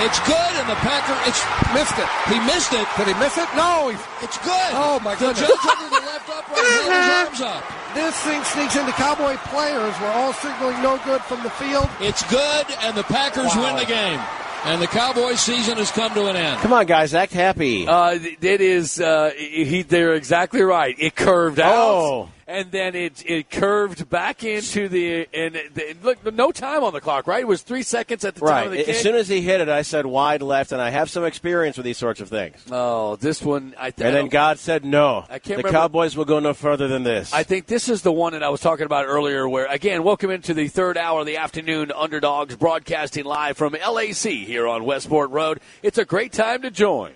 S21: It's good, and the Packer. It's missed it. He missed it. Did he miss it? No. He, it's good. Oh my
S22: goodness.
S21: The judge under the left upright held his arms up.
S22: This thing sneaks into Cowboy players. We're all signaling no good from the field.
S21: It's good, and the Packers win the game. And the Cowboys' season has come to an end.
S8: Come on, guys, act happy.
S4: Uh, th- it is. Uh, he, they're exactly right. It curved out,
S8: Oh.
S4: and then it it curved back into the and it- the, look. No time on the clock, right? It was three seconds at the time
S8: Right.
S4: of the kick.
S8: As soon as he hit it, I said wide left, and I have some experience with these sorts of things.
S4: oh, this one. I th-
S8: And
S4: I
S8: then
S4: don't-
S8: God said, "No,
S4: I
S8: the
S4: can't remember-
S8: Cowboys will go no further than this."
S4: I think this is the one that I was talking about earlier. Where again, welcome into the third hour of the afternoon. Underdogs broadcasting live from LAC here on Westport Road. It's a great time to join.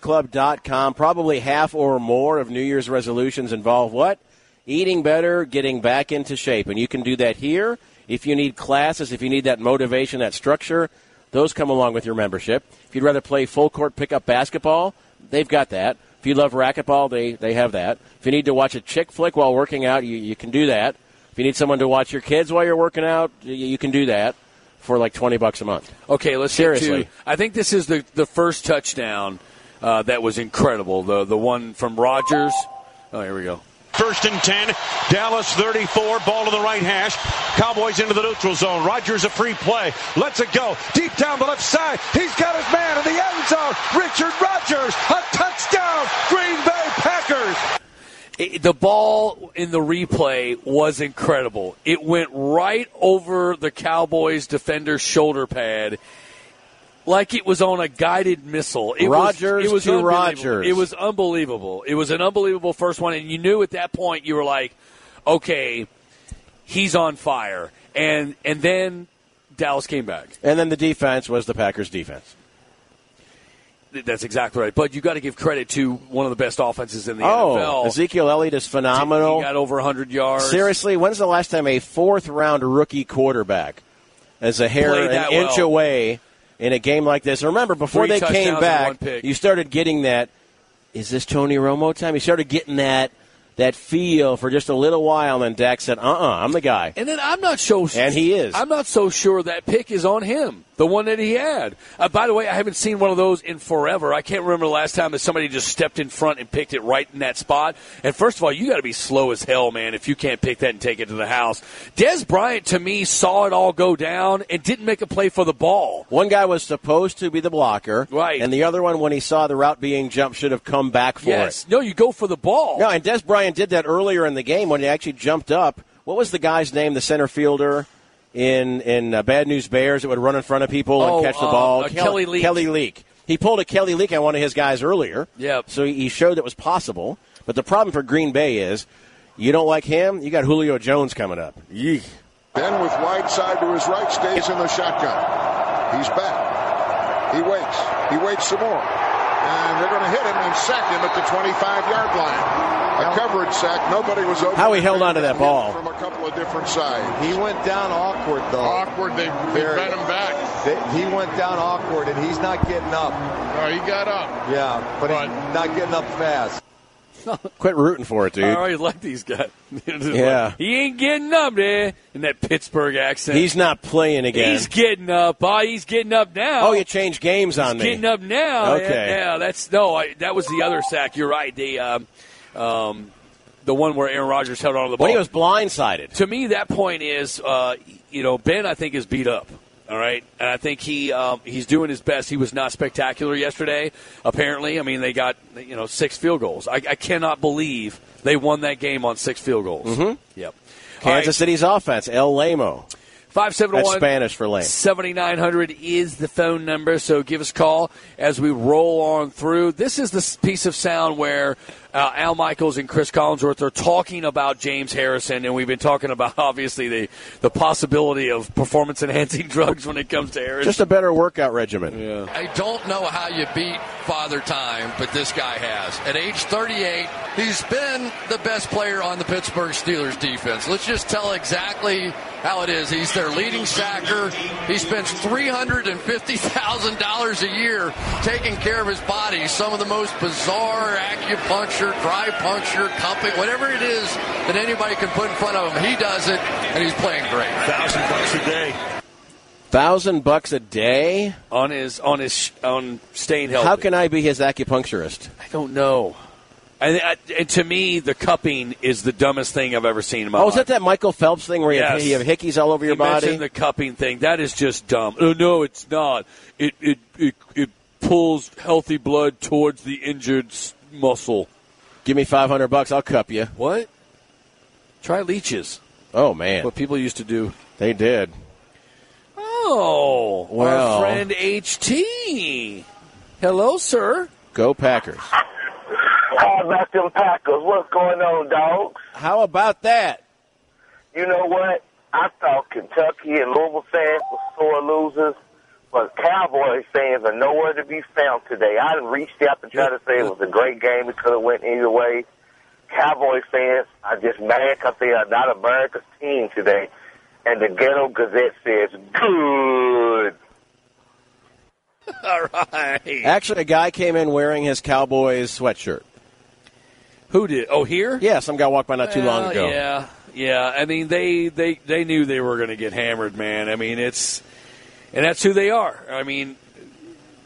S8: LouisvilleAthleticClub.com. Probably half or more of New Year's resolutions involve what? Eating better, getting back into shape. And you can do that here. If you need classes, if you need that motivation, that structure, those come along with your membership. If you'd rather play full court pickup basketball, they've got that. If you love racquetball, they, they have that. If you need to watch a chick flick while working out, you, you can do that. If you need someone to watch your kids while you're working out, you, you can do that for like 20 bucks a month.
S4: Okay, let's
S8: Seriously.
S4: Get to, I think this is the the first touchdown uh, that was incredible. The the one from Rogers. Oh, here we go.
S23: First and 10, Dallas 34, ball to the right hash. Cowboys into the neutral zone. Rogers a free play. Let's it go. Deep down the left side. He's got his man in the end zone. Richard Rogers, a touchdown. Green Bay Packers.
S4: It- the ball in the replay was incredible. It went right over the Cowboys defender's shoulder pad. Like it was on a guided missile. It
S8: Rodgers
S4: was, it was
S8: to
S4: unbelievable.
S8: Rodgers.
S4: It was unbelievable. It was an unbelievable first one, and you knew at that point you were like, okay, he's on fire. And and then Dallas came back.
S8: And then the defense was the Packers' defense.
S4: Th- That's exactly right. But you got to give credit to one of the best offenses in the
S8: oh,
S4: NFL.
S8: Ezekiel Elliott is phenomenal.
S4: He got over 100 yards.
S8: Seriously, when's the last time a fourth round rookie quarterback is a hair
S4: Played
S8: an
S4: that
S8: inch
S4: well.
S8: away in a game like this? And remember, before
S4: Three
S8: they came
S4: touchdowns and one
S8: back,
S4: pick.
S8: you started getting that. Is this Tony Romo time? You started getting that that feel for just a little while, and then Dak said, "Uh, uh-uh, uh, i am the guy."
S4: And then I'm not so.
S8: And he is.
S4: I'm not so sure that pick is on him, the one that he had. Uh, by the way, I haven't seen one of those in forever. I can't remember the last time that somebody just stepped in front and picked it right in that spot. And first of all, you got to be slow as hell, man, if you can't pick that and take it to the house. Des Bryant, to me, saw it all go down and didn't make a play for the ball.
S8: One guy was supposed to be the blocker,
S4: Right.
S8: And the other one, when he saw the route being jumped, should have come back for it.
S4: yes. No, you go for the ball.
S8: No, and Des Bryant did that earlier in the game when he actually jumped up. What was the guy's name, the center fielder in in uh, Bad News Bears that would run in front of people
S4: Oh,
S8: and catch the
S4: uh,
S8: ball?
S4: uh, Kelly Leak.
S8: Kelly Leak. He pulled a Kelly Leak on one of his guys earlier.
S4: Yep.
S8: So he- he showed it was possible. But the problem for Green Bay is you don't like him, you got Julio Jones coming up. Yeesh.
S1: Then with wide side to his right, stays in the shotgun. He's back. He waits. He waits some more. And they're going to hit him and sack him at the 25-yard line. A coverage sack. Nobody was open.
S8: How he held onto that ball.
S1: From a couple of different sides.
S6: He went down awkward though.
S1: Awkward. They, they
S6: Very.
S1: bent him back.
S6: They- He went down awkward, and he's not getting up.
S1: No, he got up.
S6: Yeah, but he's not getting up fast.
S8: Quit rooting for it, dude.
S4: I already like these guys.
S8: Yeah.
S4: He ain't getting up, there In that Pittsburgh accent.
S8: He's not playing again.
S4: He's getting up. Oh, he's getting up now.
S8: oh, you changed games on
S4: He's
S8: me.
S4: getting up now.
S8: Okay.
S4: Yeah, yeah, that's no. I, that was the other sack. You're right. The um, um, the one where Aaron Rodgers held on to the ball.
S8: When he was blindsided.
S4: To me, that point is, uh, you know, Ben I think is beat up. All right, and I think he um, he's doing his best. He was not spectacular yesterday. Apparently, I mean, they got you know six field goals. I, I cannot believe they won that game on six field goals.
S8: Mhm.
S4: Yep. All
S8: Kansas
S4: right.
S8: City's offense, El Lamo.
S4: Five seven
S8: That's
S4: one
S8: Spanish for lame.
S4: 7900 is the phone number, so give us a call as we roll on through. This is the s- piece of sound where uh, Al Michaels and Chris Collinsworth are talking about James Harrison, and we've been talking about, obviously, the, the possibility of performance enhancing drugs when it comes to Harrison.
S8: Just a better workout regimen.
S21: I don't know how you beat Father Time, but this guy has. At age 38, he's been the best player on the Pittsburgh Steelers defense. Let's just tell exactly how it is. He's their leading sacker. He spends $350,000 a year taking care of his body. Some of the most bizarre acupuncture, dry puncture, cupping, whatever it is that anybody can put in front of him, he does it, and he's playing great. Thousand bucks a day.
S8: Thousand bucks a day.
S4: On his on his on staying healthy.
S8: How can I be his acupuncturist?
S4: I don't know. And, I, and to me, the cupping is the dumbest thing I've ever seen in my
S8: oh,
S4: life.
S8: is that that Michael Phelps thing where you, have,
S4: Yes.
S8: you have hickeys all over your
S4: he
S8: body?
S4: mentioned the cupping thing. That is just dumb. Oh, no, it's not. It it it, it pulls healthy blood towards the injured s- muscle.
S8: Give me five hundred bucks, I'll cup you.
S4: What? Try leeches.
S8: Oh man,
S4: What people used to do.
S8: They did.
S4: Oh,
S8: Well.
S4: our friend HT. Hello, sir.
S8: Go Packers.
S7: How about them Packers? What's going on, dogs?
S8: How about that?
S7: You know what? I thought Kentucky and Louisville fans were sore losers, but Cowboys fans are nowhere to be found today. I reached out to try to say it was a great game. It could have went either way. Cowboys fans are just mad because they are not America's team today. And the Ghetto Gazette says, good.
S4: All right.
S8: Actually, a guy came in wearing his Cowboys sweatshirt.
S4: Who did? Oh, here?
S8: Yeah, some guy walked by not too long
S4: Well,
S8: ago.
S4: Uh, Yeah, yeah. I mean, they they they knew they were going to get hammered, man. I mean, it's and that's who they are. I mean,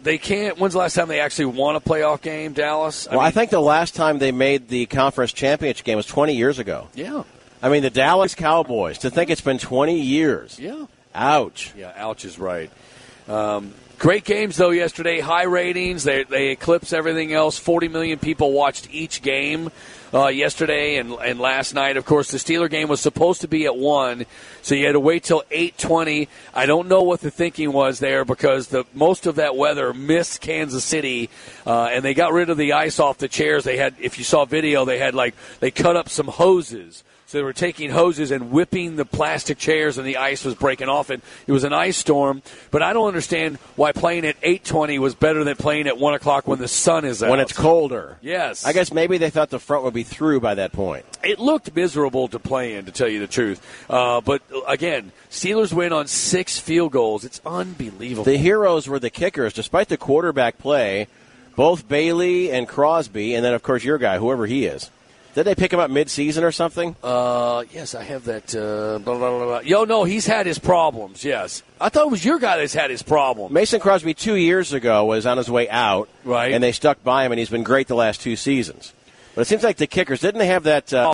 S4: they can't. When's the last time they actually won a playoff game, Dallas?
S8: Well, I think the last time they made the conference championship game was 20 years ago.
S4: Yeah.
S8: I mean, the Dallas Cowboys. To think it's been 20 years.
S4: Yeah.
S8: Ouch.
S4: Yeah, ouch is right. Um, great games though yesterday. High ratings. They they eclipse everything else. Forty million people watched each game uh, yesterday and and last night. Of course, the Steeler game was supposed to be at one, so you had to wait till eight twenty. I don't know what the thinking was there because the most of that weather missed Kansas City, uh, and they got rid of the ice off the chairs. They had, if you saw video, they had like they cut up some hoses. So they were taking hoses and whipping the plastic chairs, and the ice was breaking off. And it was an ice storm. But I don't understand why playing at eight twenty was better than playing at one o'clock when the sun is out.
S8: When it's colder.
S4: Yes.
S8: I guess maybe they thought the front would be through by that point.
S4: It looked miserable to play in, to tell you the truth. Uh, but again, Steelers win on six field goals. It's unbelievable.
S8: The heroes were the kickers, despite the quarterback play. Both Bailey and Crosby, and then of course your guy, whoever he is. Did they pick him up mid-season or something?
S4: Uh, yes, I have that. Uh, blah, blah, blah, blah. Yo, no, he's had his problems. Yes, I thought it was your guy that's had his problem.
S8: Mason Crosby two years ago was on his way out,
S4: Right.
S8: And they stuck by him, and he's been great the last two seasons. But it seems like the kickers didn't they have that. Uh,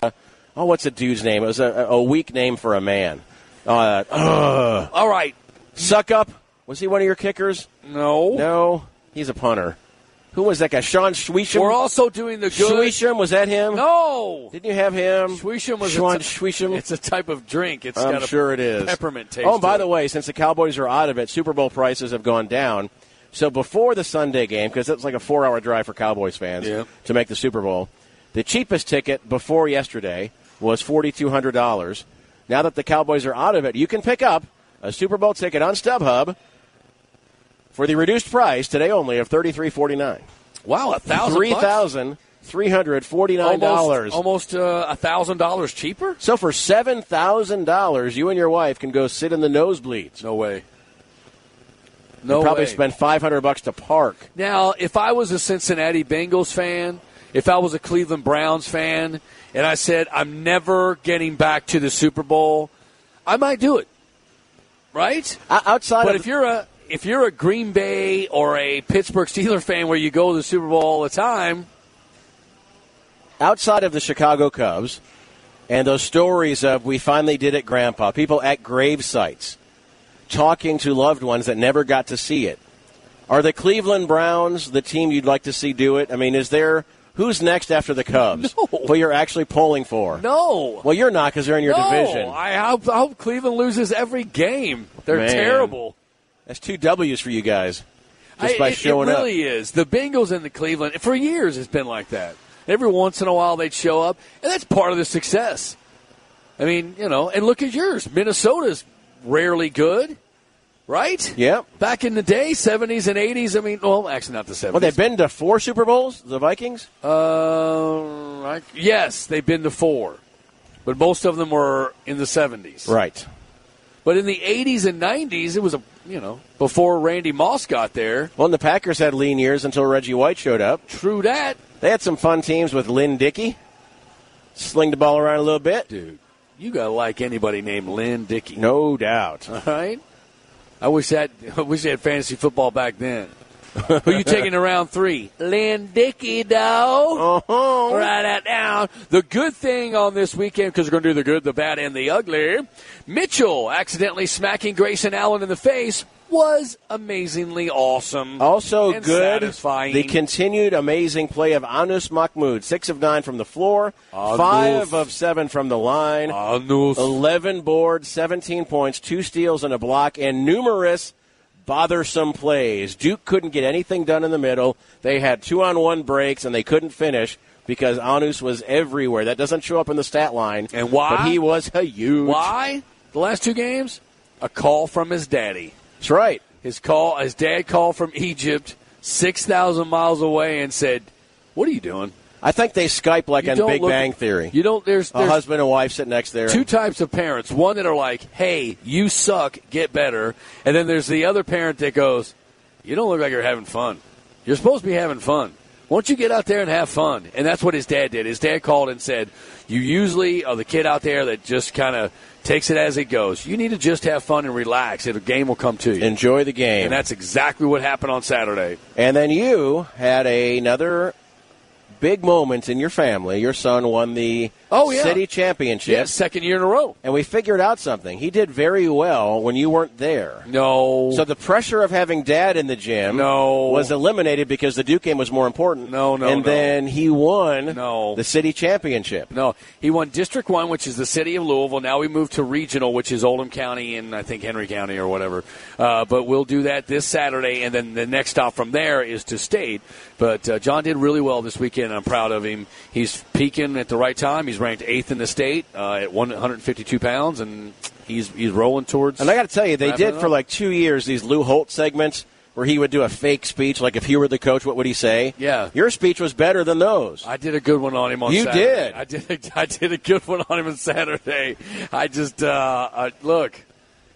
S8: oh, what's the dude's name? It was a, a weak name for a man. Uh, ugh.
S4: All right,
S8: suck up. Was he one of your kickers?
S4: No,
S8: no, he's a punter. Who was that guy? Sean Schwisham.
S4: We're also doing the good.
S8: Schwisham was that him?
S4: No,
S8: didn't you have him?
S4: Schwisham was
S8: Sean
S4: a ty- It's a type of drink. It's
S8: I'm
S4: got a
S8: sure it is.
S4: peppermint taste.
S8: Oh, and by
S4: to
S8: the way, since the Cowboys are out of it, Super Bowl prices have gone down. So before the Sunday game, because it's like a four-hour drive for Cowboys fans to make the Super Bowl, the cheapest ticket before yesterday was forty-two hundred dollars. Now that the Cowboys are out of it, you can pick up a Super Bowl ticket on StubHub for the reduced price today only of thirty three forty nine.
S4: Wow, a thousand
S8: three
S4: bucks?
S8: thousand three hundred forty nine dollars.
S4: Almost uh, a thousand dollars cheaper.
S8: So for seven thousand dollars, you and your wife can go sit in the nosebleeds.
S4: No way.
S8: No,
S4: No
S8: probably
S4: way.
S8: spend five hundred bucks to park.
S4: Now, if I was a Cincinnati Bengals fan, if I was a Cleveland Browns fan, and I said I'm never getting back to the Super Bowl, I might do it. Right?
S8: Outside,
S4: but if you're a if you're a Green Bay or a Pittsburgh Steelers fan, where you go to the Super Bowl all the time,
S8: outside of the Chicago Cubs and those stories of we finally did it, Grandpa, people at grave sites talking to loved ones that never got to see it. Are the Cleveland Browns the team you'd like to see do it? I mean, is there who's next after the Cubs? Who you're actually polling for?
S4: no.
S8: Well, you're not because they're in your
S4: no,
S8: division.
S4: I hope, I hope Cleveland loses every game. They're
S8: Man.
S4: terrible.
S8: That's two W's for you guys just
S4: I-
S8: by
S4: it,
S8: showing
S4: it
S8: up.
S4: really is. The Bengals and the Cleveland for years it's been like that. Every once in a while they'd show up, and that's part of the success. I mean, you know, and look at yours. Minnesota's rarely good, right?
S8: Yep.
S4: Back in the day, seventies and eighties. I mean, well, actually not the
S8: Well,
S4: seventies.
S8: they've been to four Super Bowls, the Vikings.
S4: Uh, I- yes, they've been to four, but most of them were in the seventies.
S8: Right.
S4: But in the eighties and nineties, it was a you know before Randy Moss got there.
S8: Well, and the Packers had lean years until Reggie White showed up.
S4: True that.
S8: They had some fun teams with Lynn Dickey. Sling the ball around a little bit.
S4: Dude, you got to like anybody named Lynn Dickey.
S8: No doubt.
S4: All right. I wish that I wish they had fantasy football back then. Who you taking to round three? Lynn Dickey, though.
S8: Uh-huh.
S4: Write that down. The good thing on this weekend, because we're going to do the good, the bad, and the ugly. Mitchell accidentally smacking Grayson Allen in the face was amazingly awesome.
S8: Also
S4: and
S8: good.
S4: satisfying.
S8: The continued amazing play of Anus Mahmoud. Six of nine from the floor, five of seven from the line,
S4: Anus.
S8: 11 boards, 17 points, two steals, and a block, and numerous bothersome plays. Duke couldn't get anything done in the middle. They had two on one breaks, and they couldn't finish because Anus was everywhere. That doesn't show up in the stat line. And
S4: why?
S8: But he was huge.
S4: Why? The last two games, a call from his daddy.
S8: That's right.
S4: His call, his dad called from Egypt, six thousand miles away, and said, "What are you doing?"
S8: I think they Skype like
S4: You
S8: on
S4: don't
S8: Big
S4: look-
S8: Bang Theory.
S4: You don't. There's,
S8: a
S4: there's
S8: husband and wife sit next there.
S4: two types of parents. One that are like, "Hey, you suck. Get better," and then there's the other parent that goes, "You don't look like you're having fun. You're supposed to be having fun." Why don't you get out there and have fun? And that's what his dad did. His dad called and said, You usually are the kid out there that just kind of takes it as it goes. You need to just have fun and relax. The game will come to you.
S8: Enjoy the game.
S4: And that's exactly what happened on Saturday.
S8: And then you had a- another big moment in your family. Your son won the
S4: Oh, yeah.
S8: city championship.
S4: Yeah, second year in a row.
S8: And we figured out something. He did very well when you weren't there.
S4: No.
S8: So the pressure of having dad in the gym
S4: No.
S8: was eliminated because the Duke game was more important.
S4: No, no,
S8: And
S4: no.
S8: then he won
S4: No.
S8: the city championship.
S4: No, he won District 1, which is the city of Louisville. Now we move to regional, which is Oldham County and I think Henry County or whatever. Uh, but we'll do that this Saturday, and then the next stop from there is to state. But uh, John did really well this weekend, and I'm proud of him. He's peaking at the right time. He's ranked eighth in the state uh, at 152 pounds, and he's he's rolling towards.
S8: And I got to tell you, they
S4: wrapping
S8: did
S4: it
S8: for
S4: up.
S8: like two years these Lou Holt segments where he would do a fake speech, like if he were the coach, what would he say?
S4: Yeah.
S8: Your speech was better than those.
S4: I did a good one on him on
S8: You
S4: Saturday.
S8: did.
S4: I did. A, I did a good one on him on Saturday. I just uh, I, look.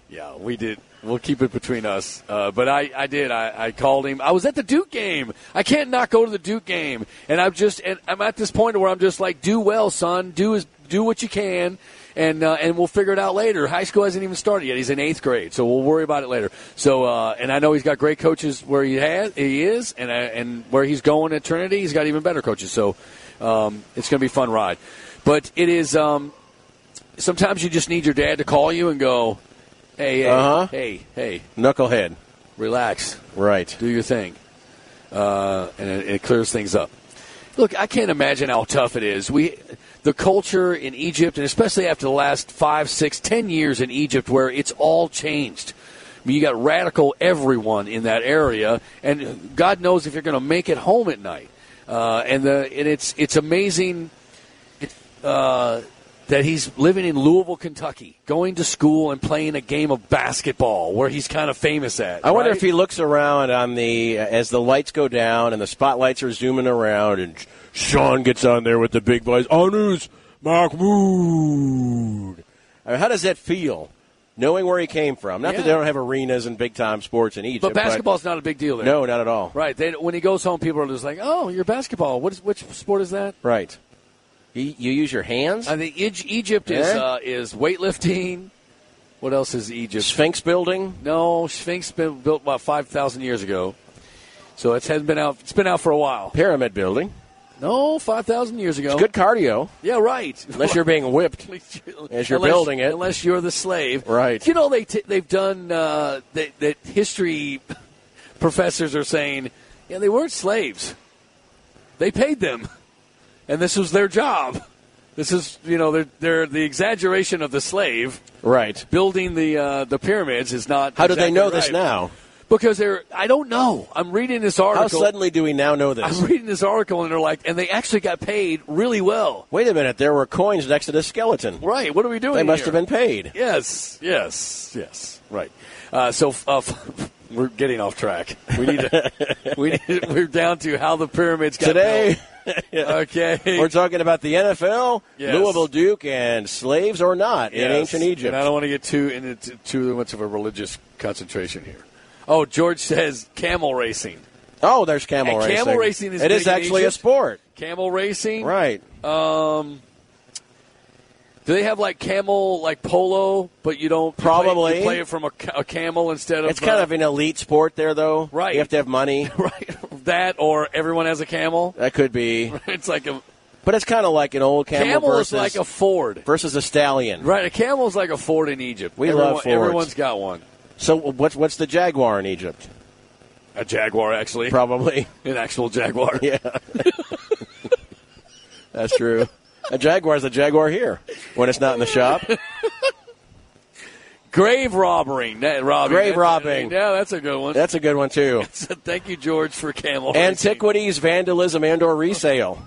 S4: Yeah, we did. We'll keep it between us. Uh, but I, I did. I, I called him. I was at the Duke game. I can't not go to the Duke game. And I'm just. And I'm at this point where I'm just like, do well, son. Do is do what you can. And, uh, and we'll figure it out later. High school hasn't even started yet. He's in eighth grade, so we'll worry about it later. So uh, and I know he's got great coaches where he has he is, and uh, and where he's going at Trinity, he's got even better coaches. So um, it's going to be a fun ride. But it is. Um, sometimes you just need your dad to call you and go, hey, hey,
S8: Uh-huh.
S4: hey, hey,
S8: Knucklehead.
S4: relax,
S8: Right.
S4: do your thing, uh, and it, it clears things up. Look, I can't imagine how tough it is. We, the culture in Egypt, and especially after the last five, six, ten years in Egypt, where it's all changed. I mean, you got radical everyone in that area, and God knows if you're going to make it home at night. Uh, and the and it's it's amazing uh, that he's living in Louisville, Kentucky, going to school and playing a game of basketball where he's kind of famous at.
S8: I wonder
S4: right?
S8: if he looks around on the uh, as the lights go down and the spotlights are zooming around, and Sean gets on there with the big boys. Oh, Honors Mahmoud. I mean, how does that feel? Knowing where he came from. Not that they
S4: Yeah.
S8: don't have arenas and big time sports in Egypt.
S4: But basketball's not a big deal there.
S8: No, not at all.
S4: Right. They, when he goes home, people are just like, "Oh, you're basketball. What is which sport is that?"
S8: Right. You, you use your hands?
S4: I think Eg- Egypt is
S8: Eh?
S4: uh, is weightlifting. What else is Egypt?
S8: Sphinx building?
S4: No, Sphinx been built about five thousand years ago, so it hasn't been out. It's been out for a while.
S8: Pyramid building.
S4: No, five thousand years ago.
S8: It's good cardio.
S4: Yeah, right.
S8: Unless you're being whipped as you're
S4: Unless-
S8: building it.
S4: Unless you're the slave,
S8: Right.
S4: You know they t- they've done uh, that. That history professors are saying, yeah, they weren't slaves. They paid them, and this was their job. This is you know they're they're the exaggeration of the slave.
S8: Right.
S4: Building the uh, the pyramids is not.
S8: How do they
S4: exactly
S8: know this
S4: right.
S8: now?
S4: Because they're. I don't know. I'm reading this
S8: How
S4: article.
S8: suddenly do we now know this?
S4: I'm reading this article and they're like, and they actually got paid really well.
S8: Wait a minute, there were coins next to this skeleton.
S4: Right. What are we doing?
S8: They must
S4: here?
S8: have been paid.
S4: Yes, yes, yes. Right. Uh, so uh, f- we're getting off track. We need to. we need, we're down to how the pyramids got
S8: Today,
S4: built. Okay.
S8: we're talking about the NFL,
S4: Yes.
S8: Louisville Duke, and slaves or not in
S4: Yes.
S8: ancient Egypt.
S4: And I don't want to get too into too much of a religious concentration here. Oh, George says camel racing.
S8: Oh, there's camel
S4: And
S8: racing.
S4: camel racing is
S8: it
S4: big
S8: is
S4: in
S8: actually a
S4: Egypt?
S8: sport.
S4: Camel racing,
S8: Right.
S4: Um, do they have like camel, like polo, but you don't you play- you
S8: Probably.
S4: play, it from a, ca- a camel instead of
S8: It's kind
S4: uh,
S8: of an elite sport there, though.
S4: Right.
S8: You have to have money.
S4: right that or everyone has a camel.
S8: That could be.
S4: It's like a
S8: But it's kind of like an old camel,
S4: Camel is
S8: versus
S4: like a Ford
S8: versus a stallion.
S4: right. A camel's like a Ford in Egypt.
S8: We
S4: Everyone-
S8: love Fords.
S4: Everyone's got one.
S8: So what's what's the jaguar in Egypt?
S4: A Jaguar, actually.
S8: Probably
S4: an actual Jaguar.
S8: Yeah, that's true. a jaguar is a jaguar here when it's not in the shop.
S4: Grave robbing. That, robbing.
S8: Grave
S4: That's-
S8: robbing.
S4: Yeah, that's a good one.
S8: That's a good one too.
S4: So thank you, George, for camel. racing.
S8: Antiquities, vandalism, and/or resale.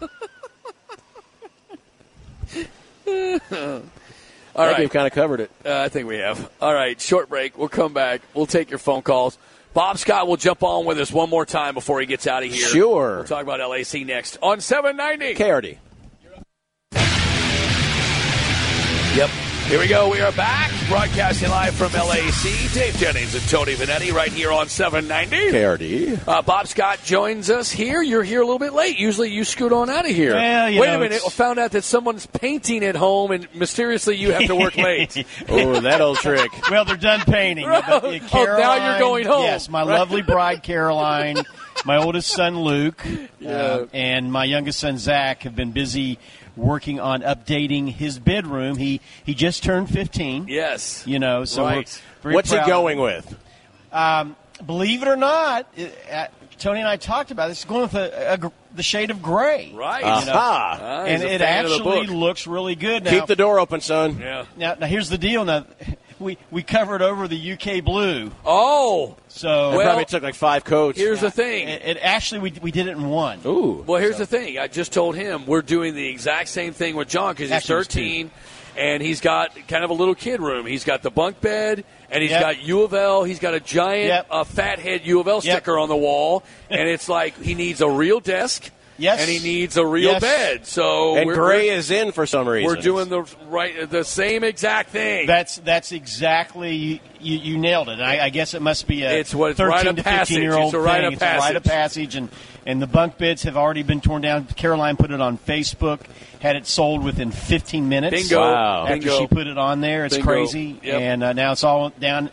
S4: All
S8: I think
S4: right.
S8: we've kind of covered it.
S4: Uh, I think we have. All right, short break. We'll come back. We'll take your phone calls. Bob Scott will jump on with us one more time before he gets out of here.
S8: Sure.
S4: We'll talk about LAC next on 790.
S8: KRD.
S4: Yep. Here we go. We are back, broadcasting live from LAC. Dave Jennings and Tony Vanetti right here on 790.
S8: KRD.
S4: Uh, Bob Scott joins us here. You're here a little bit late. Usually you scoot on out of here.
S13: Yeah, you
S4: Wait
S13: know,
S4: a minute.
S13: it's-
S4: I found out that someone's painting at home, and mysteriously you have to work late.
S8: Oh, that old trick.
S13: Well, they're done painting. but, uh,
S4: Oh, now
S13: Caroline-
S4: you're going home.
S13: Yes, my
S4: Right.
S13: lovely bride Caroline, my oldest son Luke,
S4: Yeah.
S13: uh, and my youngest son Zach have been busy working on updating his bedroom. He he just turned 15.
S4: Yes.
S13: You know, so we're
S4: Right.
S13: very
S8: What's
S13: proud
S8: he
S13: of
S8: going
S13: him.
S8: with?
S13: Um, believe it or not, it, uh, Tony and I talked about this. Going with a, a gr- the shade of gray,
S4: Right.
S13: You know?
S8: Aha.
S4: Ah, he's
S13: and
S4: a
S13: it
S4: fan of the
S13: actually
S4: book.
S13: looks really good. Now,
S8: Keep the door open, son.
S4: Yeah.
S13: now, now here's the deal. Now, we we covered over the UK blue,
S4: Oh,
S13: so
S8: It probably took like five coats.
S4: here's the thing.
S13: it, it actually we, we did it in one.
S8: Ooh.
S4: Well, here's the thing. I just told him we're doing the exact same thing with John because he's
S13: Actually, it was two.
S4: 13 and he's got kind of a little kid room. He's got the bunk bed and he's
S13: Yep.
S4: got U of L. He's got a giant
S13: Yep.
S4: uh, fathead U of L
S13: Yep.
S4: sticker on the wall. And it's like he needs a real desk
S13: Yes.
S4: and he needs a real
S13: Yes.
S4: bed. So
S8: and
S4: we're,
S8: gray
S4: we're,
S8: is in for some reason.
S4: we're doing the right the same exact thing.
S13: That's that's exactly you, you nailed it. And I, I guess it must be a
S4: It's what- it's
S13: thirteen
S4: a rite of
S13: to
S4: passage.
S13: fifteen year old
S4: It's a rite
S13: thing.
S4: of
S13: it's a rite of passage, and and the bunk beds have already been torn down. Caroline put it on Facebook, had it sold within fifteen minutes.
S4: Bingo. Wow.
S13: After
S4: Bingo.
S13: she put it on there, it's
S4: Bingo.
S13: crazy,
S4: Yep.
S13: and uh, now it's all down.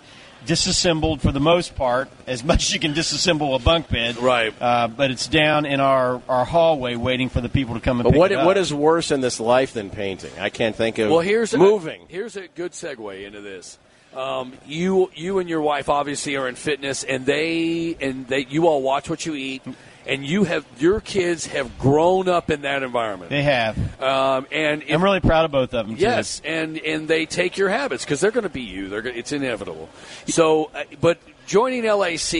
S13: Disassembled for the most part, as much as you can disassemble a bunk bed.
S4: Right.
S13: Uh, but it's down in our, our hallway waiting for the people to come and
S8: But
S13: pick
S8: what
S13: it up.
S8: what is worse in this life than painting? I can't think of.
S4: Well, here's a-
S8: moving.
S4: here's a good segue into this. Um, you you and your wife obviously are in fitness, and they and they you all watch what you eat, and you have your kids have grown up in that environment.
S13: They have.
S4: Um, and if-
S13: I'm really proud of both of them. too.
S4: yes, and and they take your habits because they're going to be you. They're gonna, it's inevitable. So, uh, but joining LAC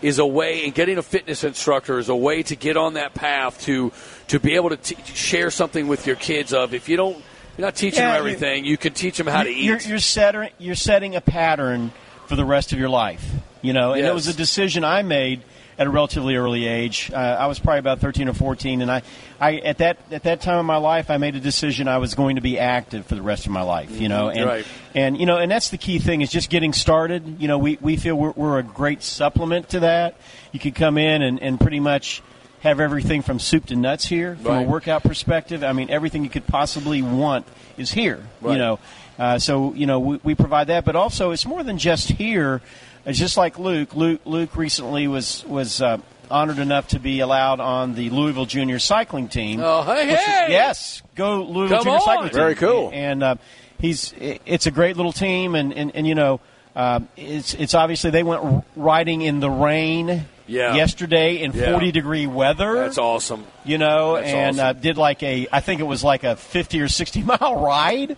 S4: is a way, and getting a fitness instructor is a way to get on that path to to be able to t- share something with your kids. Of if you don't You're not teaching
S13: Yeah,
S4: them
S13: you-
S4: everything. You, can teach them how to eat.
S13: You're, you're, setter, you're setting a pattern for the rest of your life, you know. And it was a
S4: Yes.
S13: decision I made at a relatively early age. Uh, I was probably about 13 or 14, and I, I at that at that time in my life, I made a decision I was going to be active for the rest of my life, you know. And
S4: Mm-hmm. Right.
S13: and you know, and that's the key thing is just getting started. You know, we we feel we're, we're a great supplement to that. You could come in and, and pretty much. Have everything from soup to nuts here from a
S4: Right.
S13: workout perspective. I mean, everything you could possibly want is here.
S4: Right.
S13: You know, uh, so you know we, we provide that, but also it's more than just here. It's just like Luke. Luke, Luke recently was was uh, honored enough to be allowed on the Louisville Junior Cycling Team.
S4: Oh, hey,
S13: which is-
S4: hey!
S13: yes, go Louisville
S4: Come
S13: Junior
S4: on!
S13: Cycling Team.
S4: Very cool.
S13: And uh, he's i- it's a great little team, and and, and you know. Uh, it's it's obviously they went r- riding in the rain
S4: Yeah.
S13: yesterday in
S4: Yeah.
S13: 40 degree weather
S4: That's awesome.
S13: you know,
S4: That's
S13: and uh,
S4: awesome.
S13: did like a, I think it was like a 50 or 60 mile ride.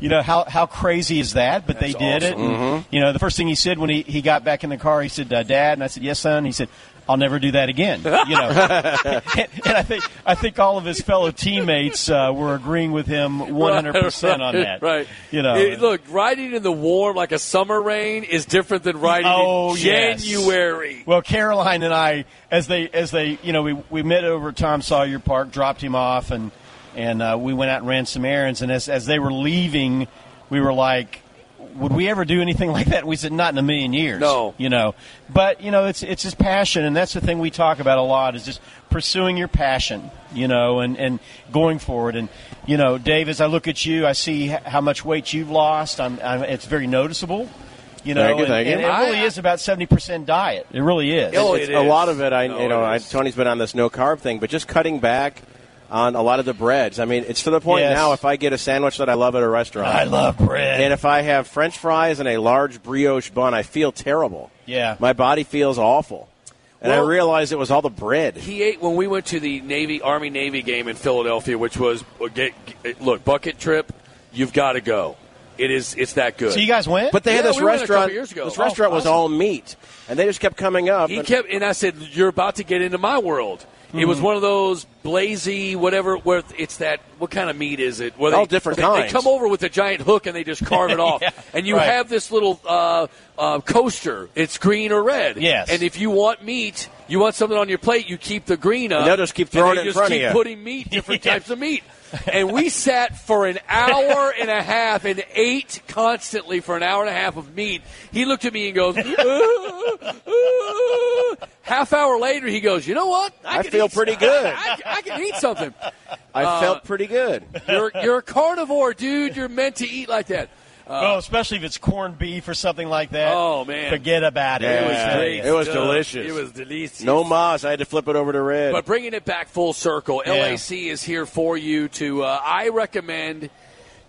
S13: You know, how, how crazy is that? But they did it.
S4: awesome. Mm-hmm.
S13: And, You know, the first thing he said when he, he got back in the car, he said, uh, Dad, and I said, Yes, son. He said, I'll never do that again. You know, and, and I think I think all of his fellow teammates uh, were agreeing with him 100 percent on
S4: Right,
S13: that.
S4: Right.
S13: You know,
S4: It- look, riding in the warm like a summer rain is different than riding
S13: Oh,
S4: in
S13: yes.
S4: January.
S13: Well, Caroline and I, as they as they, you know, we we met over at Tom Sawyer Park, dropped him off, and and uh, we went out and ran some errands. And as as they were leaving, we were like. Would we ever do anything like that? We said not in a million years.
S4: No.
S13: you know, but you know, it's it's his passion, and that's the thing we talk about a lot is just pursuing your passion, you know, and and going forward. And you know, Dave, as I look at you, I see h- how much weight you've lost. I'm, I'm it's very noticeable, you know,
S8: Thank you,
S13: and,
S8: thank you.
S13: and it really is about seventy percent diet. uh, It really is.
S8: Oh, It's- a lot of it. I you know, I, Tony's been on this no carb thing, but just cutting back on a lot of the breads. I mean, it's to the point
S13: Yes.
S8: now. If I get a sandwich that I love at a restaurant,
S13: I love bread,
S8: and if I have French fries and a large brioche bun, I feel terrible.
S13: Yeah.
S8: my body feels awful, and
S4: Well-
S8: I realized it was all the bread.
S4: He ate when we went to the Navy Army Navy game in Philadelphia, which was uh, get, get- look bucket trip. You've got to go. It is. It's that good.
S8: So you guys
S13: went?
S8: But they had
S4: Yeah,
S8: this
S4: we went a couple
S8: restaurant.
S4: years ago.
S8: This
S4: Oh,
S8: restaurant was
S4: awesome.
S8: all meat, and they just kept coming up.
S4: He
S8: and-
S4: kept, and I said, "You're about to get into my world." It was
S8: Mhm.
S4: one of those blazy, whatever. Where it's that, what kind of meat is it? Where
S8: All different
S4: they, They
S8: kinds.
S4: come over with a giant hook and they just carve it off,
S8: Yeah,
S4: and you
S8: right.
S4: have this little uh, uh, coaster. It's green or red.
S8: Yes.
S4: And if you want meat, you want something on your plate, you keep the green up.
S8: And they'll just keep throwing
S4: and
S8: it
S4: Uh, they
S8: in
S4: just
S8: front of
S4: keep
S8: you.
S4: Putting meat, different types of meat. And we sat for an hour and a half and ate constantly for an hour and a half of meat. He looked at me and goes, Half hour later, he goes, "You know what?
S8: I
S4: could
S8: feel
S4: eat-
S8: pretty good."
S4: I, I can eat something.
S8: I
S4: Uh,
S8: felt pretty good.
S4: You're you're a carnivore, dude. You're meant to eat like that. Uh,
S13: oh, especially if it's corned beef or something like that.
S4: Oh, man.
S13: forget about it.
S8: Yeah, It was delicious.
S4: It was delicious.
S8: No moss. I had to flip it over to red.
S4: But bringing it back full circle,
S8: Yeah.
S4: LAC is here for you to. Uh, I recommend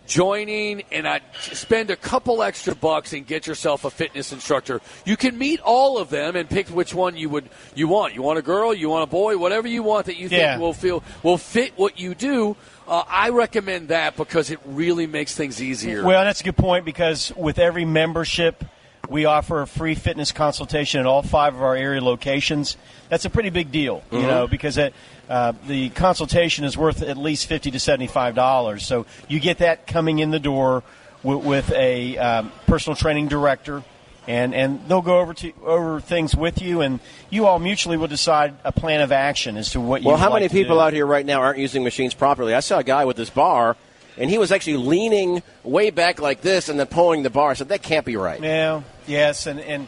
S4: joining and I spend a couple extra bucks and get yourself a fitness instructor. You can meet all of them and pick which one you would you want. You want a girl, you want a boy, whatever you want that you think
S13: Yeah.
S4: will feel will fit what you do. Uh, I recommend that because it really makes things easier.
S13: Well, that's a good point because with every membership, we offer a free fitness consultation at all five of our area locations. That's a pretty big deal, you
S8: Mm-hmm.
S9: Mhm.
S13: know, because it, uh, the consultation is worth at least fifty to seventy-five dollars. So you get that coming in the door with, with a um, personal training director. And, and they'll go over to over things with you, and you all mutually will decide a plan of action as to what.
S8: Well,
S13: you'd
S8: how
S13: like
S8: many
S13: to do.
S8: people out here right now aren't using machines properly? I saw a guy with his bar, and he was actually leaning way back like this and then pulling the bar. I said, that can't be right.
S13: Yeah. Yes, and and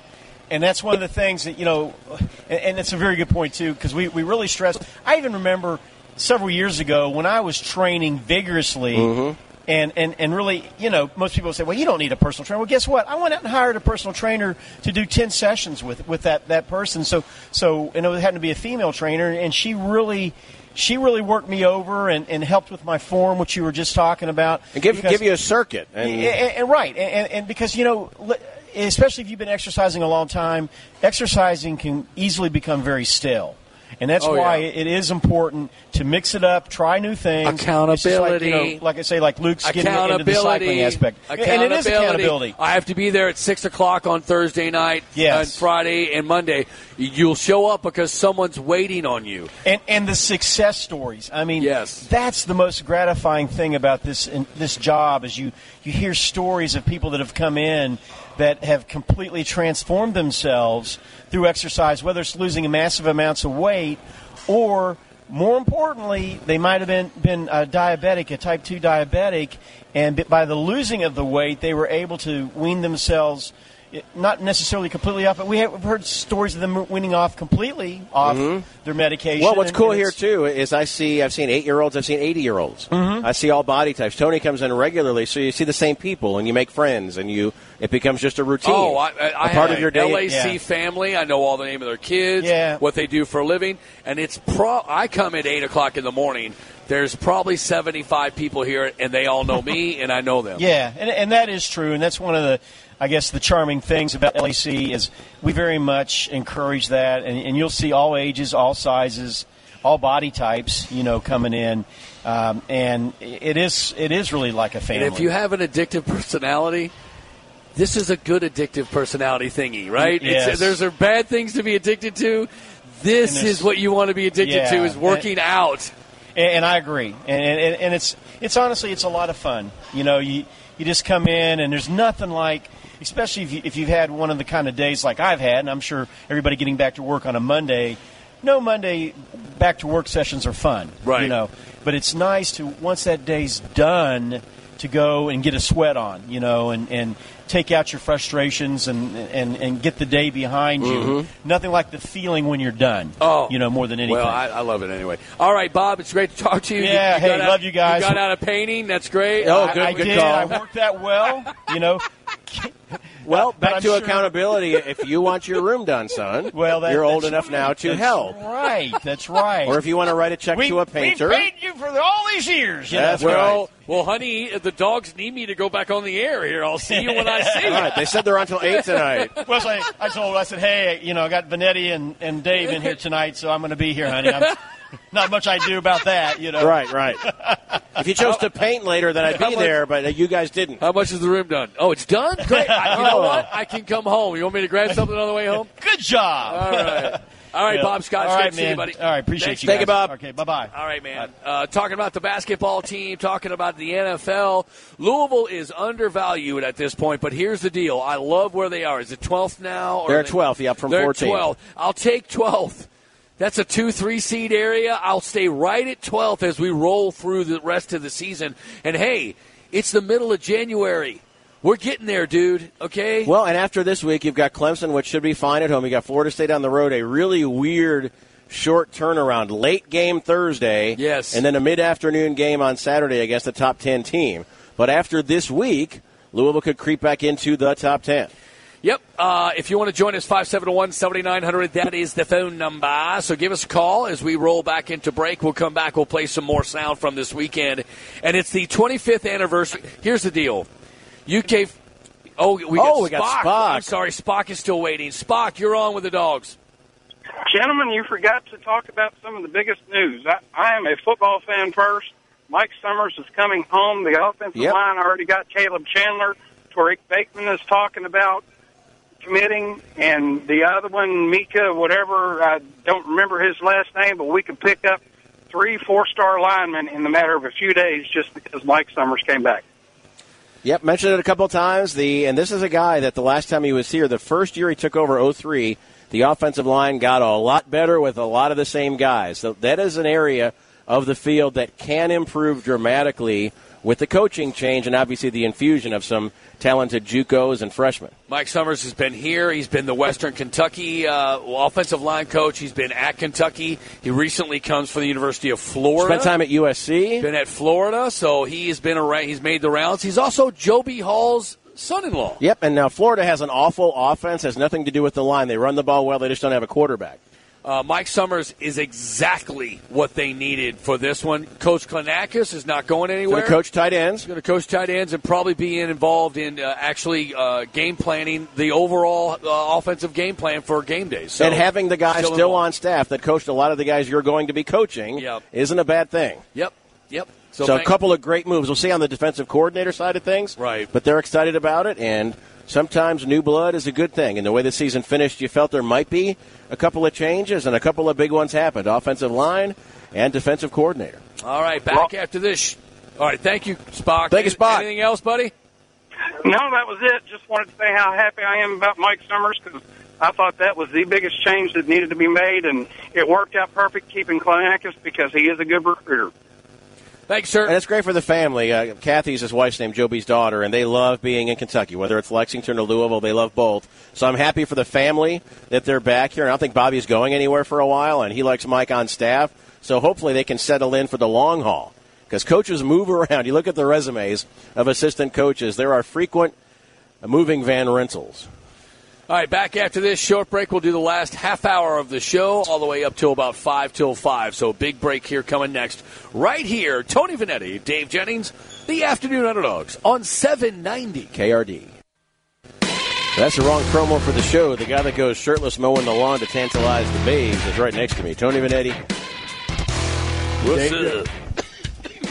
S13: and that's one of the things that you know, and, and it's a very good point too because we we really stress. I even remember several years ago when I was training vigorously.
S8: Mhm.
S13: And, and, and really, you know, most people say, well, you don't need a personal trainer. Well, guess what? I went out and hired a personal trainer to do 10 sessions with, with that, that person. So, so, and it happened to be a female trainer, and she really, she really worked me over and, and helped with my form, which you were just talking about.
S8: And give,
S13: because-
S8: give you a circuit. And,
S13: and, and, and right, and, and, and because you know, li- especially if you've been exercising a long time, exercising can easily become very stale. And that's
S4: Oh,
S13: why
S4: yeah.
S13: it is important to mix it up, try new things. It's just Like, you know,
S4: Accountability.
S13: like I say, like Luke's getting into the cycling aspect. And it is accountability.
S4: I have to be there at six o'clock on Thursday night
S13: Yes.
S4: and Friday and Monday. You'll show up because someone's waiting on you.
S13: And and the success stories. I mean, yes. that's the most gratifying thing about this in, this job is you you hear stories of people that have come in that have completely transformed themselves through exercise, whether it's losing massive amounts of weight or more importantly, they might have been been uh, diabetic, a type two diabetic, and b- by the losing of the weight, they were able to wean themselves. eh, Not necessarily completely off, but we have we've heard stories of them weaning off completely off
S8: Mhm.
S13: their medication.
S8: Well, what's
S13: and-
S8: cool
S13: and
S8: here
S13: it's-
S8: too is I see I've seen eight year olds, I've seen eighty year olds.
S13: Mhm.
S8: I see all body types. Tony comes in regularly, so you see the same people and you make friends and you it becomes just a routine.
S4: Oh, I, I,
S8: A
S4: I
S8: part
S4: have
S8: of your
S4: an
S8: day.
S4: LAC family. I know all the name of their kids,
S8: Yeah.
S4: what they do for a living, and it's pro. I come at eight o'clock in the morning. There's probably seventy-five people here, and they all know me, and I know them.
S13: Yeah, and, and that is true, and that's one of the, I guess, the charming things about LAC is we very much encourage that, and, and you'll see all ages, all sizes, all body types, you know, coming in, um, and it is it is really like a family.
S4: And if you have an addictive personality, this is a good addictive personality thingy, right? It's-
S13: Yes.
S4: there's are bad things to be addicted to. This
S13: And
S4: is what you want to be addicted to
S13: Yeah.
S4: is working out.
S13: And, and I agree. And, and and it's it's honestly it's a lot of fun. You know, you you just come in and there's nothing like, especially if you, if you've had one of the kind of days like I've had, and I'm sure everybody getting back to work on a Monday. No Monday back to work sessions are fun, right? You know, but it's nice to once that day's done to go and get a sweat on, you know, and, and take out your frustrations and, and, and get the day behind
S4: Mhm.
S13: you. Nothing like the feeling when you're done.
S4: Oh.
S13: you know, more than anything.
S4: Well, I, I love it anyway. All right, Bob, it's great to talk to you.
S13: Yeah,
S4: you, you
S13: hey,
S4: got out-
S13: love you guys. Oh,
S4: You got out of painting. That's great.
S13: I- I did. I worked that well, you know.
S8: Well,
S13: But
S8: back
S13: I'm
S8: to
S13: sure-
S8: accountability. if you want your room done, son,
S13: Well, that,
S8: you're old
S13: that's-
S8: enough now to
S13: that's
S8: help.
S13: Right, that's right.
S8: Or if you want to write a check
S13: We-
S8: to a
S13: we
S8: painter.
S13: paid you for all these years. you know.
S8: That's
S4: well, well, honey, the dogs need me to go back on the air here. I'll see you when I see you.
S8: All right, they said they're on till eight tonight.
S13: Well, so I, I told, I said, hey, you know, I got Vanetti and, and Dave in here tonight, so I'm going to be here, honey. I'm, not much I do about that, you know.
S8: Right, right. If you chose to paint later, then I'd
S4: How
S8: be
S4: much-
S8: there, but uh, you guys didn't.
S4: How much is the room done? Oh, it's done. Great. I, you know what? I can come home. You want me to grab something on the way home?
S13: Good job.
S4: All right. All right,
S13: Yeah.
S4: Bob Scott.
S13: All
S4: it's good
S13: right,
S4: to see you,
S13: man.
S4: buddy.
S13: All right, appreciate
S4: Thanks.
S13: you. guys.
S4: Thank you, Bob.
S13: Okay, bye bye.
S4: All right, man. Uh, talking about the basketball team, talking about the NFL. Louisville is undervalued at this point, but here's the deal. I love where they are. Is it 12th now? Or
S8: They're
S4: they-
S8: 12th, yeah, from
S4: They're
S8: 14th.
S4: 12th. I'll take 12th. That's a 2 3 seed area. I'll stay right at 12th as we roll through the rest of the season. And hey, it's the middle of January. We're getting there, dude. Okay?
S8: Well, and after this week, you've got Clemson, which should be fine at home. You got Florida State on the road. A really weird short turnaround, late game Thursday.
S4: Yes.
S8: and then a mid-afternoon game on Saturday against the top ten team. But after this week, Louisville could creep back into the top ten.
S4: Yep. Uh, if you want to join us, 571 7900, that is the phone number. So give us a call as we roll back into break. We'll come back. We'll play some more sound from this weekend. And it's the 25th anniversary. Here's the deal UK. Oh, we got,
S8: Oh, we got Spock.
S4: I'm sorry, Spock is still waiting. Spock, you're on with the dogs.
S9: Gentlemen, you forgot to talk about some of the biggest news. I, I am a football fan first. Mike Summers is coming home. The offensive
S10: Yep.
S9: line already got Caleb Chandler. Tariq Bateman is talking about committing, and the other one, Mika, whatever, I don't remember his last name, but we can pick up three four-star linemen in the matter of a few days just because Mike Summers came back.
S8: Yep, mentioned it a couple times. The and this is a guy that the last time he was here, the first year he took over 03, the offensive line got a lot better with a lot of the same guys. So that is an area of the field that can improve dramatically with the coaching change and obviously the infusion of some talented JUCOs and freshmen.
S4: Mike Summers has been here. He's been the Western Kentucky uh, offensive line coach. He's been at Kentucky. He recently comes from the University of Florida.
S8: Spent time at USC.
S4: Been at Florida, so he has been around. He's made the rounds. He's also Joby Hall's son-in-law.
S8: Yep, and now Florida has an awful offense, has nothing to do with the line. They run the ball well, they just don't have a quarterback.
S4: Uh, Mike Summers is exactly what they needed for this one. Coach Klinakis is not going anywhere.
S8: Gonna coach tight ends.
S4: Going to coach tight ends and probably be involved in uh, actually uh, game planning the overall uh, offensive game plan for game days. So,
S8: and having the guy still,
S4: involved.
S8: on staff that coached a lot of the guys you're going to be coaching
S4: Yep.
S8: isn't a bad thing.
S4: Yep. Yep.
S8: So, a
S4: thank-
S8: couple of great moves. We'll see on the defensive coordinator side of things. Right. But they're excited about it, and sometimes new blood is a good thing. And the way the season finished, you felt there might be a couple of changes, and a couple of big ones happened offensive line and defensive coordinator.
S4: All right, back after this. All right, thank you, Spock.
S8: Thank you, Spock.
S4: Anything else, buddy?
S9: No, that was it. Just wanted to say how happy I am about Mike Summers because I thought that was the biggest change that needed to be made, and it worked out perfect keeping Kleinakis because he is a good recruiter.
S4: Thanks, sir.
S8: And it's great for the family. Uh, Kathy's his wife's name, Joby's daughter, and they love being in Kentucky, whether it's Lexington or Louisville. They love both. So I'm happy for the family that they're back here. And I don't think Bobby's going anywhere for a while, and he likes Mike on staff. So hopefully they can settle in for the long haul. Because coaches move around. You look at the resumes of assistant coaches, there are frequent moving van rentals.
S4: All right, back after this short break. We'll do the last half hour of the show, all the way up till about five till five. So big break here coming next. Right here, Tony Vanetti, Dave Jennings, the afternoon underdogs on seven ninety.
S8: KRD. That's the wrong promo for the show. The guy that goes shirtless mowing the lawn to tantalize the babes is right next to me. Tony Vanetti.
S4: What's
S8: Dave-
S4: up?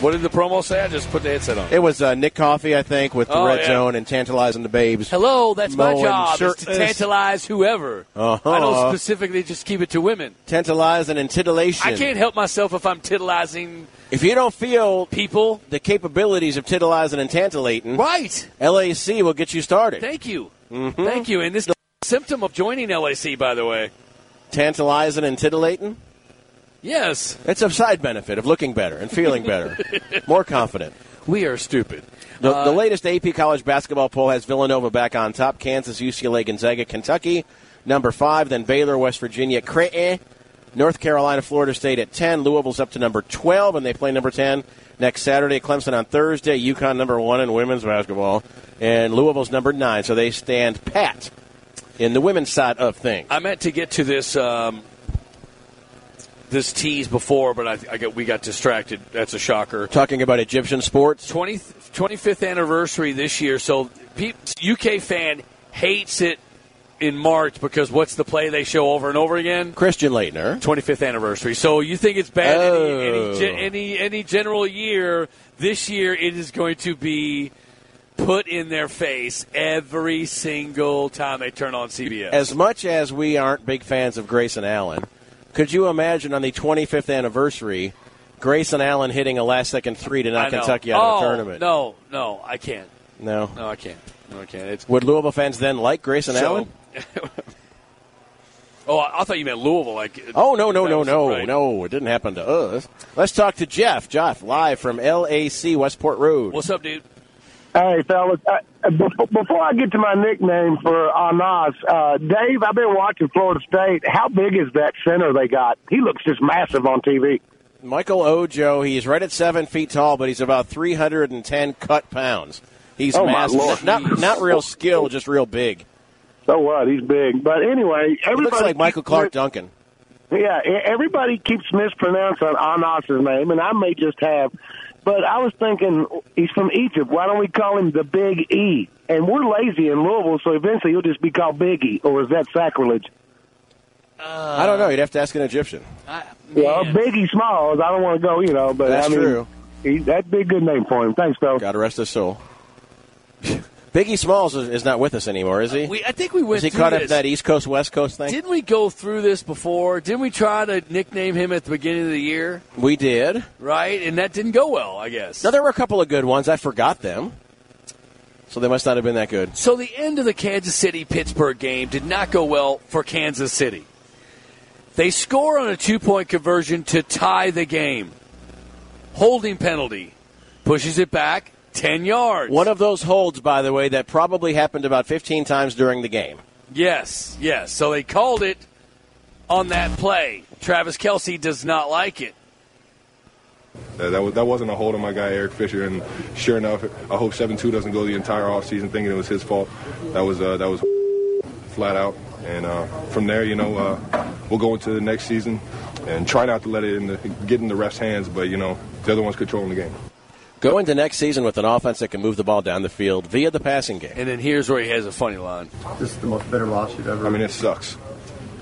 S4: What did the promo say? I just put the headset on.
S8: It was uh, Nick Coffey, I think, with the
S4: Oh,
S8: red
S4: yeah.
S8: zone and tantalizing the babes.
S4: Hello, that's my
S8: Mowing
S4: job is to
S8: shirtless.
S4: tantalize whoever.
S8: Uh-huh.
S4: I don't specifically just keep it to women.
S8: Tantalizing and titillation.
S4: I can't help myself if I'm titillizing.
S8: If you don't feel
S4: people
S8: the capabilities of titillizing and tantalating,
S4: right?
S8: LAC will get you started.
S4: Thank you,
S8: Mhm.
S4: thank you. And this symptom of joining LAC, by the way.
S8: Tantalizing and titillating.
S4: Yes.
S8: It's a side benefit of looking better and feeling better, more confident.
S4: We are stupid.
S8: The,
S4: Uh,
S8: the latest AP college basketball poll has Villanova back on top. Kansas, UCLA, Gonzaga, Kentucky, number five. Then Baylor, West Virginia, Creighton, North Carolina, Florida State at ten. Louisville's up to number twelve, and they play number ten next Saturday. Clemson on Thursday. UConn number one in women's basketball, and Louisville's number nine. So they stand pat in the women's side of things.
S4: I meant to get to this um, this tease before, but I, I got, we got distracted. That's a shocker.
S8: Talking about Egyptian sports.
S4: 20, 25th anniversary this year, so pe- UK fan hates it in March because what's the play they show over and over again?
S8: Christian Leitner.
S4: 25th anniversary. So you think it's bad any-
S8: Oh.
S4: any, gen- any any general year? This year it is going to be put in their face every single time they turn on CBS.
S8: As much as we aren't big fans of Grayson Allen, could you imagine on the 25th anniversary, Grayson Allen hitting a last second three to
S4: I
S8: knock
S4: know.
S8: Kentucky out of
S4: Oh,
S8: the tournament?
S4: No, no, I can't.
S8: No.
S4: No, I can't. No, I can't. It's
S8: Would Louisville fans then like Grayson
S4: So-
S8: Allen?
S4: Oh, I I thought you meant Louisville. Like, uh,
S8: Oh, no, no,
S4: that
S8: no,
S4: was-
S8: no,
S4: right.
S8: no. It didn't happen to us. Let's talk to Jeff. Jeff, live from LAC Westport Road.
S4: What's up, dude?
S10: Hey, fellas. I, bef- before I get to my nickname for Anas, uh, Dave, I've been watching Florida State. How big is that center they got? He looks just massive on TV.
S8: Michael Ojo, he's right at seven feet tall, but he's about 310 cut pounds. He's
S10: Oh, my
S8: massive.
S10: Lord.
S8: Not, not real skill, just real big.
S10: So what? He's big. But anyway,
S8: He
S10: everybody
S8: looks like Michael Clark Duncan.
S10: Yeah, e- everybody keeps mispronouncing Anas's name, and I may just have. But I was thinking he's from Egypt. Why don't we call him the Big E? And we're lazy in Louisville, so eventually he'll just be called Biggie, or is that sacrilege?
S8: I don't know. You'd have to ask an Egyptian.
S10: Well, Biggie Smalls. I don't want to go, you know, but
S8: That's
S10: I mean,
S8: true.
S10: He, that'd be a good name for him. Thanks, fellas.
S8: God rest his soul. Biggie Smalls is, is not with us anymore, is he?
S4: We, I think we went
S8: is he
S4: through
S8: caught up
S4: this.
S8: in that East Coast West Coast thing?
S4: Didn't we go through this before? Didn't we try to nickname him at the beginning of the year?
S8: we did.
S4: Right? And that didn't go well, I guess.
S8: No, there were a couple of good ones. I forgot them, so they must not have been that good.
S4: So the end of the Kansas City Pittsburgh game did not go well for Kansas City. They score on a two point conversion to tie the game. Holding penalty pushes it back 10 yards.
S8: One of those holds, by the way, that probably happened about 15 times during the game.
S4: Yes, yes. So they called it on that play. Travis Kelsey does not like it.
S11: That, that, was, that wasn't a hold on my guy Eric Fisher, and sure enough, I hope 7-2 doesn't go the entire offseason thinking it was his fault. That was uh, that was flat out. And uh, from there, you know, uh, we'll go into the next season and try not to let it in the, get in the refs' hands, but, you know, they're the ones controlling the game.
S8: Go into next season with an offense that can move the ball down the field via the passing game.
S4: And then here's where he has a funny line.
S11: This is the most bitter loss you've ever. I mean, it sucks.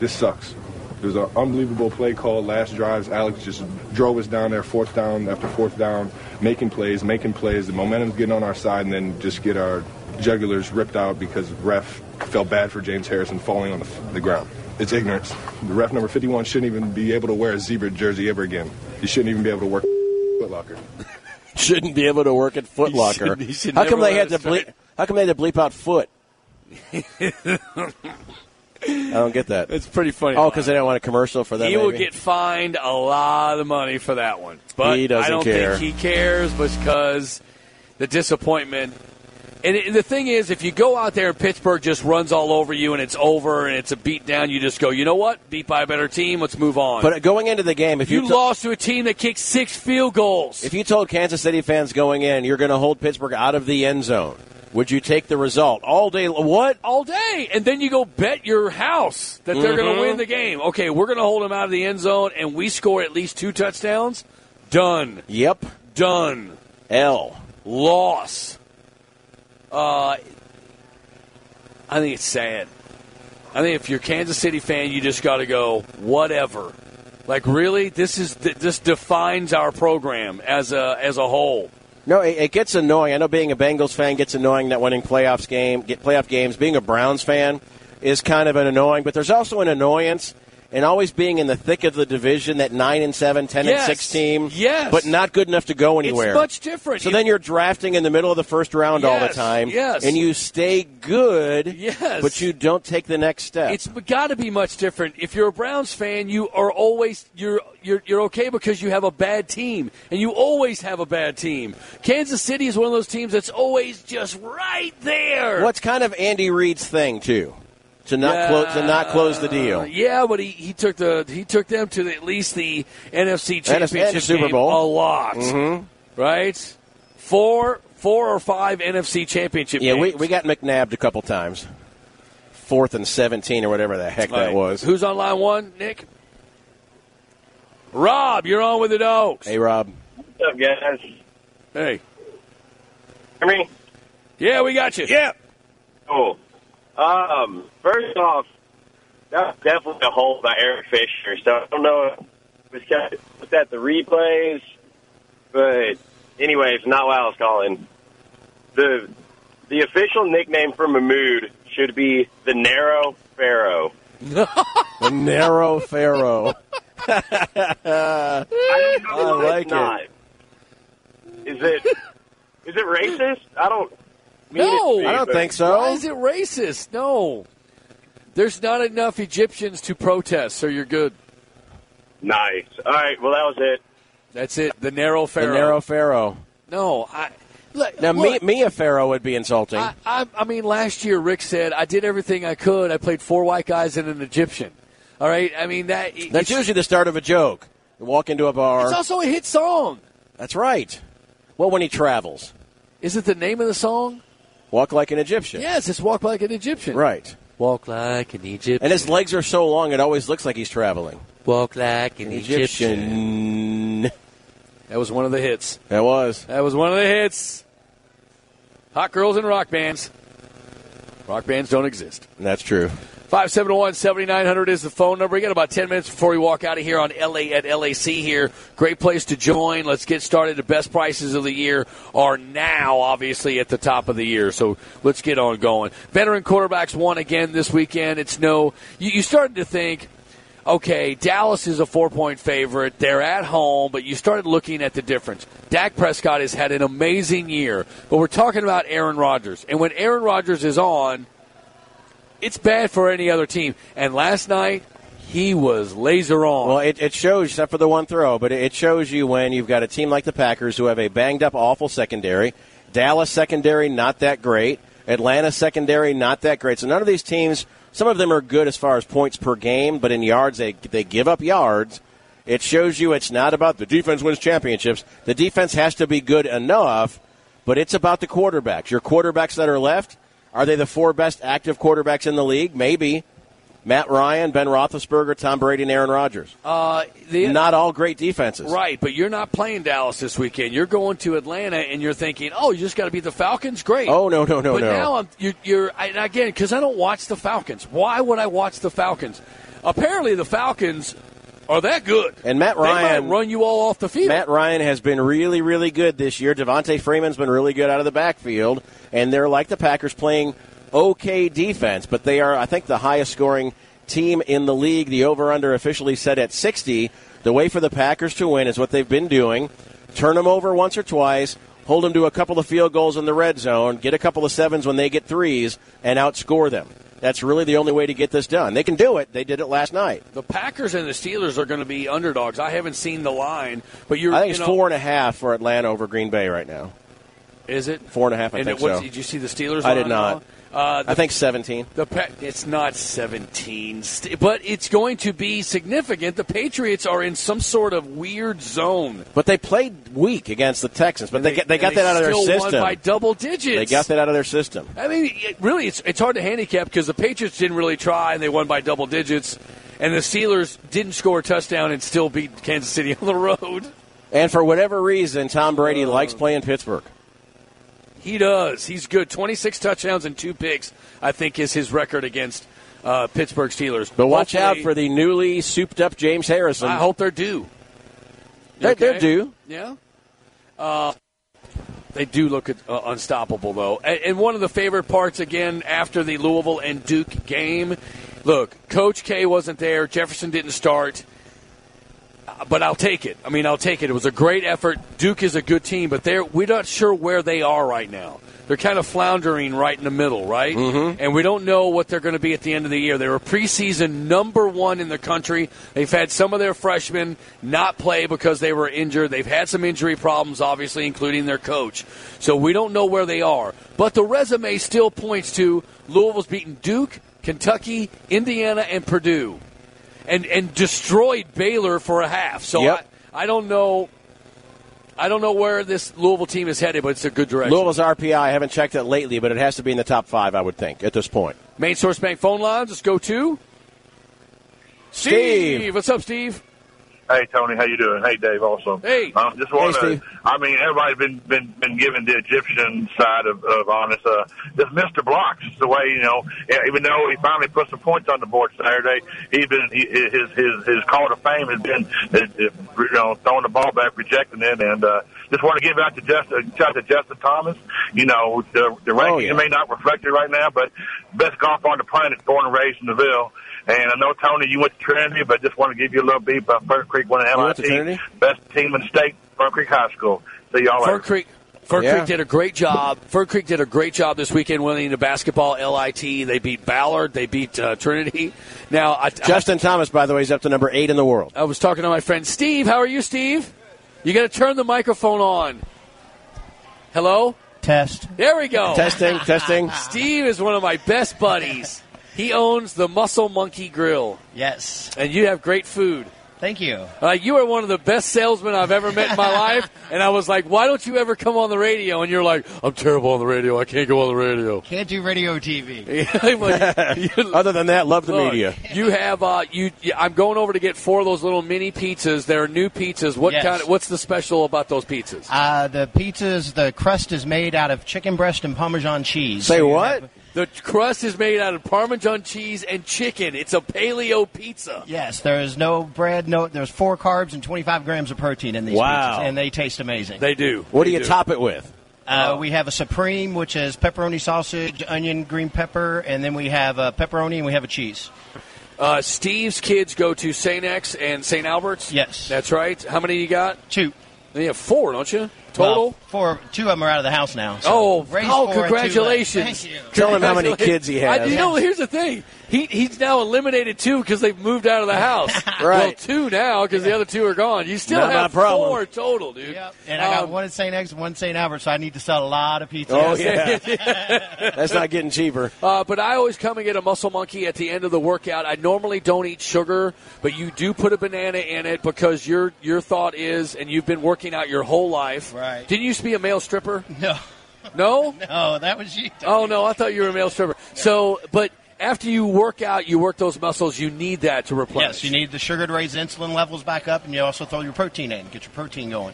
S11: This sucks. It was an unbelievable play call last drives. Alex just drove us down there, fourth down after fourth down, making plays, making plays. The momentum's getting on our side, and then just get our jugulars ripped out because ref felt bad for James Harrison falling on the, the ground. It's ignorance. The ref number 51 shouldn't even be able to wear a zebra jersey ever again. He shouldn't even be able to work Foot Locker.
S8: Shouldn't be able to work at Foot
S11: He
S8: Locker.
S11: should- he should
S8: how come
S11: never
S8: they had to
S11: let us
S8: bleep? How come they had to bleep out foot? I don't get that.
S4: It's pretty funny.
S8: Oh, because they don't want a commercial for Oh, that.
S4: He will
S8: maybe?
S4: get fined a lot of money for that one. But
S8: He doesn't
S4: I don't
S8: care.
S4: think he cares because the disappointment. And it- the thing is, if you go out there and Pittsburgh just runs all over you and it's over and it's a beat down, you just go, you know what? Beat by a better team. Let's move on.
S8: But going into the game, if you,
S4: you
S8: to-
S4: lost to a team that kicked six field goals.
S8: if you told Kansas City fans going in, you're going to hold Pittsburgh out of the end zone, would you take the result all day? What?
S4: all day, and then you go bet your house that they're going
S8: Mhm.
S4: to win the game. Okay, we're going to hold them out of the end zone, and we score at least two touchdowns. Done.
S8: Yep.
S4: Done.
S8: L.
S4: Loss. Uh, I think it's sad. I think if you're a Kansas City fan, you just got to go whatever. Like really, this is th- this defines our program as a as a whole.
S8: No, it, it gets annoying. I know being a Bengals fan gets annoying. Not winning playoffs game, get playoff games. Being a Browns fan is kind of an annoying, but there's also an annoyance in always being in the thick of the division. That nine and seven, 10
S4: Yes.
S8: and six team,
S4: Yes.
S8: but not good enough to go anywhere.
S4: It's much different.
S8: So then you're drafting in the middle of the first round all the
S4: Yes,
S8: time.
S4: yes.
S8: And you stay good.
S4: Yes.
S8: But you don't take the next step.
S4: It's got to be much different. If you're a Browns fan, you are always you're you're you're okay because you have a bad team, and you always have a bad team. Kansas City is one of those teams that's always just right there.
S8: What's kind of Andy Reid's thing too? To not close to not close the deal.
S4: Uh, yeah, but he, he took the he took them to the, at least the NFC
S8: And a-
S4: Championship
S8: and a Super
S4: game
S8: Bowl.
S4: a lot,
S8: Mhm.
S4: right? Four four or five NFC Championship.
S8: Yeah, we,
S4: games.
S8: we got McNabbed a couple times. Fourth and seventeen or whatever the heck
S4: All
S8: that
S4: right.
S8: was.
S4: Who's on line one, Nick? Rob, you're on with the Dogs.
S8: Hey Rob.
S18: What's up, guys?
S4: Hey.
S18: Hear me?
S4: Yeah, we got you. Yeah.
S18: Cool. Um, first off, that was definitely a hole by Eric Fisher. So I don't know if it was kind of, was that the replays, but anyways, not why I was calling. The the official nickname for Mahmood should be the Narrow Pharaoh.
S8: The narrow pharaoh. I like
S18: it's not.
S8: it.
S18: Is it is it racist? I don't. mean it to
S4: No,
S18: be, but-
S4: Why is it racist? No, there's not enough Egyptians to protest, so you're good.
S18: Nice. All right. Well, that was it.
S4: That's it. The narrow pharaoh.
S8: The narrow pharaoh.
S4: No, I. Look,
S8: Now
S4: look,
S8: me, Mia Pharaoh would be insulting.
S4: I, I, I mean, last year Rick said I did everything I could. I played four white guys and an Egyptian. All right. I mean that.
S8: That's usually the start of a joke. You walk into a bar.
S4: It's also a hit song.
S8: That's right. Well, when he travels,
S4: Is it the name of the song?
S8: walk like an Egyptian.
S4: Yes, it's "Walk Like an Egyptian."
S8: Right.
S4: Walk like an Egyptian.
S8: And his legs are so long, it always looks like he's traveling.
S4: Walk like an
S8: Egyptian.
S4: That was one of the hits.
S8: That was.
S4: That was one of the hits. Hot girls and rock bands. Rock bands don't exist.
S8: That's true.
S4: 571 7900 is the phone number. We got about 10 minutes before we walk out of here on LA at LAC here. Great place to join. Let's get started. The best prices of the year are now, obviously, at the top of the year. So let's get on going. Veteran quarterbacks won again this weekend. It's no, you, you started to think, okay, Dallas is a four point favorite. They're at home, but you started looking at the difference. Dak Prescott has had an amazing year, but we're talking about Aaron Rodgers. And when Aaron Rodgers is on, it's bad for any other team. And last night, he was laser on.
S8: Well, it, it shows, except for the one throw, but it- it shows you when you've got a team like the Packers who have a banged up, awful secondary. Dallas secondary, not that great. Atlanta secondary, not that great. So none of these teams, some of them are good as far as points per game, but in yards, they, they give up yards. It shows you it's not about the defense wins championships. The defense has to be good enough, but it's about the quarterbacks. Your quarterbacks that are left, are they the four best active quarterbacks in the league? Maybe. Matt Ryan, Ben Roethlisberger, Tom Brady, and Aaron Rodgers.
S4: Uh, the,
S8: Not all great defenses.
S4: Right, but you're not playing Dallas this weekend. You're going to Atlanta, and you're thinking, "Oh, you just got to beat the Falcons." Great.
S8: Oh, no, no, no,
S4: but
S8: no.
S4: now I'm you're, you're and again because I don't watch the Falcons. Why would I watch the Falcons? Apparently, the Falcons are that good.
S8: And Matt Ryan
S4: they might run you all off the field.
S8: Matt Ryan has been really, really good this year. Devontae Freeman's been really good out of the backfield, and they're like the Packers playing okay defense, but they are, I think, the highest scoring team in the league. The over under officially set at 60. The way for the Packers to win is what they've been doing turn them over once or twice. Hold them to a couple of field goals in the red zone, get a couple of sevens when they get threes, and outscore them. That's really the only way to get this done. They can do it. They did it last night.
S4: the Packers and the Steelers are going to be underdogs. I haven't seen the line, but you're.
S8: I think it's
S4: you know,
S8: four and a half for Atlanta over Green Bay right now.
S4: Is it
S8: Four and a half, I
S4: and
S8: think
S4: it was-
S8: so.
S4: Did you see the Steelers?
S8: I did
S4: line
S8: not.
S4: at all? Uh, the
S8: I think 17.
S4: The pa- it's not 17, st- but it's going to be significant. The Patriots are in some sort of weird zone.
S8: But they played weak against the Texans, but they, get, they got
S4: and
S8: that out of their
S4: still won
S8: system.
S4: by double digits.
S8: They got that out of their system.
S4: I mean, it- really, it's it's hard to handicap because the Patriots didn't really try and they won by double digits, and the Steelers didn't score a touchdown and still beat Kansas City on the road.
S8: And for whatever reason, Tom Brady
S4: Oh.
S8: likes playing Pittsburgh.
S4: He does. He's good. 26 touchdowns and two picks, I think, is his record against uh, Pittsburgh Steelers.
S8: But watch
S4: Hopefully-
S8: out for the newly souped up James Harrison.
S4: I hope they're due.
S8: They're,
S4: Okay.
S8: they're due.
S4: Yeah. Uh, they do look at, uh, unstoppable, though. And, and one of the favorite parts, again, after the Louisville and Duke game, look, Coach K wasn't there. Jefferson didn't start. Uh, But I'll take it. I mean, I'll take it. It was a great effort. Duke is a good team, but they're we're not sure where they are right now. They're kind of floundering right in the middle, right?
S8: Mhm.
S4: And we don't know what they're going to be at the end of the year. They were preseason number one in the country. They've had some of their freshmen not play because they were injured. They've had some injury problems, obviously, including their coach. So we don't know where they are. But the resume still points to Louisville's beaten Duke, Kentucky, Indiana, and Purdue, and and destroyed Baylor for a half. So
S8: Yep.
S4: I, I don't know. I don't know where this Louisville team is headed, but it's a good direction.
S8: Louisville's RPI, I haven't checked it lately, but it has to be in the top five, I would think, at this point.
S4: Main Source Bank phone lines. Let's go to
S8: Steve.
S4: What's up, Steve?
S14: Hey Tony, how you doing? Hey Dave, also.
S4: Hey.
S14: Um, just want
S4: Hey,
S14: to.
S4: Steve.
S14: I mean, everybody's been been been given the Egyptian side of of on this. Uh, this Mister Blocks the way you know. yeah, Even though he finally put some points on the board Saturday, he's been he, his his his call to fame has been is- is, you know throwing the ball back, rejecting it, and uh, just want to give out to Justin shout out to Justin Thomas. You know the the ranking
S8: Oh, yeah.
S14: may not reflect it right now, but best golf on the planet, born and raised in Neville. And I know Tony, you went to Trinity, but just want to give you a little beat about Fern Creek winning
S8: Oh, You went to
S14: MIT,
S8: Trinity?
S14: best team in state, Fern Creek High School. See y'all
S4: Fur
S14: later.
S4: Creek. Fur
S14: Yeah.
S4: Creek did a great job. Fur Creek did a great job this weekend winning the basketball LIT. They beat Ballard. They beat uh, Trinity. Now, I,
S8: Justin Thomas, by the way, is up to number eight in the world.
S4: I was talking to my friend Steve. How are you, Steve? You got to turn the microphone on. Hello?
S13: Test.
S4: There we go.
S8: Testing, testing.
S4: Steve is one of my best buddies. He owns the Muscle Monkey Grill.
S15: Yes.
S4: And you have great food.
S15: Thank you.
S4: Uh, you are one of the best salesmen I've ever met in my life. And I was like, why don't you ever come on the radio? And you're like, I'm terrible on the radio. I can't go on the radio.
S15: Can't do radio TV.
S8: Other than that, love the
S4: Look,
S8: media.
S4: You have uh, you. yeah, I'm going over to get four of those little mini pizzas. They're new pizzas. What
S15: Yes.
S4: kind? what's the special about those pizzas?
S15: Uh, the pizzas, the crust is made out of chicken breast and Parmesan cheese.
S4: Say
S15: So you
S4: what?
S15: have-
S4: The crust is made out of Parmesan cheese and chicken. It's a paleo pizza.
S15: yes, there is no bread. No, there's four carbs and 25 grams of protein in these
S4: Wow.
S15: pizzas, and they taste amazing.
S4: They do.
S8: What do
S4: They
S8: you top it with?
S15: Uh, we have a supreme, which is pepperoni sausage, onion, green pepper, and then we have a pepperoni and we have a cheese.
S4: Uh, Steve's kids go to St. X and St. Albert's. Yes, that's right. How many you got?
S15: Two.
S4: You have four, don't you? Total.
S15: Well, four, two of them are out of the house now. so
S4: oh,
S15: raise
S4: oh,
S15: four, two left.
S4: congratulations!
S15: Thank you.
S8: Tell him how many kids he
S4: Congratulations.
S8: has.
S4: I- you know, here's the thing: he he's now eliminated two because they've moved out of the house. Well,
S15: Right.
S4: two now because the other two are gone. You still
S15: Not my
S4: have
S15: problem.
S4: four total, dude.
S15: And I got
S4: Um,
S15: one at St. X, one at St. Albert, so I need to sell a lot of pizza.
S8: Oh, yeah. That's not getting cheaper.
S4: Uh, but I always come and get a muscle monkey at the end of the workout. I normally don't eat sugar, but you do put a banana in it because your your thought is, and you've been working out your whole life. Right? Didn't you used to be a male stripper?
S15: No.
S4: No.
S15: No, that was you.
S4: Oh no, I thought you were a male stripper. So, but after you work out, you work those muscles. You need that to replenish.
S15: Yes, you need the sugar to raise insulin levels back up, and you also throw your protein in, get your protein going.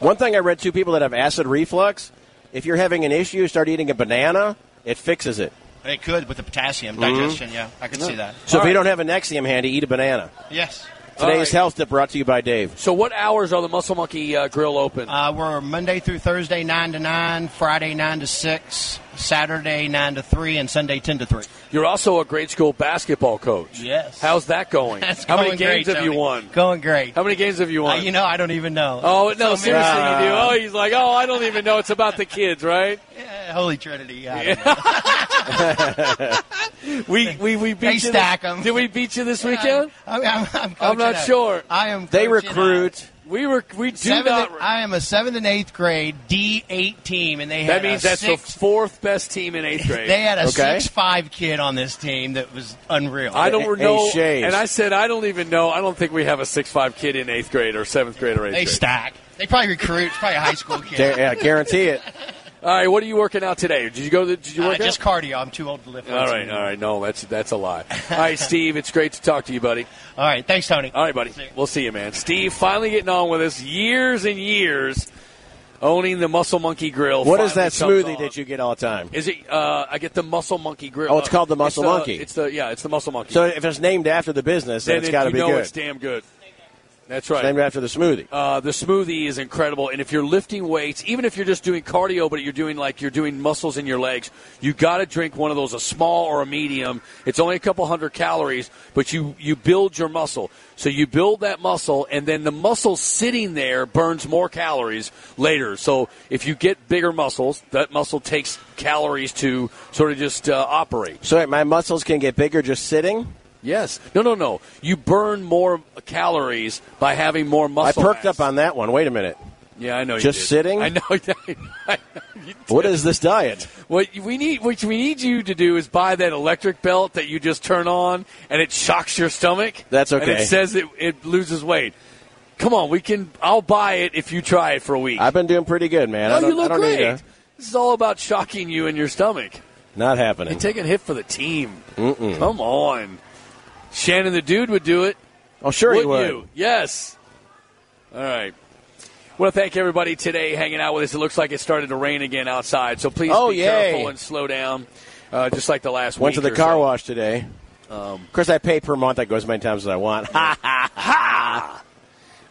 S8: One thing I read two people that have acid reflux, if you're having an issue, start eating a banana, it fixes it.
S15: It could with the potassium
S4: Mm-hmm.
S8: Mhm.
S15: digestion. Yeah, I could see that.
S8: So if you don't have a Nexium handy, eat a banana.
S15: Yes.
S8: Today's health tip brought to you by Dave.
S4: So what hours are the Muscle Monkey uh, Grill open?
S15: Uh, we're Monday through Thursday, 9 to 9, Friday, 9 to 6, Saturday, 9 to 3, and Sunday, 10 to 3.
S4: You're also a grade school basketball coach.
S15: Yes.
S4: How's that going?
S15: That's
S4: How many
S15: going
S4: games
S15: great,
S4: have you
S15: Tony.
S4: won?
S15: Going great.
S4: How many games have you won?
S15: Uh, you know, I don't even know.
S4: Oh no!
S15: So
S4: seriously,
S15: many-
S4: you do. Oh, he's like, oh, I don't even know. It's about the kids, right?
S15: Yeah, Holy Trinity. Yeah, I don't
S4: Oh, we we we beat
S15: They
S4: you this-
S15: stack 'em.
S4: Did we beat you this
S15: Yeah,
S4: weekend?
S15: I'm, I'm, I'm,
S4: I'm not
S15: coaching up.
S4: sure.
S15: I am.
S8: They
S15: coaching up.
S8: recruit.
S4: We were we do
S15: Seventh-
S4: not.
S15: I am a seventh and eighth grade D eight team, and they
S4: that
S15: had
S4: means
S15: a
S4: that's
S15: six,
S4: the fourth best team in eighth grade.
S15: They had a
S4: Okay.
S15: six five kid on this team that was unreal.
S4: I don't know, and I said I don't even know. I don't think we have a six five kid in eighth grade or seventh grade or eighth
S15: they
S4: grade.
S15: stack. They probably recruit. It's probably a high school kid.
S8: yeah, guarantee it.
S4: All right, what are you working out today? Did you go? To, did you
S15: Uh,
S4: work out?
S15: just cardio. I'm too old to lift.
S4: All
S15: weights
S4: right,
S15: anymore.
S4: all right. No, that's that's a lie. All right, Steve, it's great to talk to you, buddy.
S15: All right, thanks, Tony.
S4: All right, buddy. We'll see you, man. Steve finally getting on with us. Years and years owning the Muscle Monkey Grill.
S8: What is that
S4: finally comes
S8: smoothie
S4: on.
S8: that you get all the time?
S4: Is it? Uh, I get the Muscle Monkey Grill.
S8: Oh, it's called the
S4: Uh,
S8: Muscle Monkey.
S4: It's the yeah, it's the Muscle Monkey.
S8: So if it's named after the business, then,
S4: Then
S8: it's got to
S4: you
S8: be
S4: know
S8: good.
S4: it's damn good. That's
S8: It's named
S4: right.
S8: after the smoothie.
S4: Uh, the smoothie is incredible, and if you're lifting weights, even if you're just doing cardio, but you're doing like you're doing muscles in your legs, you got to drink one of those, a small or a medium. It's only a couple hundred calories, but you you build your muscle. So you build that muscle, and then the muscle sitting there burns more calories later. So if you get bigger muscles, that muscle takes calories to sort of just uh, operate.
S8: So my muscles can get bigger just sitting.
S4: Yes. No, no, no. You burn more calories by having more
S8: I
S4: muscle.
S8: perked up
S4: mass.
S8: on that one. Wait a minute.
S4: Yeah, I know. you
S8: Just
S4: did.
S8: sitting?
S4: I know.
S8: What is this diet?
S4: What we need, what we need you to do, is buy that electric belt that you just turn on, and it shocks your stomach.
S8: That's
S4: And
S8: okay.
S4: it says it, it loses weight. Come on, we can. I'll buy it if you try it for a week.
S8: I've been doing pretty good, man. I
S4: no,
S8: don't,
S4: you look
S8: I don't need
S4: great.
S8: to-
S4: This is all about shocking you in your stomach.
S8: not happening.
S4: You're taking a hit for the team.
S8: Mm-mm.
S4: Come on. Shannon the dude would do it.
S8: Oh, sure he
S4: Would
S8: would.
S4: you? Yes. All right. want to thank everybody today hanging out with us. It looks like it started to rain again outside, so please
S8: Oh,
S4: be
S8: yay.
S4: careful and slow down, uh, just like the last
S8: Went
S4: week.
S8: to the
S4: or
S8: car
S4: so.
S8: wash today. of course, I pay per month. I go as many times as I want. Ha ha ha!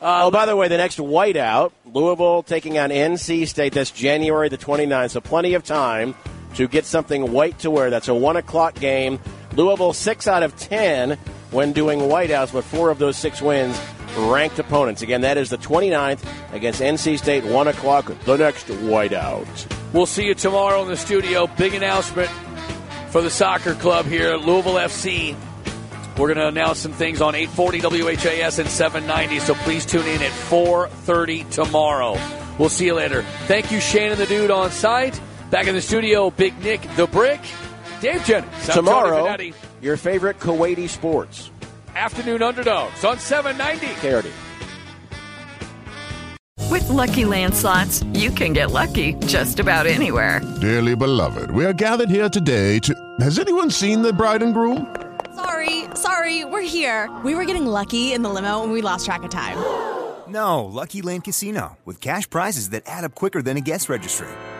S8: oh, by the way, the next whiteout, Louisville taking on NC State. That's January the 29th, so plenty of time to get something white to wear. That's a one o'clock game. Louisville six out of ten when doing whiteouts, but four of those six wins ranked opponents. Again, that is the 29th against NC State. One o'clock, the next whiteout.
S4: We'll see you tomorrow in the studio. Big announcement for the soccer club here, Louisville FC. We're going to announce some things on 840 WHAS and 790, so please tune in at 4.30 tomorrow. We'll see you later. Thank you, Shannon the Dude on site. Back in the studio, Big Nick the Brick, Dave Jennings. I'm Tony
S8: Tomorrow,
S4: Vanetti.
S8: your favorite Kuwaiti sports.
S4: Afternoon Underdogs on 790.
S8: Charity.
S5: With Lucky Land slots, you can get lucky just about anywhere.
S16: Dearly beloved, we are gathered here today to. Has anyone seen the bride and groom?
S17: Sorry, sorry, we're here. We were getting lucky in the limo and we lost track of time.
S24: No, Lucky Land Casino with cash prizes that add up quicker than a guest registry.